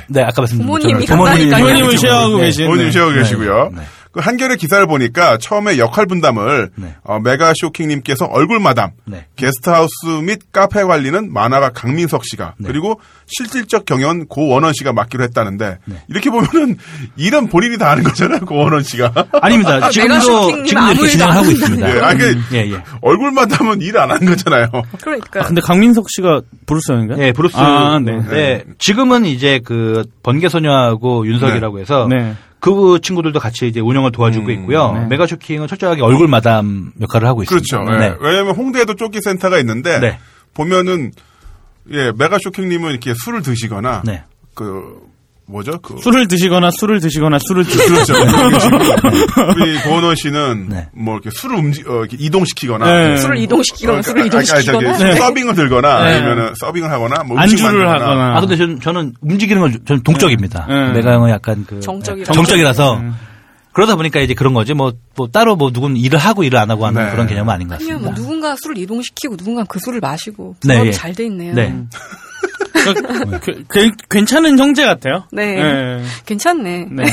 Speaker 8: 네, 아까 말씀드린
Speaker 2: 부모님이
Speaker 8: 것처럼 부모님이
Speaker 2: 간다니까요.
Speaker 3: 부모님을 쉐어하고
Speaker 8: 네.
Speaker 3: 계신.
Speaker 1: 본인
Speaker 3: 네.
Speaker 1: 쉬고 계시고요.
Speaker 8: 네.
Speaker 1: 그 한겨레 기사를 보니까 처음에 역할 분담을
Speaker 8: 네.
Speaker 1: 어, 메가 쇼킹님께서 얼굴 마담,
Speaker 8: 네.
Speaker 1: 게스트하우스 및 카페 관리는 만화가 강민석 씨가
Speaker 8: 네.
Speaker 1: 그리고 실질적 경연 고원원 씨가 맡기로 했다는데
Speaker 8: 네.
Speaker 1: 이렇게 보면은 일은 본인이 다 하는 거잖아요. 고원원 씨가
Speaker 8: 아닙니다. 지금도
Speaker 2: 메가쇼킹님
Speaker 8: 지금도
Speaker 2: 아무
Speaker 8: 이렇게
Speaker 2: 일도
Speaker 8: 진행을 하고
Speaker 2: 안
Speaker 8: 있습니다.
Speaker 1: 예, 아니,
Speaker 8: 음, 예, 예.
Speaker 1: 얼굴 마담은 일 안 하는 거잖아요.
Speaker 2: 그러니까
Speaker 3: 아, 근데 강민석 씨가 브루스인가?
Speaker 8: 예, 브루스.
Speaker 3: 아, 네.
Speaker 8: 네. 지금은 이제 그 번개소녀하고 윤석이라고 해서
Speaker 3: 네.
Speaker 8: 그 친구들도 같이 이제 운영을 도와주고 있고요. 메가쇼킹은 철저하게 얼굴 마담 역할을 하고 있습니다.
Speaker 1: 그렇죠. 예.
Speaker 8: 네.
Speaker 1: 왜냐하면 홍대에도 쫓기 센터가 있는데
Speaker 8: 네.
Speaker 1: 보면은 예 메가 쇼킹님은 이렇게 술을 드시거나
Speaker 8: 네.
Speaker 1: 그 뭐죠 그
Speaker 3: 술을 드시거나 술을 드시거나 술을 드시거나.
Speaker 1: 그렇죠.
Speaker 3: 그렇죠.
Speaker 1: 우리 고원원 씨는
Speaker 8: 네.
Speaker 1: 뭐 이렇게 술을 움직 어, 이렇게 이동시키거나 그러니까
Speaker 3: 네.
Speaker 2: 술을 이동시키거나 술을
Speaker 1: 아니, 아니, 저기
Speaker 2: 이동시키거나
Speaker 8: 네,
Speaker 1: 서빙을 들거나
Speaker 3: 네.
Speaker 1: 아니면 서빙을 하거나 뭐 음식
Speaker 3: 안주를
Speaker 1: 만들거나.
Speaker 3: 하거나.
Speaker 8: 아, 근데 저는, 저는 움직이는 건 저는 동적입니다.
Speaker 3: 네.
Speaker 8: 메가 형은 약간 그
Speaker 2: 정적이라서.
Speaker 8: 라서 그러다 보니까 이제 그런 거지. 뭐, 뭐 따로 뭐 누군 일을 하고 일을 안 하고 하는
Speaker 1: 네.
Speaker 8: 그런 개념은 아닌 것
Speaker 2: 아니면
Speaker 8: 같습니다.
Speaker 2: 뭐 누군가 술을 이동시키고 누군가 그 술을 마시고
Speaker 8: 네,
Speaker 2: 네,
Speaker 8: 예.
Speaker 2: 잘 돼 있네요.
Speaker 8: 네.
Speaker 3: 그러니까 그- 그- 괜찮은 형제 같아요.
Speaker 2: 네.
Speaker 3: 네.
Speaker 2: 괜찮네.
Speaker 3: 네.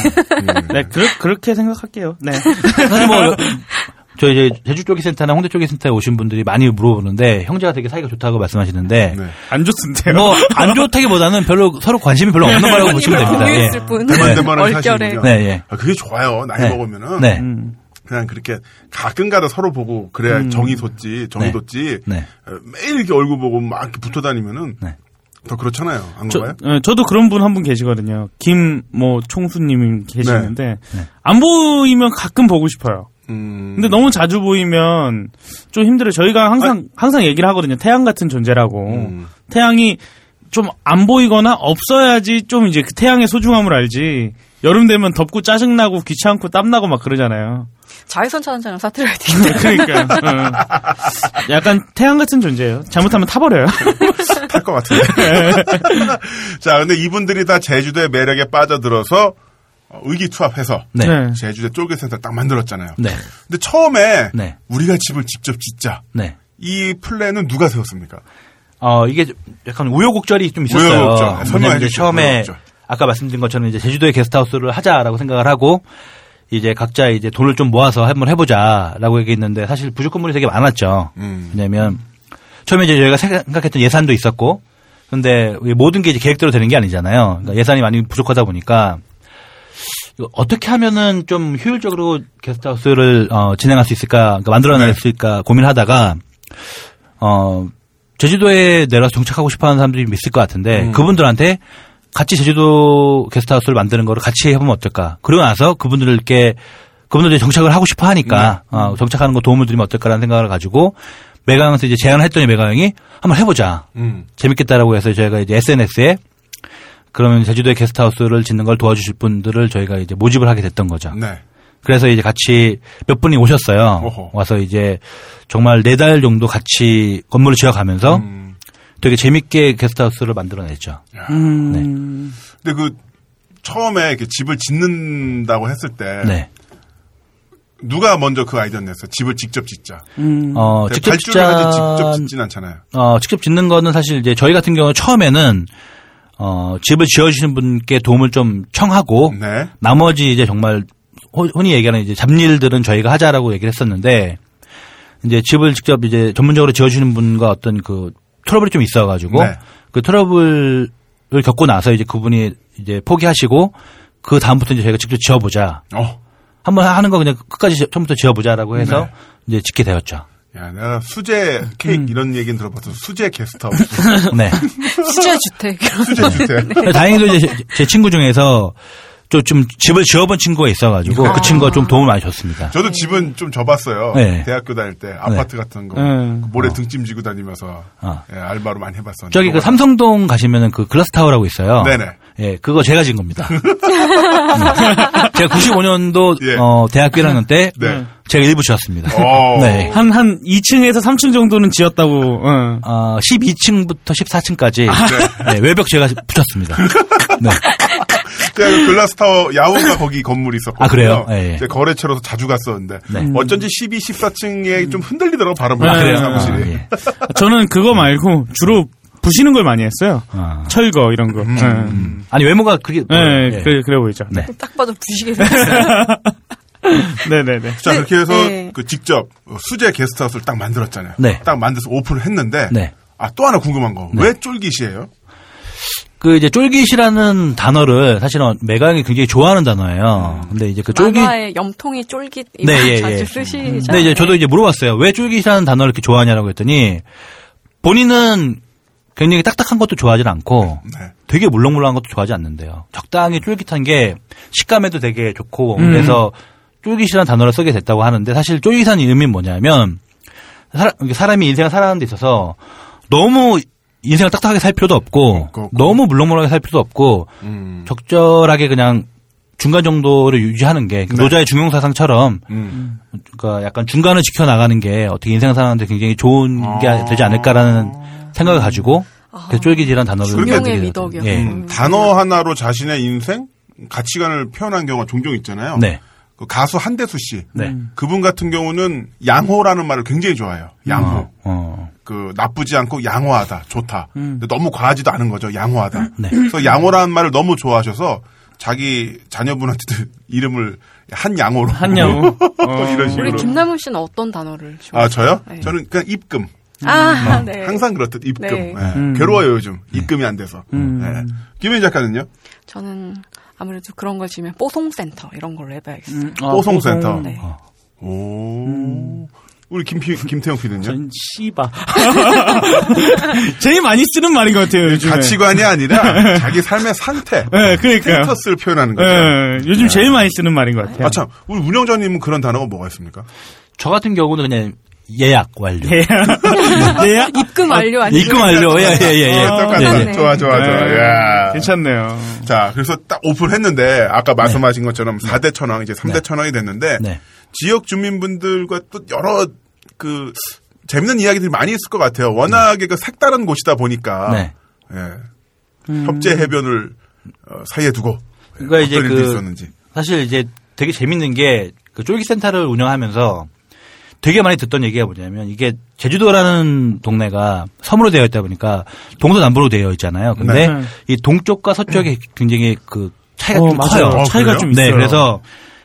Speaker 3: 네, 그, 그렇게 생각할게요. 네.
Speaker 8: 사실 뭐, 저 이제 제주 쪽이 센터나 홍대 쪽이 센터에 오신 분들이 많이 물어보는데 형제가 되게 사이가 좋다고 말씀하시는데
Speaker 1: 네.
Speaker 3: 안 좋던데요.
Speaker 8: 뭐 안 좋다기보다는 별로 서로 관심이 별로 없는 거라고 보시면
Speaker 2: 이걸
Speaker 8: 됩니다. 예.
Speaker 2: 공유했을 뿐.
Speaker 1: 대만대만한
Speaker 2: 얼결에.
Speaker 1: 사실이군요.
Speaker 8: 네, 예.
Speaker 1: 아, 그게 좋아요. 나이
Speaker 8: 네.
Speaker 1: 먹으면은
Speaker 8: 네.
Speaker 1: 그냥 그렇게 가끔가다 서로 보고 그래야
Speaker 3: 음.
Speaker 1: 정이 돋지 정이
Speaker 8: 네.
Speaker 1: 돋지
Speaker 8: 네.
Speaker 1: 어, 매일 이렇게 얼굴 보고 막 이렇게 붙어 다니면은
Speaker 8: 네.
Speaker 1: 더 그렇잖아요. 안
Speaker 3: 저,
Speaker 1: 그런가요?
Speaker 3: 예, 저도 그런 분 한 분 계시거든요. 김 뭐 총수님 계시는데 안 보이면 가끔 보고 싶어요.
Speaker 1: 음.
Speaker 3: 근데 너무 자주 보이면 좀 힘들어요. 저희가 항상 항상 얘기를 하거든요. 태양 같은 존재라고.
Speaker 1: 음.
Speaker 3: 태양이 좀 안 보이거나 없어야지 좀 이제 그 태양의 소중함을 알지. 여름 되면 덥고 짜증나고 귀찮고 땀나고 막 그러잖아요.
Speaker 2: 자외선 차단자랑 사트라이트.
Speaker 3: 그러니까 어. 약간 태양 같은 존재예요. 잘못하면 타버려요.
Speaker 1: 탈 것 같은데. 자, 근데 이분들이 다 제주도의 매력에 빠져들어서 어, 의기투합해서
Speaker 8: 네.
Speaker 3: 네.
Speaker 1: 제주도 쫄깃센터 딱 만들었잖아요.
Speaker 8: 네.
Speaker 1: 근데 처음에
Speaker 8: 네.
Speaker 1: 우리가 집을 직접 짓자
Speaker 8: 네.
Speaker 1: 이 플랜은 누가 세웠습니까?
Speaker 8: 어, 이게 좀 약간 우여곡절이 좀 있었어요.
Speaker 1: 우여곡절. 네, 설명해
Speaker 8: 왜냐면 이제
Speaker 1: 주시죠.
Speaker 8: 처음에
Speaker 1: 우여곡절.
Speaker 8: 아까 말씀드린 것처럼 이제 제주도에 게스트하우스를 하자라고 생각을 하고 이제 각자 이제 돈을 좀 모아서 한번 해보자라고 얘기했는데 사실 부족 건물이 되게 많았죠.
Speaker 1: 음.
Speaker 8: 왜냐하면 처음에 이제 저희가 생각했던 예산도 있었고 그런데 이게 모든 게 이제 계획대로 되는 게 아니잖아요. 그러니까 예산이 많이 부족하다 보니까 이거 어떻게 하면은 좀 효율적으로 게스트하우스를 어, 진행할 수 있을까,
Speaker 1: 네.
Speaker 8: 그러니까 만들어낼 수 있을까 고민하다가 어 제주도에 내려서 정착하고 싶어하는 사람들이 좀 있을 것 같은데 그분들한테 같이 제주도 게스트하우스를 만드는 거를 같이 해보면 어떨까. 그러고 나서 그분들께 그분들이 정착을 하고 싶어 하니까 어, 정착하는 거 도움을 드리면 어떨까라는 생각을 가지고 매강에서 이제 제안을 했더니 매강이 한번 해보자.
Speaker 1: 음.
Speaker 8: 재밌겠다라고 해서 저희가 이제 SNS에 그러면 제주도에 게스트하우스를 짓는 걸 도와주실 분들을 저희가 이제 모집을 하게 됐던 거죠.
Speaker 1: 네.
Speaker 8: 그래서 이제 같이 몇 분이 오셨어요.
Speaker 1: 어허.
Speaker 8: 와서 이제 정말 네 달 정도 같이 건물을 지어가면서
Speaker 1: 음.
Speaker 8: 되게 재밌게 게스트하우스를 만들어냈죠. 음.
Speaker 1: 근데 그 처음에 이렇게 집을 짓는다고 했을 때
Speaker 8: 네.
Speaker 1: 누가 먼저 그 아이디어 냈어? 집을 직접 짓자.
Speaker 8: 어,
Speaker 1: 근데 네,
Speaker 8: 직접
Speaker 1: 발주를 하지 직접
Speaker 8: 짓자-
Speaker 1: 짓진 않잖아요.
Speaker 8: 어, 직접 짓는 거는 사실 이제 저희 같은 경우 처음에는 어, 집을 지어주시는 분께 도움을 좀 청하고
Speaker 1: 네.
Speaker 8: 나머지 이제 정말 호- 흔히 얘기하는 이제 잡일들은 저희가 하자라고 얘기를 했었는데 이제 집을 직접 이제 전문적으로 지어주시는 분과 어떤 그 트러블이 좀 있어가지고
Speaker 1: 네.
Speaker 8: 그 트러블을 겪고 나서 이제 그분이 이제 포기하시고 그 다음부터 이제 저희가 직접 지어보자
Speaker 1: 어.
Speaker 8: 한번 하는 거 그냥 끝까지 지- 처음부터 지어보자라고 해서
Speaker 1: 네.
Speaker 8: 이제 짓게 되었죠.
Speaker 1: 야, 내가 수제 케이크
Speaker 8: 음.
Speaker 1: 이런 얘기는 들어봤어. 수제 게스트하우스.
Speaker 8: 네.
Speaker 2: 수제 주택.
Speaker 1: 수제 주택.
Speaker 8: 다행히도 이제 제- 제 친구 중에서 좀 좀 집을 지어본 친구가
Speaker 1: 아.
Speaker 8: 있어가지고 그 친구가 좀 도움을 많이 줬습니다.
Speaker 3: 네.
Speaker 1: 저도 집은 좀 접었어요.
Speaker 8: 네.
Speaker 1: 대학교 다닐 때 아파트 같은 거
Speaker 3: 네.
Speaker 1: 그 모래 등짐 지고 다니면서
Speaker 8: 어.
Speaker 1: 예, 알바로 많이 해봤었는데.
Speaker 8: 저기 그 삼성동 가시면은 그 글라스 타워라고 있어요.
Speaker 1: 네네.
Speaker 8: 예, 그거 제가 지은 겁니다. 네. 제가 95년도
Speaker 1: 예.
Speaker 8: 어, 대학교 1학년 때
Speaker 1: 네. 어.
Speaker 8: 제가 일부 지었습니다.
Speaker 1: 오.
Speaker 8: 네.
Speaker 3: 한, 한 2층에서 3층 정도는 지었다고, 응.
Speaker 8: 어, 12층부터 14층까지
Speaker 1: 아, 네.
Speaker 8: 예, 외벽 제가 붙였습니다. 네.
Speaker 1: 제가 그 글라스타워 야후가 거기 건물이 있었거든요.
Speaker 8: 아, 그래요? 예, 예.
Speaker 1: 제가 거래처로서 자주 갔었는데
Speaker 8: 네.
Speaker 1: 어쩐지 12, 14층에 좀 흔들리더라고 바람을.
Speaker 3: 음. 아, 그래요?
Speaker 1: 사무실이.
Speaker 8: 아, 예.
Speaker 3: 저는 그거 말고 주로 부시는 걸 많이 했어요.
Speaker 8: 아.
Speaker 3: 철거, 이런 거. 응.
Speaker 8: 아니 외모가 그게
Speaker 3: 예,
Speaker 8: 보여요.
Speaker 3: 예,
Speaker 8: 예.
Speaker 3: 그래, 그래 보이죠.
Speaker 8: 네.
Speaker 2: 딱 봐도 부시게 생겼어요.
Speaker 3: 네네네.
Speaker 1: 자 그렇게 해서
Speaker 2: 네.
Speaker 1: 그 직접 수제 게스트하우스를 딱 만들었잖아요.
Speaker 8: 네.
Speaker 1: 딱 만들어서 오픈을 했는데
Speaker 8: 네.
Speaker 1: 아 또 하나 궁금한 거. 왜 쫄깃이에요?
Speaker 8: 그 이제 쫄깃이라는 단어를 사실은 매강이 굉장히 좋아하는 단어예요.
Speaker 1: 음.
Speaker 8: 근데 이제 그 쫄깃
Speaker 2: 만화의 염통이 쫄깃 이거
Speaker 8: 네, 예,
Speaker 2: 자주
Speaker 8: 예.
Speaker 2: 쓰시죠.
Speaker 8: 근데 이제 저도 이제 물어봤어요. 왜 쫄깃이라는 단어를 이렇게 좋아하냐라고 했더니 본인은 굉장히 딱딱한 것도 좋아하진 않고
Speaker 1: 네.
Speaker 8: 되게 물렁물렁한 것도 좋아하지 않는데요. 적당히 쫄깃한 게 식감에도 되게 좋고 그래서 쫄깃이라는 단어를 쓰게 됐다고 하는데 사실 쫄깃한 의미는 뭐냐면 사람, 사람이 인생을 살아가는 데 있어서 너무 인생을 딱딱하게 살 필요도 없고
Speaker 1: 그렇고.
Speaker 8: 너무 물렁물렁하게 살 필요도 없고
Speaker 1: 음.
Speaker 8: 적절하게 그냥 중간 정도를 유지하는
Speaker 1: 네.
Speaker 8: 게 노자의 중용사상처럼
Speaker 1: 음.
Speaker 8: 그러니까 약간 중간을 지켜나가는 게 어떻게 인생 사는데 굉장히 좋은
Speaker 1: 아.
Speaker 8: 게 되지 않을까라는 생각을 가지고 그 쫄깃이라는 단어를
Speaker 1: 중용의
Speaker 8: 만들게 되거든요.
Speaker 2: 아. 미덕이요.
Speaker 8: 예.
Speaker 1: 음, 단어 하나로 자신의 인생 가치관을 표현한 경우가 종종 있잖아요.
Speaker 8: 네.
Speaker 1: 그 가수 한대수 씨,
Speaker 8: 네.
Speaker 2: 음.
Speaker 1: 그분 같은 경우는 양호라는 말을 굉장히 좋아해요. 양호.
Speaker 8: 어.
Speaker 1: 그 나쁘지 않고 양호하다, 좋다.
Speaker 2: 음.
Speaker 1: 근데 너무 과하지도 않은 거죠, 양호하다.
Speaker 8: 네.
Speaker 1: 그래서 양호라는 말을 너무 좋아하셔서 자기 자녀분한테도 이름을 한 양호로 뭐
Speaker 3: 한 양호.
Speaker 1: 이런 식으로.
Speaker 2: 우리 김남훈 씨는 어떤 단어를 좋아?
Speaker 1: 아 저요?
Speaker 2: 네.
Speaker 1: 저는 그냥 입금.
Speaker 2: 아, 네.
Speaker 1: 항상 그렇듯 입금.
Speaker 2: 네.
Speaker 1: 예. 괴로워요 요즘 입금이 안 돼서. 예. 김현 작가는요?
Speaker 2: 저는 아무래도 그런 걸 지면 뽀송센터 이런 걸로 해봐야겠어요.
Speaker 8: 음.
Speaker 1: 뽀송센터.
Speaker 2: 네.
Speaker 1: 오.
Speaker 2: 음.
Speaker 1: 우리 김 김태형 PD는요?
Speaker 3: 전 씨바. 제일 많이 쓰는 말인 것 같아요,
Speaker 8: 네.
Speaker 3: 요즘에.
Speaker 1: 가치관이 아니라 자기 삶의 상태,
Speaker 3: 예, 그러니까요.
Speaker 1: 스테이터스를 표현하는 거죠.
Speaker 3: 예, 요즘 제일 많이 쓰는 말인 것
Speaker 8: 네.
Speaker 3: 같아요.
Speaker 1: 아 참, 우리 운영자님은 그런 단어가 뭐가 있습니까?
Speaker 8: 저 같은 경우는 그냥 예약 완료.
Speaker 3: 네,
Speaker 2: 입금 완료 아니면
Speaker 8: 입금 완료. 예, 예, 예. 예.
Speaker 1: 아, 똑같다.
Speaker 8: 예, 예.
Speaker 2: 네.
Speaker 1: 좋아, 좋아, 좋아.
Speaker 3: 네.
Speaker 1: 야.
Speaker 3: 괜찮네요.
Speaker 1: 자, 그래서 딱 오픈했는데 아까 말씀하신 것처럼 4대 천왕 이제 3대 천왕이 됐는데
Speaker 8: 네.
Speaker 1: 지역 주민분들과 또 여러 그 재밌는 이야기들이 많이 있을 것 같아요. 워낙에 그 색다른 곳이다 보니까
Speaker 8: 네. 음.
Speaker 1: 예. 협재 해변을 어, 사이에 두고
Speaker 8: 그러니까
Speaker 1: 예,
Speaker 8: 이제
Speaker 1: 어떤 일들이
Speaker 8: 그-
Speaker 1: 있었는지
Speaker 8: 사실 이제 되게 재밌는 게 그 쫄깃센터를 운영하면서 되게 많이 듣던 얘기가 뭐냐면 이게 제주도라는 동네가 섬으로 되어 있다 보니까 동서남북으로 되어 있잖아요. 근데
Speaker 3: 네.
Speaker 8: 이 동쪽과 서쪽이 굉장히 그 차이가
Speaker 3: 어,
Speaker 8: 좀
Speaker 3: 맞아요.
Speaker 8: 커요.
Speaker 1: 어,
Speaker 3: 차이가
Speaker 1: 그래요?
Speaker 3: 좀
Speaker 8: 네,
Speaker 3: 있어요.
Speaker 8: 그래서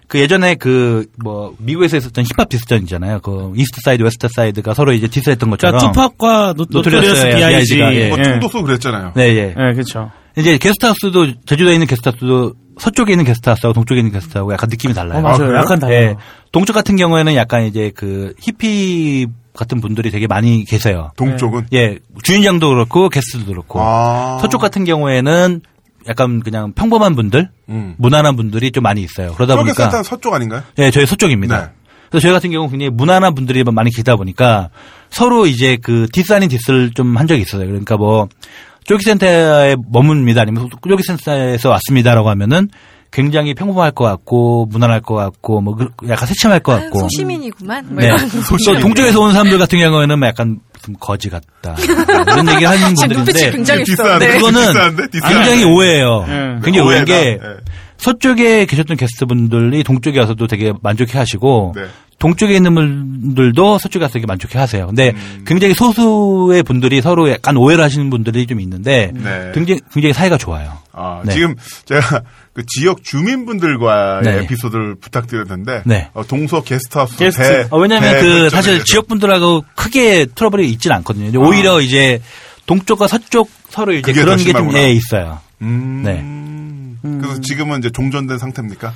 Speaker 8: 그 예전에 그 뭐 미국에서 있었던 힙합 디스전 있잖아요. 그 이스트 사이드 웨스트 사이드가 서로 이제 디스했던 것처럼.
Speaker 3: 그러니까 투팍과 노-
Speaker 8: 노토리어스
Speaker 3: 노토리어스 B.I.G.
Speaker 8: B.I.G.가, 예.
Speaker 1: 뭐
Speaker 3: 예.
Speaker 1: 총도수 그랬잖아요.
Speaker 8: 네, 예.
Speaker 3: 예, 그렇죠.
Speaker 8: 이제 게스트하우스도 제주도에 있는 게스트하우스도 서쪽에 있는 게스트하우스하고 동쪽에 있는 게스트하우스하고 약간 느낌이 달라요.
Speaker 3: 어, 맞아요.
Speaker 8: 그래요?
Speaker 3: 약간 달라요.
Speaker 8: 예. 동쪽 같은 경우에는 약간 이제 그 히피 같은 분들이 되게 많이 계세요.
Speaker 1: 동쪽은
Speaker 8: 예, 주인장도 그렇고 게스트도 그렇고.
Speaker 1: 아.
Speaker 8: 서쪽 같은 경우에는 약간 그냥 평범한 분들,
Speaker 1: 음.
Speaker 8: 무난한 분들이 좀 많이 있어요. 그러다
Speaker 1: 그렇게
Speaker 8: 보니까
Speaker 1: 센터는 서쪽 아닌가요?
Speaker 8: 예, 저희 서쪽입니다.
Speaker 1: 네.
Speaker 8: 그래서 저희 같은 경우 는 굉장히 무난한 분들이 많이 계다 보니까 서로 이제 그 디스 아닌 디스를 좀 한 적이 있어요. 그러니까 뭐 쪼기센터에 머뭅니다 아니면 쪼기센터에서 왔습니다라고 하면은 굉장히 평범할 것 같고 무난할 것 같고 뭐 그- 약간 세침할 것
Speaker 2: 아유,
Speaker 8: 같고
Speaker 2: 소시민이구만. 뭐
Speaker 8: 네.
Speaker 2: 이런.
Speaker 8: 또 동쪽에서 온 사람들 같은 경우에는 약간 좀 거지 같다 이런 얘기 하는
Speaker 2: 지금 눈빛이
Speaker 8: 분들인데
Speaker 2: 굉장히 있어.
Speaker 1: 디스하네.
Speaker 2: 네.
Speaker 8: 그거는
Speaker 1: 디스한데? 디스한데? 네.
Speaker 8: 굉장히 오해예요.
Speaker 3: 예.
Speaker 8: 굉장히 오해인
Speaker 1: 오해다.
Speaker 8: 게
Speaker 1: 예.
Speaker 8: 서쪽에 계셨던 게스트분들이 동쪽에 와서도 되게 만족해 하시고
Speaker 1: 네.
Speaker 8: 동쪽에 있는 분들도 서쪽에 와서 되게 만족해 하세요. 근데
Speaker 1: 음.
Speaker 8: 굉장히 소수의 분들이 서로 약간 오해를 하시는 분들이 좀 있는데
Speaker 1: 네.
Speaker 8: 굉장히, 굉장히 사이가 좋아요.
Speaker 1: 아,
Speaker 8: 네.
Speaker 1: 지금 제가 그 지역 주민분들과의
Speaker 8: 네.
Speaker 1: 에피소드를 부탁드렸는데
Speaker 8: 네.
Speaker 1: 어, 동서 게스트하우스
Speaker 3: 게스트.
Speaker 1: 대-
Speaker 8: 어, 왜냐하면
Speaker 1: 대-
Speaker 8: 그
Speaker 1: 거점에
Speaker 8: 사실
Speaker 1: 대해서.
Speaker 8: 지역분들하고 크게 트러블이 있진 않거든요. 이제 오히려 이제 동쪽과 서쪽 서로 이제
Speaker 1: 아. 그게
Speaker 8: 그런
Speaker 1: 더
Speaker 8: 게 좀
Speaker 1: 심하구나.
Speaker 8: 예, 있어요.
Speaker 1: 음.
Speaker 8: 네.
Speaker 1: 그래서 지금은 이제 종전된 상태입니까?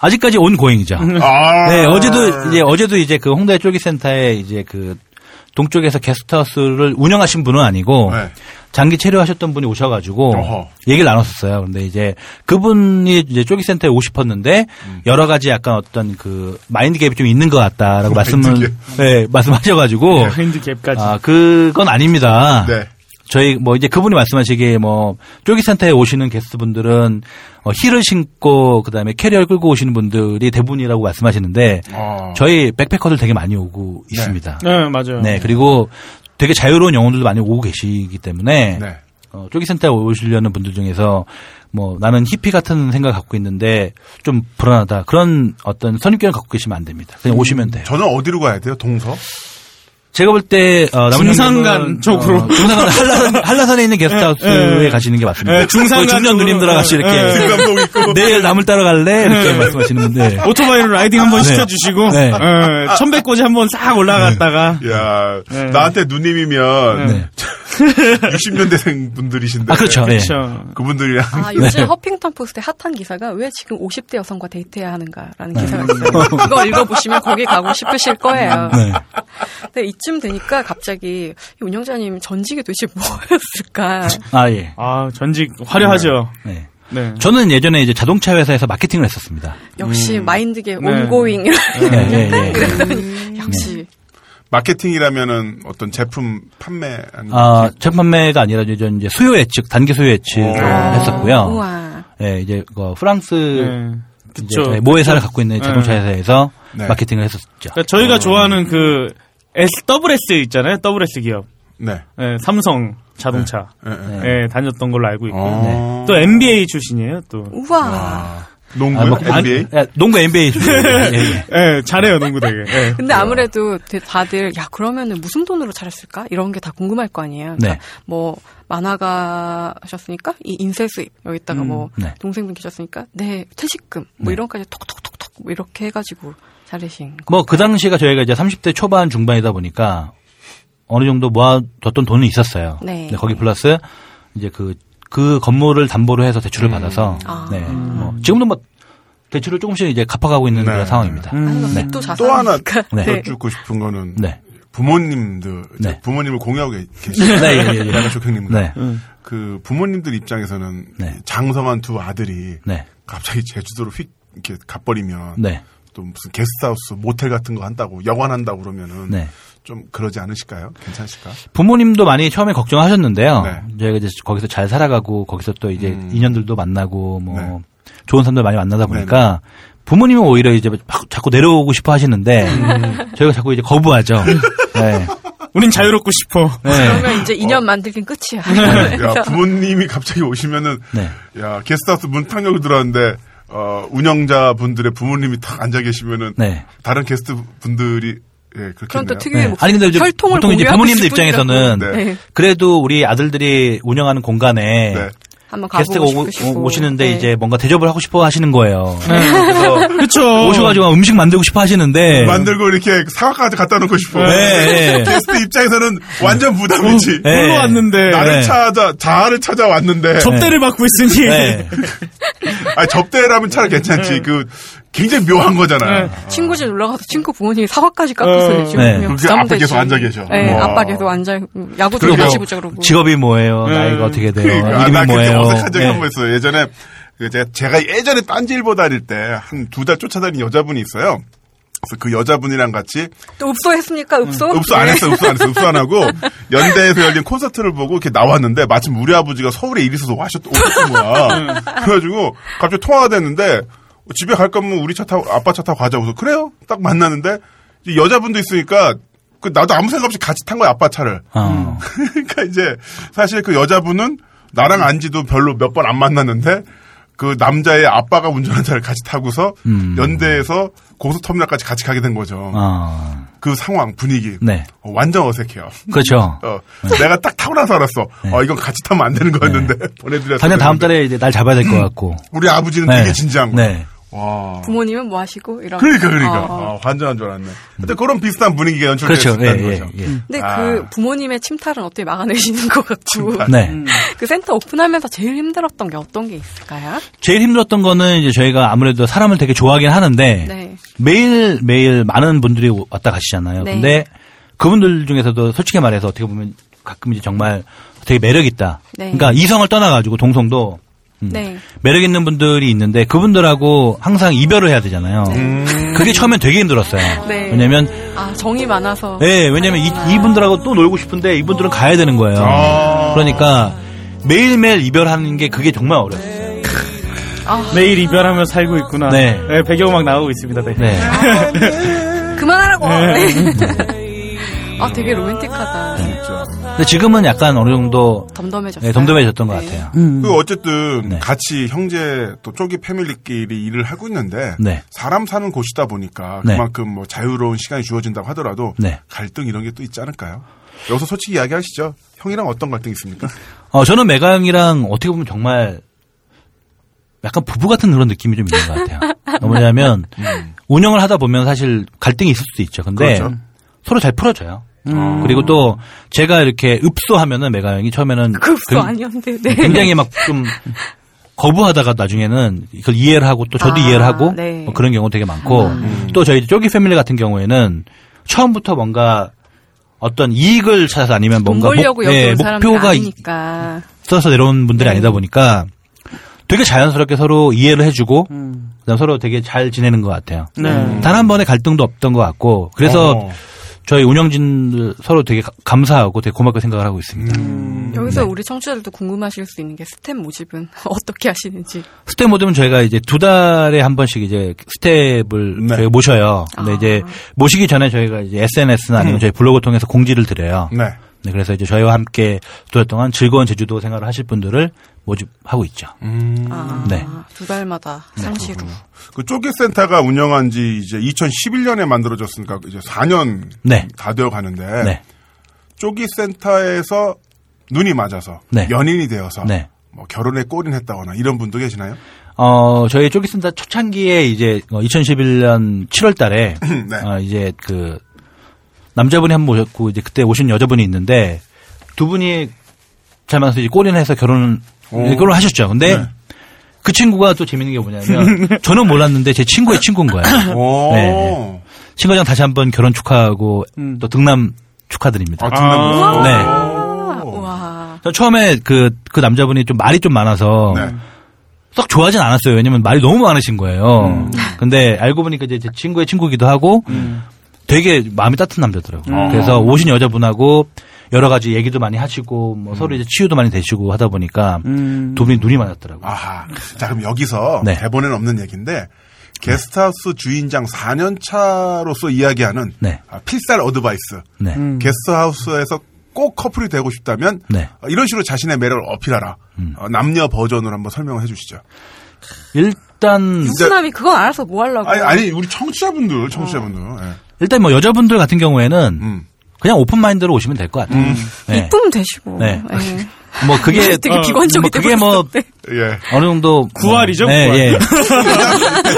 Speaker 8: 아직까지 온 고행이죠.
Speaker 1: 아.
Speaker 8: 네, 어제도 이제 어제도 이제 그 홍대 쪼기센터에 이제 그 동쪽에서 게스트하우스를 운영하신 분은 아니고
Speaker 1: 네.
Speaker 8: 장기 체류하셨던 분이 오셔가지고
Speaker 1: 어허.
Speaker 8: 얘기를 나눴었어요. 근데 이제 그분이 이제 쪼기센터에 오고 싶었는데
Speaker 1: 음.
Speaker 8: 여러 가지 약간 어떤 그 마인드 갭이 좀 있는 것 같다라고 말씀을 네, 말씀하셔가지고
Speaker 3: 예, 핸드 갭까지.
Speaker 8: 아 그건 아닙니다.
Speaker 1: 네.
Speaker 8: 저희 뭐 이제 그분이 말씀하시기에 뭐 쪼기센터에 오시는 게스트분들은 어, 힐을 신고 그다음에 캐리어를 끌고 오시는 분들이 대부분이라고 말씀하시는데
Speaker 1: 어.
Speaker 8: 저희 백패커들 되게 많이 오고 있습니다. 네.
Speaker 3: 네, 맞아요.
Speaker 8: 그리고 되게 자유로운 영혼들도 많이 오고 계시기 때문에
Speaker 1: 네.
Speaker 8: 어, 쪼기센터에 오시려는 분들 중에서 뭐 나는 히피 같은 생각 갖고 있는데 좀 불안하다 그런 어떤 선입견을 갖고 계시면 안 됩니다. 그냥 오시면 돼요.
Speaker 1: 저는 어디로 가야 돼요? 동서?
Speaker 8: 제가 볼때 어, 남양주는,
Speaker 3: 중산간 쪽으로.
Speaker 8: 어, 중산간 한라산, 한라산에 있는 게스트하우스에 가시는 게 맞습니다.
Speaker 3: 예, 중산간
Speaker 8: 거기 중년
Speaker 3: 쪽으로.
Speaker 8: 누님들하고 같이 이렇게
Speaker 3: 예,
Speaker 1: 지금 감독 있고.
Speaker 8: 내일 남을 따라갈래 이렇게
Speaker 3: 예.
Speaker 8: 말씀하시는 분데
Speaker 3: 오토바이로 라이딩 한번
Speaker 8: 네.
Speaker 3: 시켜주시고
Speaker 8: 네.
Speaker 3: 예, 천백고지 한번 싹 올라갔다가
Speaker 1: 야,
Speaker 3: 네.
Speaker 1: 나한테 누님이면
Speaker 8: 네.
Speaker 1: 60년대생 분들이신데.
Speaker 8: 아 그렇죠. 예.
Speaker 3: 그렇죠.
Speaker 1: 그분들이랑
Speaker 8: 네.
Speaker 2: 아, 요즘 허핑턴 포스트의 핫한 기사가 왜 지금 50대 여성과 데이트해야 하는가라는
Speaker 8: 네.
Speaker 2: 기사가 있어요. 그거 읽어보시면 거기 가고 싶으실 거예요.
Speaker 8: 네.
Speaker 2: 근데 이쯤 되니까 갑자기 이 운영자님 전직이 도대체 뭐였을까?
Speaker 8: 아 예.
Speaker 3: 아 전직 화려하죠.
Speaker 8: 네.
Speaker 3: 네.
Speaker 8: 저는 예전에 이제 자동차 회사에서 마케팅을 했었습니다.
Speaker 2: 역시 마인드계
Speaker 3: 네.
Speaker 2: 온고잉
Speaker 8: 예, 예, 예.
Speaker 2: 역시
Speaker 1: 마케팅이라면은 어떤 제품 판매 아니면
Speaker 8: 아, 책 판매가 아니라 이제 저는 이제 수요 예측, 단기 수요 예측을
Speaker 1: 오.
Speaker 8: 네. 했었고요.
Speaker 2: 우와
Speaker 8: 예, 이제 그 프랑스
Speaker 3: 네.
Speaker 8: 이제
Speaker 3: 그쵸.
Speaker 8: 모 회사를 갖고 있는 자동차
Speaker 3: 네.
Speaker 8: 회사에서
Speaker 1: 네.
Speaker 8: 마케팅을 했었죠.
Speaker 3: 그러니까 저희가 좋아하는 그 S WS 있잖아요. WS 기업.
Speaker 1: 네.
Speaker 8: 아,
Speaker 3: 예, 삼성 자동차.
Speaker 1: 예, 예.
Speaker 8: 네.
Speaker 3: 예, 다녔던 걸로 알고 있고.
Speaker 1: 어.
Speaker 8: 네.
Speaker 3: 또 NBA 출신이에요. 또.
Speaker 2: 우와.
Speaker 1: 농구
Speaker 8: 아, 뭐,
Speaker 1: NBA.
Speaker 8: 아, 예, 농구 NBA. 예, 예.
Speaker 3: 예, 잘해요 농구 되게. 예.
Speaker 2: 근데 아무래도 대- 다들 야 그러면은 무슨 돈으로 잘했을까 이런 게 다 궁금할 거 아니에요. 그러니까
Speaker 8: 네.
Speaker 2: 뭐 만화가셨으니까 이 인쇄 수입 여기다가 뭐
Speaker 8: 네.
Speaker 2: 동생분 계셨으니까 네 퇴직금 뭐 이런까지 톡톡톡톡 뭐 이렇게 해가지고 잘하신 거.
Speaker 8: 뭐 그 당시가 저희가 이제 30대 초반 중반이다 보니까 어느 정도 모아뒀던 돈은 있었어요.
Speaker 2: 네.
Speaker 8: 근데 거기 플러스 이제 그, 그 건물을 담보로 해서 대출을
Speaker 1: 음.
Speaker 8: 받아서
Speaker 2: 아.
Speaker 8: 네. 뭐 지금도 뭐 대출을 조금씩 이제 갚아가고 있는
Speaker 1: 네.
Speaker 8: 그런 상황입니다.
Speaker 2: 아니,
Speaker 8: 네.
Speaker 2: 또 자산.
Speaker 1: 또 하나
Speaker 8: 네.
Speaker 1: 여쭙고 싶은 거는
Speaker 8: 네.
Speaker 1: 부모님들 이제
Speaker 8: 네. 부모님들
Speaker 1: 부모님을 공유하고 계시는
Speaker 8: 네, 예, 예, 예.
Speaker 1: 나가쇼 형님.
Speaker 8: 네.
Speaker 1: 그 부모님들 입장에서는
Speaker 8: 네.
Speaker 1: 장성한 두 아들이
Speaker 8: 네.
Speaker 1: 갑자기 제주도로 휙 이렇게 가버리면
Speaker 8: 네.
Speaker 1: 또 무슨 게스트하우스 모텔 같은 거 한다고 여관한다고 그러면은
Speaker 8: 네.
Speaker 1: 좀 그러지 않으실까요? 괜찮으실까?
Speaker 8: 부모님도 많이 처음에 걱정하셨는데요.
Speaker 1: 네.
Speaker 8: 저희가 이제 거기서 잘 살아가고 거기서 또 이제
Speaker 1: 음.
Speaker 8: 인연들도 만나고 뭐
Speaker 1: 네.
Speaker 8: 좋은 사람들 많이 만나다 보니까 부모님은 오히려 이제 막 자꾸 내려오고 싶어 하시는데
Speaker 1: 음.
Speaker 8: 저희가 자꾸 이제 거부하죠. 네.
Speaker 3: 우린 자유롭고 싶어.
Speaker 8: 네.
Speaker 2: 그러면 이제 인연 만들긴 끝이야.
Speaker 1: 어. 네. 야, 부모님이 갑자기 오시면은
Speaker 8: 네.
Speaker 1: 야 게스트하우스 문 탕력을 들어왔는데 어, 운영자 분들의 부모님이 탁 앉아 계시면은
Speaker 8: 네.
Speaker 1: 다른 게스트 분들이 예 그렇게
Speaker 2: 그럼 또
Speaker 1: 있네요.
Speaker 2: 특유의
Speaker 8: 네.
Speaker 2: 목소리.
Speaker 8: 아니 근데 이제
Speaker 2: 혈통을
Speaker 8: 보통 이제
Speaker 2: 공유하고
Speaker 8: 부모님들
Speaker 2: 싶은
Speaker 8: 입장에서는
Speaker 1: 분이라고.
Speaker 2: 네.
Speaker 8: 그래도 우리 아들들이 운영하는 공간에
Speaker 1: 네. 네.
Speaker 2: 한번
Speaker 8: 게스트가
Speaker 2: 가보고
Speaker 8: 오,
Speaker 2: 싶으시고.
Speaker 8: 시는데
Speaker 2: 네.
Speaker 8: 이제 뭔가 대접을 하고 싶어 하시는 거예요. 네. 어.
Speaker 3: 그쵸.
Speaker 8: 오셔가지고 음식 만들고 싶어 하시는데.
Speaker 1: 만들고 이렇게 사과까지 갖다 놓고 싶어.
Speaker 8: 네.
Speaker 1: 게스트 입장에서는 완전 부담이지.
Speaker 8: 네.
Speaker 3: 놀러 왔는데
Speaker 8: 나-
Speaker 1: 나를
Speaker 8: 네.
Speaker 1: 찾아 자아를 찾아왔는데
Speaker 3: 접대를 받고 있으니
Speaker 8: 네.
Speaker 1: 아니, 접대라면 차라리 괜찮지. 그 굉장히 묘한 거잖아. 요
Speaker 2: 친구 집 놀러 가서 친구 부모님이 사과까지 깎으세요. 지금
Speaker 8: 네.
Speaker 2: 그냥
Speaker 1: 어. 그 앞에
Speaker 2: 부담되지.
Speaker 1: 계속 앉아 계셔.
Speaker 2: 네,
Speaker 1: 와.
Speaker 2: 아빠 계속 앉아 야구도
Speaker 8: 그리고
Speaker 2: 같이
Speaker 8: 뭐
Speaker 2: 보자 그러고.
Speaker 8: 직업이 뭐예요? 나이가 어떻게 돼요?
Speaker 1: 그러니까 네. 나
Speaker 8: 네.
Speaker 1: 그때
Speaker 8: 이름이 뭐예요?
Speaker 1: 어색한 적이
Speaker 8: 네.
Speaker 1: 한번 있어요. 예전에 그 제가, 제가 예전에 딴지일보 다닐 때 한 두 달 쫓아다닌 여자분이 있어요. 그래서 그 여자분이랑 같이
Speaker 2: 또 읍소했습니까? 읍소?
Speaker 1: 음.
Speaker 2: 네.
Speaker 1: 읍소 안 했어, 읍소 안 했어, 읍소 안 하고 연대에서 열린 콘서트를 보고 이렇게 나왔는데 마침 우리 아버지가 서울에 일이 있어서 와셨 오셨던 거야. 그래가지고 갑자기 통화가 됐는데 집에 갈 거면 우리 차 타고 아빠 차 타고 가자고 해서 그래요. 딱 만났는데 이제 여자분도 있으니까 그 나도 아무 생각 없이 같이 탄 거야 아빠 차를.
Speaker 8: 어.
Speaker 1: 그러니까 이제 사실 그 여자분은 나랑 안지도 별로 몇 번 안 만났는데 그 남자의 아빠가 운전한 차를 같이 타고서
Speaker 8: 음.
Speaker 1: 연대에서 고속터미널까지 같이 가게 된 거죠.
Speaker 8: 어.
Speaker 1: 그 상황 분위기
Speaker 8: 네.
Speaker 1: 어, 완전 어색해요.
Speaker 8: 그렇죠.
Speaker 1: 어, 내가 딱 타고 나서 알았어. 어, 이건 같이 타면 안 되는 거였는데 보내드렸어.
Speaker 8: 당장 네. 다음 달에 이제 날 잡아야 될 것 같고.
Speaker 1: 우리 아버지는 되게 진지한 거야.
Speaker 8: 네.
Speaker 1: 와.
Speaker 2: 부모님은 뭐 하시고 이런.
Speaker 1: 그러니까 그러니까
Speaker 2: 어, 어.
Speaker 1: 아, 환장한 줄 알았네. 근데 그런 비슷한 분위기가
Speaker 8: 음. 그렇죠.
Speaker 1: 연출됐다는
Speaker 8: 예, 예,
Speaker 1: 거죠.
Speaker 8: 예.
Speaker 2: 근데
Speaker 1: 아.
Speaker 2: 그 부모님의 침탈은 어떻게 막아내시는 것 같고.
Speaker 8: 네.
Speaker 2: 그 센터 오픈하면서 제일 힘들었던 게 어떤 게 있을까요?
Speaker 8: 제일 힘들었던 거는 이제 저희가 아무래도 사람을 되게 좋아하긴 하는데
Speaker 2: 네.
Speaker 8: 매일 매일 많은 분들이 왔다 가시잖아요.
Speaker 2: 네.
Speaker 8: 근데 그분들 중에서도 솔직히 말해서 어떻게 보면 가끔 이제 정말 되게 매력 있다.
Speaker 2: 네.
Speaker 8: 그러니까 이성을 떠나가지고 동성도 음,
Speaker 2: 네.
Speaker 8: 매력 있는 분들이 있는데 그분들하고 항상 이별을 해야 되잖아요. 그게 처음엔 되게 힘들었어요.
Speaker 2: 네.
Speaker 8: 왜냐면
Speaker 2: 아, 정이 많아서.
Speaker 8: 예, 왜냐면 이, 이분들하고 또 놀고 싶은데 이분들은 가야 되는 거예요. 그러니까 매일매일 이별하는 게 그게 정말 어려워요.
Speaker 3: 매일 이별하며 살고 있구나. 예,
Speaker 8: 네.
Speaker 3: 배경음악 나오고 있습니다. 네.
Speaker 8: 네.
Speaker 2: 그만하라고! 네. 아, 되게 로맨틱하다.
Speaker 8: 근데 지금은 약간 어느 정도
Speaker 2: 덤덤해졌어요.
Speaker 8: 네, 덤덤해졌던 것
Speaker 2: 네.
Speaker 8: 같아요.
Speaker 1: 그 어쨌든
Speaker 8: 네.
Speaker 1: 같이 형제 또 쪼기 패밀리끼리 일을 하고 있는데
Speaker 8: 네.
Speaker 1: 사람 사는 곳이다 보니까
Speaker 8: 네.
Speaker 1: 그만큼 뭐 자유로운 시간이 주어진다고 하더라도
Speaker 8: 네.
Speaker 1: 갈등 이런 게 또 있지 않을까요? 여기서 솔직히 이야기하시죠. 형이랑 어떤 갈등 이 있습니까?
Speaker 8: 어, 저는 메강이랑 어떻게 보면 정말 약간 부부 같은 그런 느낌이 좀 있는 것 같아요. 뭐냐면
Speaker 2: 음.
Speaker 8: 운영을 하다 보면 사실 갈등이 있을 수도 있죠. 근데
Speaker 1: 그렇죠.
Speaker 8: 서로 잘 풀어줘요.
Speaker 2: 음.
Speaker 8: 그리고 또 제가 이렇게 읍소하면은 메강이 처음에는
Speaker 2: 그 읍소
Speaker 8: 굉-
Speaker 2: 아니었는데. 네.
Speaker 8: 굉장히 막 좀 거부하다가 나중에는 이걸 이해를 하고 또 저도
Speaker 2: 아,
Speaker 8: 이해를 하고
Speaker 2: 네. 음.
Speaker 8: 뭐 그런 경우 되게 많고 또 저희 쪼기 패밀리 같은 경우에는 처음부터 뭔가 어떤 이익을 찾아서 아니면
Speaker 2: 돈
Speaker 8: 뭔가
Speaker 2: 벌려고 여기
Speaker 8: 예,
Speaker 2: 온 사람이
Speaker 8: 목표가
Speaker 2: 아니니까.
Speaker 8: 있어서 내려온 분들이 아니다 보니까 되게 자연스럽게 서로 이해를 해주고 그다음 서로 되게 잘 지내는 것 같아요. 음. 단 한 번의 갈등도 없던 것 같고 그래서
Speaker 1: 어.
Speaker 8: 저희 운영진들 서로 되게 가- 감사하고 되게 고맙게 생각을 하고 있습니다.
Speaker 1: 음.
Speaker 8: 음, 네.
Speaker 2: 여기서 우리 청취자들도 궁금하실 수 있는 게 스텝 모집은 어떻게 하시는지.
Speaker 8: 스텝 모드면 저희가 이제 두 달에 한 번씩 이제 스텝을
Speaker 1: 네.
Speaker 8: 저희 모셔요. 근데
Speaker 2: 아.
Speaker 8: 이제 모시기 전에 저희가 이제 SNS나 아니면 저희 블로그 통해서 공지를 드려요.
Speaker 1: 네.
Speaker 8: 네, 그래서 이제 저희와 함께 두달 동안 즐거운 제주도 생활을 하실 분들을 모집하고 있죠.
Speaker 2: 아,
Speaker 8: 네.
Speaker 2: 두 달마다 상시로.
Speaker 1: 그 쪼기 센터가 운영한 지 이제 2011년에 만들어졌으니까 이제 4년
Speaker 8: 네.
Speaker 1: 다 되어 가는데
Speaker 8: 네.
Speaker 1: 쪼기 센터에서 눈이 맞아서
Speaker 8: 네.
Speaker 1: 연인이 되어서
Speaker 8: 네.
Speaker 1: 뭐 결혼에 꼬린했다거나 이런 분도 계시나요?
Speaker 8: 어, 저희 쪼기센터 초창기에 이제 2011년 7월 달에
Speaker 1: 네.
Speaker 8: 어, 이제 그 남자분이 한 분 오셨고 이제 그때 오신 여자분이 있는데 두 분이 잘 만나서 이제 꼬린해서 결혼
Speaker 1: 오. 네.
Speaker 8: 결혼 하셨죠. 근데 그 친구가 또 재밌는 게 뭐냐면 저는 몰랐는데 제 친구의 친구인 거예요.
Speaker 1: 오.
Speaker 8: 네. 친구장 다시 한번 결혼 축하하고 또 등남 축하드립니다.
Speaker 1: 음. 아, 등남
Speaker 8: 네.
Speaker 2: 아,
Speaker 8: 어.
Speaker 2: 우와.
Speaker 8: 저 처음에 그, 그 남자분이 좀 말이 좀 많아서
Speaker 1: 네.
Speaker 8: 썩 좋아하진 않았어요. 왜냐면 말이 너무 많으신 거예요. 근데 알고 보니까 이제 제 친구의 친구기도 하고 되게 마음이 따뜻한 남자더라고요. 그래서 오신 여자분하고 여러 가지 얘기도 많이 하시고 뭐 서로 이제 치유도 많이 되시고 하다 보니까 두 분이 눈이 맞았더라고요.
Speaker 1: 아하. 자, 그럼 여기서
Speaker 8: 네.
Speaker 1: 대본에는 없는 얘기인데 게스트하우스 주인장 4년 차로서 이야기하는
Speaker 8: 네.
Speaker 1: 아, 필살 어드바이스.
Speaker 8: 네.
Speaker 1: 게스트하우스에서 꼭 커플이 되고 싶다면
Speaker 8: 네. 음.
Speaker 1: 어, 이런 식으로 자신의 매력을 어필하라. 어, 남녀 버전으로 한번 설명을 해주시죠.
Speaker 8: 일단
Speaker 2: 유부남이 그건 알아서 뭐 하려고.
Speaker 1: 아니, 아니 우리 청취자분들, 청취자분들. 예.
Speaker 8: 일단 뭐 여자분들 같은 경우에는
Speaker 1: 음.
Speaker 8: 그냥 오픈 마인드로 오시면 될 것 같아요. 네.
Speaker 2: 이쁘면 되시고.
Speaker 8: 네.
Speaker 2: 예.
Speaker 8: 뭐 그게
Speaker 2: 되게 네.
Speaker 8: 어,
Speaker 2: 비관적이
Speaker 8: 뭐 그게 뭐
Speaker 1: 예.
Speaker 8: 어느 정도
Speaker 3: 구활이죠,
Speaker 8: 예,
Speaker 3: 구활.
Speaker 8: 예.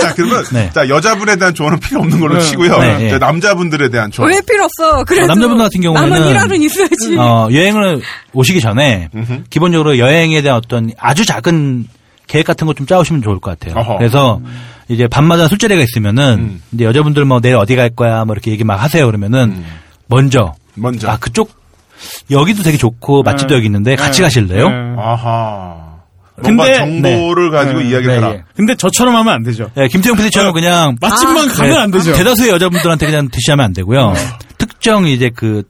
Speaker 1: 자, 그러면
Speaker 8: 네.
Speaker 1: 자, 여자분에 대한 조언은 필요 없는 걸로 치고요.
Speaker 8: 네, 네.
Speaker 1: 자, 남자분들에 대한 조언.
Speaker 2: 왜 필요 없어? 그래도
Speaker 8: 아, 남자분 같은 경우에는
Speaker 2: 남은 일할은 있어야지.
Speaker 8: 어, 여행을 오시기 전에 기본적으로 여행에 대한 어떤 아주 작은 계획 같은 거 좀 짜오시면 좋을 것 같아요.
Speaker 1: 어허.
Speaker 8: 그래서
Speaker 3: 음.
Speaker 8: 이제 밤마다 술자리가 있으면은
Speaker 1: 음.
Speaker 8: 이제 여자분들 뭐 내일 어디 갈 거야 뭐 이렇게 얘기 막 하세요 그러면은
Speaker 3: 음.
Speaker 8: 먼저
Speaker 1: 먼저.
Speaker 8: 아 그쪽 여기도 되게 좋고 맛집도 여기 있는데 같이 가실래요?
Speaker 3: 네.
Speaker 1: 아하. 뭔가
Speaker 3: 근데-
Speaker 1: 정보를 가지고 이야기를 해라.
Speaker 8: 네, 예.
Speaker 3: 근데 저처럼 하면 안 되죠.
Speaker 8: 예, 김태형 PD처럼 그냥
Speaker 3: 맛집만 네. 아, 가면 안 되죠.
Speaker 8: 아. 네.
Speaker 3: 네.
Speaker 8: 대다수의 여자분들한테 그냥 대시하면 안 되고요. 특정 이제 그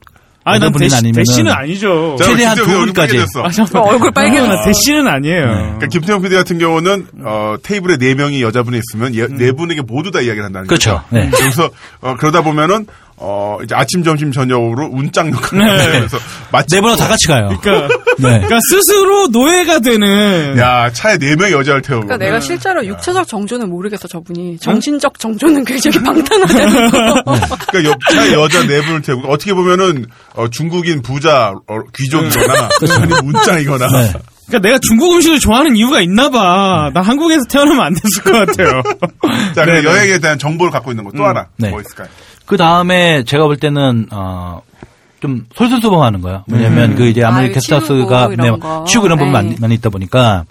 Speaker 3: 아니, 난
Speaker 8: 여자분은
Speaker 3: 대시,
Speaker 8: 아니면은
Speaker 3: 대시는 아니죠.
Speaker 1: 자,
Speaker 8: 최대한
Speaker 1: 김태형
Speaker 8: 두
Speaker 1: 얼굴
Speaker 8: 분까지.
Speaker 1: 빨개졌어.
Speaker 3: 아, 잠깐만.
Speaker 2: 얼굴 빨개졌어.
Speaker 3: 아, 대시는 아니에요.
Speaker 8: 네.
Speaker 1: 그러니까 김태형 PD 같은 경우는 어, 테이블에 네 명이 여자분이 있으면 예- 네 분에게 모두 다 이야기를 한다는
Speaker 8: 음. 그렇죠.
Speaker 1: 거죠.
Speaker 8: 네.
Speaker 1: 그래서 어, 그러다 보면은 어, 이제 아침 점심 저녁으로 운짝 역할을 하면서
Speaker 8: 네
Speaker 1: 마치
Speaker 8: 분하고 다 같이 가요.
Speaker 3: 그러니까,
Speaker 8: 네.
Speaker 3: 그러니까 스스로 노예가 되는.
Speaker 1: 야 차에 네 명 여자를 태우고
Speaker 2: 그러니까 내가 실제로 육체적 정조는 모르겠어
Speaker 8: 네?
Speaker 2: 저분이 정신적 정조는 굉장히 방탄하다는 거.
Speaker 1: 그러니까 옆 차에 여자 네 분을 태우고 어떻게 보면은 어, 중국인 부자 어, 귀족이거나 아니 문짝이거나
Speaker 8: 음. 그렇죠. 네.
Speaker 3: 그러니까 내가 중국 음식을 좋아하는 이유가 있나 봐. 나 한국에서 태어나면 안 됐을 것 같아요.
Speaker 1: 자 그럼
Speaker 3: 네네.
Speaker 1: 여행에 대한 정보를 갖고 있는 거 또 하나
Speaker 8: 네.
Speaker 1: 뭐 있을까요?
Speaker 8: 그 다음에 제가 볼 때는 어. 좀 솔선수범하는 거예요. 왜냐하면 그 이제 아무리
Speaker 2: 음. 아유,
Speaker 8: 캐스터스가
Speaker 2: 치우고 이런 거.
Speaker 8: 치우고 이런 부분
Speaker 2: 네.
Speaker 8: 많이, 많이 있다 보니까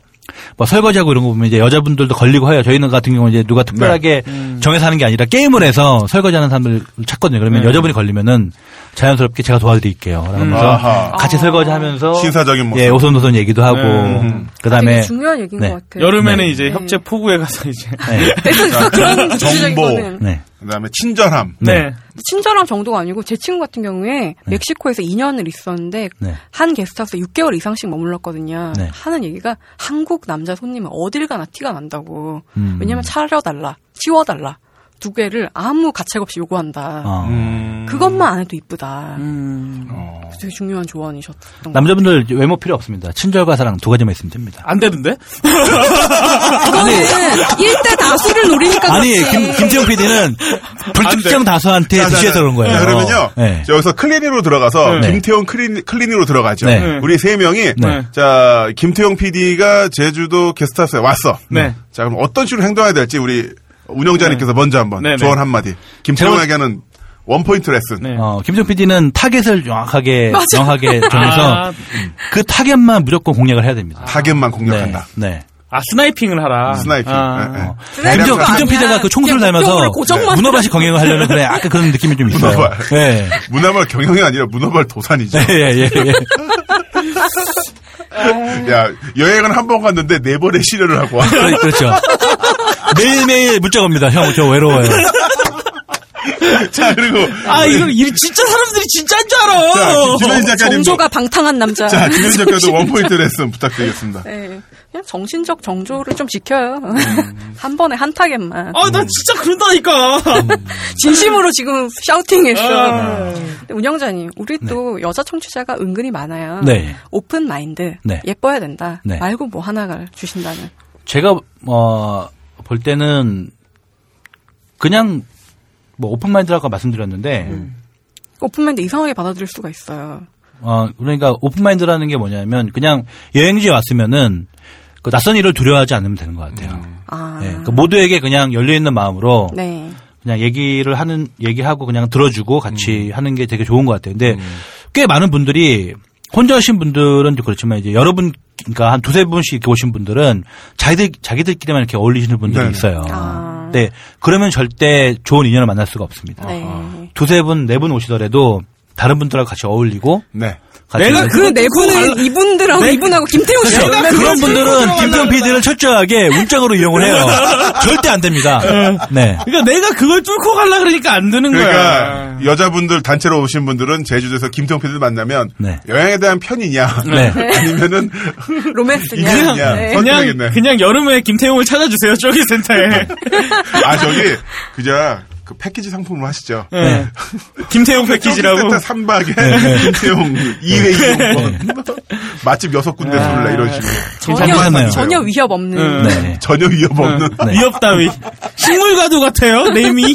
Speaker 8: 뭐 설거지하고 이런 거 보면 이제 여자분들도 걸리고 해요. 저희는 같은 경우 이제 누가 특별하게
Speaker 2: 네. 음.
Speaker 8: 정해서 하는 게 아니라 게임을 해서 설거지하는 사람을 찾거든요.
Speaker 2: 네.
Speaker 8: 그러면 여자분이 걸리면은 자연스럽게 제가 도와드릴게요.
Speaker 2: 음.
Speaker 8: 그러면서
Speaker 1: 아하.
Speaker 8: 같이 설거지하면서
Speaker 1: 신사적인 모습. 네.
Speaker 8: 예, 오손도손 얘기도 하고
Speaker 3: 음.
Speaker 2: 아, 되게
Speaker 8: 그다음에
Speaker 2: 중요한 얘기인
Speaker 8: 네.
Speaker 2: 것 같아요.
Speaker 3: 여름에는
Speaker 8: 네.
Speaker 3: 이제
Speaker 2: 네.
Speaker 3: 협재 포구에 가서 이제.
Speaker 8: 네.
Speaker 2: 그래서 진짜 그런 주제적인
Speaker 1: 정보.
Speaker 2: 거는
Speaker 8: 네.
Speaker 1: 그다음에 친절함
Speaker 8: 네.
Speaker 2: 친절한 정도가 아니고 제 친구 같은 경우에 멕시코에서 2년을 있었는데
Speaker 8: 네.
Speaker 2: 한 게스트하우스 6개월 이상씩 머물렀거든요.
Speaker 8: 네.
Speaker 2: 하는 얘기가 한국 남자 손님은 어딜 가나 티가 난다고.
Speaker 8: 음.
Speaker 2: 왜냐면 차려달라, 치워달라 두 개를 아무 가책 없이 요구한다.
Speaker 8: 어.
Speaker 1: 음.
Speaker 2: 그것만 안 해도 이쁘다.
Speaker 1: 어.
Speaker 2: 되게 중요한 조언이셨던 것
Speaker 8: 남자분들 외모 필요 없습니다. 친절과 사랑 두 가지만 있으면 됩니다.
Speaker 3: 안 되던데?
Speaker 2: 그거는 1대 네. 다수를 노리니까
Speaker 8: 아니
Speaker 2: 그렇지.
Speaker 8: 김 김태형 PD는 불특정 다수한테
Speaker 1: 자, 자,
Speaker 8: 드시해서
Speaker 1: 자.
Speaker 8: 그런 거예요.
Speaker 1: 자, 그러면요.
Speaker 8: 네.
Speaker 1: 자, 여기서 클린으로 들어가서
Speaker 8: 네.
Speaker 1: 김태용 클린, 클린으로 들어가죠.
Speaker 8: 네.
Speaker 1: 우리 세 명이
Speaker 8: 네.
Speaker 1: 자 김태용 PD가 제주도 게스트하우스에 왔어.
Speaker 3: 네.
Speaker 1: 자 그럼 어떤 식으로 행동해야 될지 우리 운영자님께서 먼저 한번
Speaker 3: 네, 네.
Speaker 1: 조언 한 마디. 김태용에게는 원 포인트 레슨.
Speaker 3: 네.
Speaker 8: 어, 김종 PD는 타겟을 정확하게
Speaker 2: 맞아.
Speaker 8: 정확하게 정해서
Speaker 3: 아,
Speaker 8: 그 타겟만 무조건 공략을 해야 됩니다.
Speaker 1: 타겟만 공략한다.
Speaker 8: 네. 네.
Speaker 3: 아, 스나이핑을 하라.
Speaker 1: 스나이핑.
Speaker 3: 아.
Speaker 1: 네, 네.
Speaker 2: 그냥
Speaker 8: 김정
Speaker 2: 그거
Speaker 8: 김정
Speaker 2: 아니야.
Speaker 8: PD가 그 총수를
Speaker 2: 그냥
Speaker 8: 닮아서 네,
Speaker 2: 목적으로 고정만
Speaker 8: 문어밭이 경영을 하려는 그래 아까 그런 느낌이 좀 있어요.
Speaker 1: 문어발.
Speaker 8: 네.
Speaker 1: 문화발 경영이 아니라 문화발 도산이죠.
Speaker 8: 예예예.
Speaker 1: 야 여행은 한 번 갔는데 네 번의 시련을 하고 와.
Speaker 8: 그렇죠. 매일 매일 문자 옵니다. 형 저 외로워요.
Speaker 1: 자 그리고
Speaker 3: 아, 이걸, 이 진짜 사람들이 진짜인 줄
Speaker 1: 자
Speaker 3: 알아!
Speaker 8: 어,
Speaker 1: 김준현 작가님.
Speaker 2: 정조가 방탕한 남자.
Speaker 1: 자 김준현 작가도 원 포인트 레슨 부탁드리겠습니다.
Speaker 2: 네. 그냥 정신적 정조를 좀 지켜요.
Speaker 8: 음.
Speaker 2: 한 번에 한 타겟만.
Speaker 3: 아, 나 진짜 그런다니까!
Speaker 2: 진심으로 지금 샤우팅했어.
Speaker 3: 아.
Speaker 2: 근데 운영자님, 우리 또 여자 청취자가 은근히 많아요.
Speaker 8: 네.
Speaker 2: 오픈 마인드.
Speaker 8: 네.
Speaker 2: 예뻐야 된다.
Speaker 8: 네.
Speaker 2: 말고 뭐 하나를 주신다는.
Speaker 8: 제가 어, 볼 때는 그냥 뭐 오픈 마인드라고 말씀드렸는데
Speaker 2: 음. 오픈 마인드 이상하게 받아들일 수가 있어요.
Speaker 8: 어, 그러니까 오픈마인드라는 게 뭐냐면 그냥 여행지 에 왔으면은 그 낯선 일을 두려워하지 않으면 되는 것 같아요.
Speaker 3: 음.
Speaker 2: 아.
Speaker 8: 예, 그 모두에게 그냥 열려 있는 마음으로
Speaker 2: 네.
Speaker 8: 그냥 얘기를 하는 얘기하고 그냥 들어주고 같이
Speaker 3: 음.
Speaker 8: 하는 게 되게 좋은 것 같아요. 근데 꽤 많은 분들이 혼자 오신 분들은 좀 그렇지만 이제 여러분 그러니까 한 두세 분씩 이렇게 오신 분들은 자기들 자기들끼리만 이렇게 어울리시는 분들이
Speaker 1: 네.
Speaker 8: 있어요.
Speaker 2: 아.
Speaker 8: 네. 그러면 절대 좋은 인연을 만날 수가 없습니다.
Speaker 2: 네.
Speaker 8: 두세 분, 네 분 오시더라도 다른 분들하고 같이 어울리고
Speaker 1: 네.
Speaker 8: 같이
Speaker 3: 내가
Speaker 2: 그 네 분은 이분들하고 이분하고 김태호 씨하고
Speaker 8: 네? 그렇죠. 그런 분들은 김태형 PD를 철저하게 문짝으로 이용을 해요. 절대 안 됩니다. 네.
Speaker 3: 그러니까 내가 그걸 뚫고 갈라 그러니까 안 되는
Speaker 1: 그러니까
Speaker 3: 거야.
Speaker 1: 여자분들 단체로 오신 분들은 제주도에서 김태형 PD를 만나면
Speaker 8: 네.
Speaker 1: 여행에 대한 편이냐
Speaker 8: 네.
Speaker 1: 아니면은
Speaker 2: 로맨스냐.
Speaker 1: 이거냐
Speaker 2: 네.
Speaker 3: 그냥,
Speaker 1: 그러니까 선택이겠네.
Speaker 3: 그냥 여름에 김태용을 찾아주세요, 쪼기센터에.
Speaker 1: 아 저기 그저 그 패키지 상품으로 하시죠.
Speaker 3: 예. 김태용 패키지라고.
Speaker 1: 네. 센터 3박에
Speaker 8: 네.
Speaker 1: 김태용 2회 이용권 뭐, 맛집 여섯 군데
Speaker 8: 네.
Speaker 1: 돌래 이런 식으로
Speaker 2: 전혀,
Speaker 8: 괜찮네요.
Speaker 2: 전혀 위협 없는.
Speaker 8: 네.
Speaker 1: 전혀 위협 없는
Speaker 8: 네.
Speaker 3: 위협 따위. 식물가도 같아요, 네이밍이.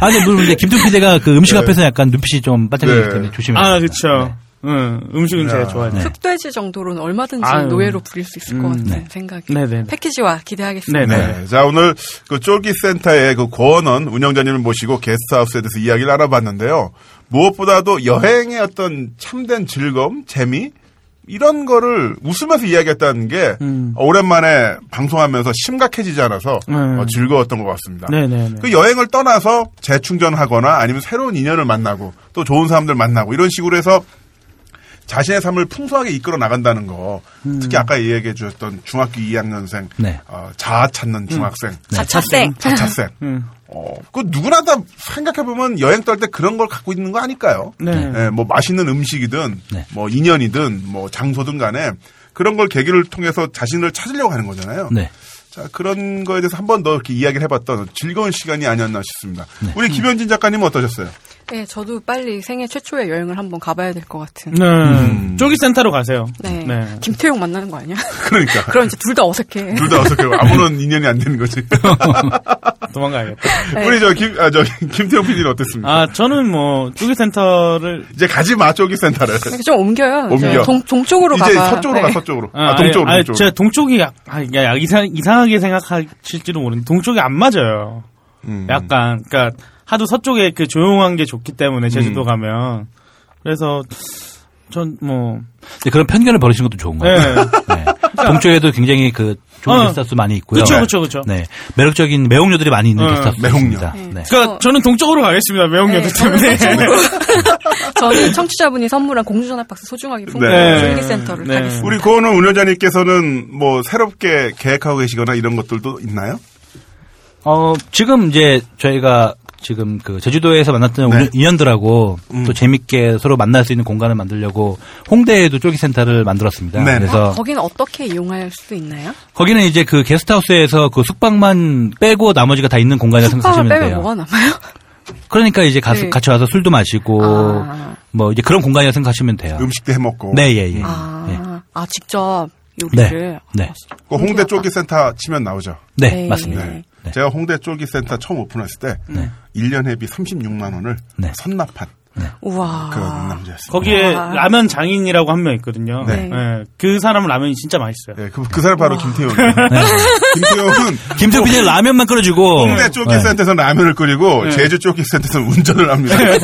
Speaker 8: 아, 근데 물론 이제 김태형 PD가 그 음식 앞에서 약간 눈빛이 좀 반짝이기 때문에
Speaker 1: 네.
Speaker 8: 조심해야
Speaker 3: 네. 아,
Speaker 8: 됩니다.
Speaker 3: 그쵸. 응, 음식은 제가 좋아해요.
Speaker 2: 흑돼지 정도로는 얼마든지
Speaker 3: 아유.
Speaker 2: 노예로 부릴 수 있을 것 같은
Speaker 8: 네.
Speaker 2: 생각이.
Speaker 3: 네네.
Speaker 2: 패키지와 기대하겠습니다.
Speaker 3: 네,
Speaker 1: 네.
Speaker 3: 네.
Speaker 1: 자, 오늘 그 쫄깃센터의 그 고원원 운영자님을 모시고 게스트하우스에 대해서 이야기를 알아봤는데요. 무엇보다도 여행의 어떤 참된 즐거움, 재미, 이런 거를 웃으면서 이야기했다는 게 어, 오랜만에 방송하면서 심각해지지 않아서
Speaker 3: 음.
Speaker 1: 어, 즐거웠던 것 같습니다.
Speaker 3: 네, 네, 네.
Speaker 1: 그 여행을 떠나서 재충전하거나 아니면 새로운 인연을 만나고 또 좋은 사람들 만나고 이런 식으로 해서 자신의 삶을 풍성하게 이끌어 나간다는 거 특히 아까 얘기해 주셨던 중학교 2학년생
Speaker 8: 네.
Speaker 1: 어, 자아 찾는 그 중학생
Speaker 6: 네.
Speaker 2: 자차생.
Speaker 1: 자차생 어, 그 누구나 다 생각해 보면 여행 떠날 때 그런 걸 갖고 있는 거 아닐까요?
Speaker 3: 네.
Speaker 1: 예, 뭐 맛있는 음식이든
Speaker 8: 네.
Speaker 1: 뭐 인연이든 뭐 장소든 간에 그런 걸 계기를 통해서 자신을 찾으려고 하는 거잖아요.
Speaker 8: 네.
Speaker 1: 자, 그런 거에 대해서 한 번 더 이렇게 이야기를 해봤던 즐거운 시간이 아니었나 싶습니다. 우리 김현진 작가님은 어떠셨어요?
Speaker 2: 네, 저도 빨리 생애 최초의 여행을 한번 가봐야 될 것 같은.
Speaker 3: 네.
Speaker 1: 음.
Speaker 3: 쫄깃센터로 가세요.
Speaker 2: 네. 김태용 만나는 거 아니야?
Speaker 1: 그러니까.
Speaker 2: 그럼 이제 둘 다 어색해.
Speaker 1: 둘 다 어색해요. 아무런 인연이 안 되는 거지.
Speaker 3: 도망가야겠다.
Speaker 2: 네.
Speaker 1: 우리 저 김, 아, 저 김태형 PD는 어땠습니까?
Speaker 3: 아, 저는 뭐, 쫄깃센터를.
Speaker 1: 이제 가지 마, 쪼기 센터를.
Speaker 2: 이렇게 좀 옮겨요. 이제
Speaker 1: 옮겨.
Speaker 2: 동, 동쪽으로
Speaker 1: 이제
Speaker 2: 가봐.
Speaker 1: 서쪽으로 가,
Speaker 2: 네.
Speaker 1: 서쪽으로. 아, 동쪽으로,
Speaker 3: 아니,
Speaker 1: 동쪽으로.
Speaker 3: 제가 동쪽이 약, 아, 야, 야, 이상, 이상하게 생각하실지도 모르는데, 동쪽이 안 맞아요.
Speaker 1: 음.
Speaker 3: 약간, 그니까, 하도 서쪽에 그 조용한 게 좋기 때문에,
Speaker 1: 음.
Speaker 3: 제주도 가면. 그래서, 전 뭐,
Speaker 8: 근데 그런 편견을 버리신 것도 좋은
Speaker 3: 예.
Speaker 8: 거예요. 네. 동쪽에도 굉장히 그 좋은
Speaker 3: 그러니까 어.
Speaker 8: 게스트하우스 많이 있고요.
Speaker 3: 그쵸, 그쵸, 그쵸.
Speaker 8: 네. 매력적인 매혹료들이 많이 있는
Speaker 3: 어,
Speaker 8: 게스트하우스.
Speaker 1: 매혹녀.
Speaker 8: 네.
Speaker 3: 그니까,
Speaker 2: 어.
Speaker 3: 그러니까 저는 동쪽으로 가겠습니다, 매운녀들
Speaker 2: 네,
Speaker 3: 때문에.
Speaker 2: 저는 서쪽으로. 저는 청취자분이 선물한 공주전화 박스 소중하게
Speaker 1: 네.
Speaker 2: 품는 솔기센터를
Speaker 3: 네.
Speaker 2: 가겠습니다.
Speaker 1: 우리 고은호 운영자님께서는 뭐 새롭게 계획하고 계시거나 이런 것들도 있나요?
Speaker 8: 어, 지금 이제 저희가 지금 그 제주도에서 만났던
Speaker 1: 네. 음.
Speaker 8: 운- 인연들하고 또 재밌게 서로 만날 수 있는 공간을 만들려고 홍대에도 쫄기센터를 만들었습니다.
Speaker 1: 네.
Speaker 8: 그래서
Speaker 2: 아, 거기는 어떻게 이용할 수 있나요?
Speaker 8: 거기는 이제 그 게스트하우스에서 그 숙박만 빼고 나머지가 다 있는 공간이라 고
Speaker 2: 숙박을
Speaker 8: 생각하시면
Speaker 2: 빼면
Speaker 8: 네, 돼요.
Speaker 2: 뭐가 남아요?
Speaker 8: 그러니까 이제 가서
Speaker 2: 네.
Speaker 8: 같이 와서 술도 마시고
Speaker 2: 아.
Speaker 8: 뭐 이제 그런 공간이라 고 생각하시면 돼요.
Speaker 1: 음식도 해먹고.
Speaker 8: 네, 예, 예.
Speaker 2: 아,
Speaker 8: 네.
Speaker 2: 아 직접
Speaker 8: 네.
Speaker 2: 요리를.
Speaker 8: 네.
Speaker 1: 그 홍대 쪼기센터 치면 나오죠.
Speaker 8: 네,
Speaker 2: 네.
Speaker 8: 맞습니다.
Speaker 1: 네.
Speaker 8: 네.
Speaker 1: 제가 홍대 쫄깃센터 처음 오픈했을 때 1년 회비 36만 원을
Speaker 8: 네.
Speaker 1: 선납한
Speaker 2: 우와.
Speaker 1: 그런 남자였습니다.
Speaker 3: 거기에
Speaker 2: 아.
Speaker 3: 라면 장인이라고 한 명 있거든요.
Speaker 1: 네.
Speaker 3: 예, 그 사람 라면이 진짜 맛있어요.
Speaker 1: 네, 그, 그 사람 바로 김태용이에요. 김태용은
Speaker 8: 김태우 PD는 라면만 끓여주고
Speaker 1: 홍대 쫄깃센터에서 라면을 끓이고 제주 쫄깃센터에서 운전을 합니다.
Speaker 8: 네.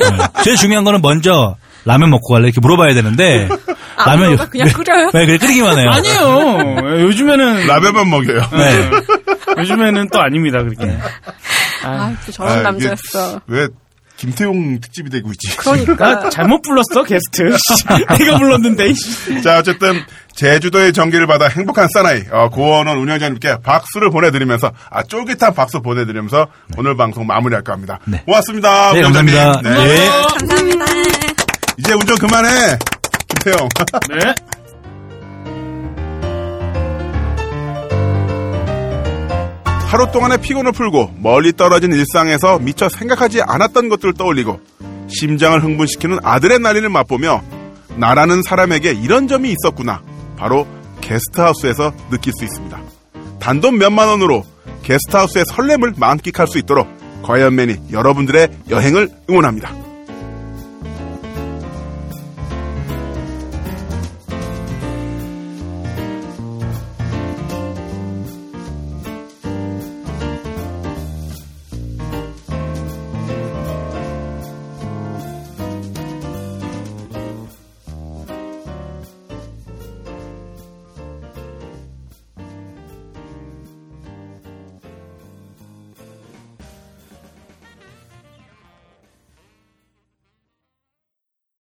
Speaker 8: 제일 중요한 거는 먼저 라면 먹고 갈래 이렇게 물어봐야 되는데
Speaker 2: 아,
Speaker 8: 라면
Speaker 2: 그런가? 그냥 끓여요?
Speaker 8: 네, 그냥 끓이기만 해요.
Speaker 3: 아니에요. 예, 요즘에는
Speaker 1: 라면만 먹여요.
Speaker 8: 네.
Speaker 3: 요즘에는 또 아닙니다 그렇게.
Speaker 2: 아, 또 저런
Speaker 1: 아, 이게
Speaker 2: 남자였어.
Speaker 1: 왜 김태용 특집이 되고 있지?
Speaker 3: 나
Speaker 2: 그러니까.
Speaker 3: 잘못 불렀어 게스트. 내가 불렀는데. 씨.
Speaker 1: 자, 어쨌든 제주도의 전기를 받아 행복한 사나이 어, 고원원 운영자님께 박수를 보내드리면서 아 쫄깃한 박수 보내드리면서 오늘 방송 마무리할까 합니다.
Speaker 8: 네.
Speaker 1: 고맙습니다.
Speaker 8: 네,
Speaker 1: 운영자님.
Speaker 8: 감사합니다.
Speaker 1: 네.
Speaker 8: 예.
Speaker 2: 감사합니다.
Speaker 1: 이제 운전 그만해. 김태용.
Speaker 3: 네.
Speaker 1: 하루 동안의 피곤을 풀고 멀리 떨어진 일상에서 미처 생각하지 않았던 것들을 떠올리고 심장을 흥분시키는 아드레날린을 맛보며 나라는 사람에게 이런 점이 있었구나. 바로 게스트하우스에서 느낄 수 있습니다. 단돈 몇만 원으로 게스트하우스의 설렘을 만끽할 수 있도록 과연맨이 여러분들의 여행을 응원합니다.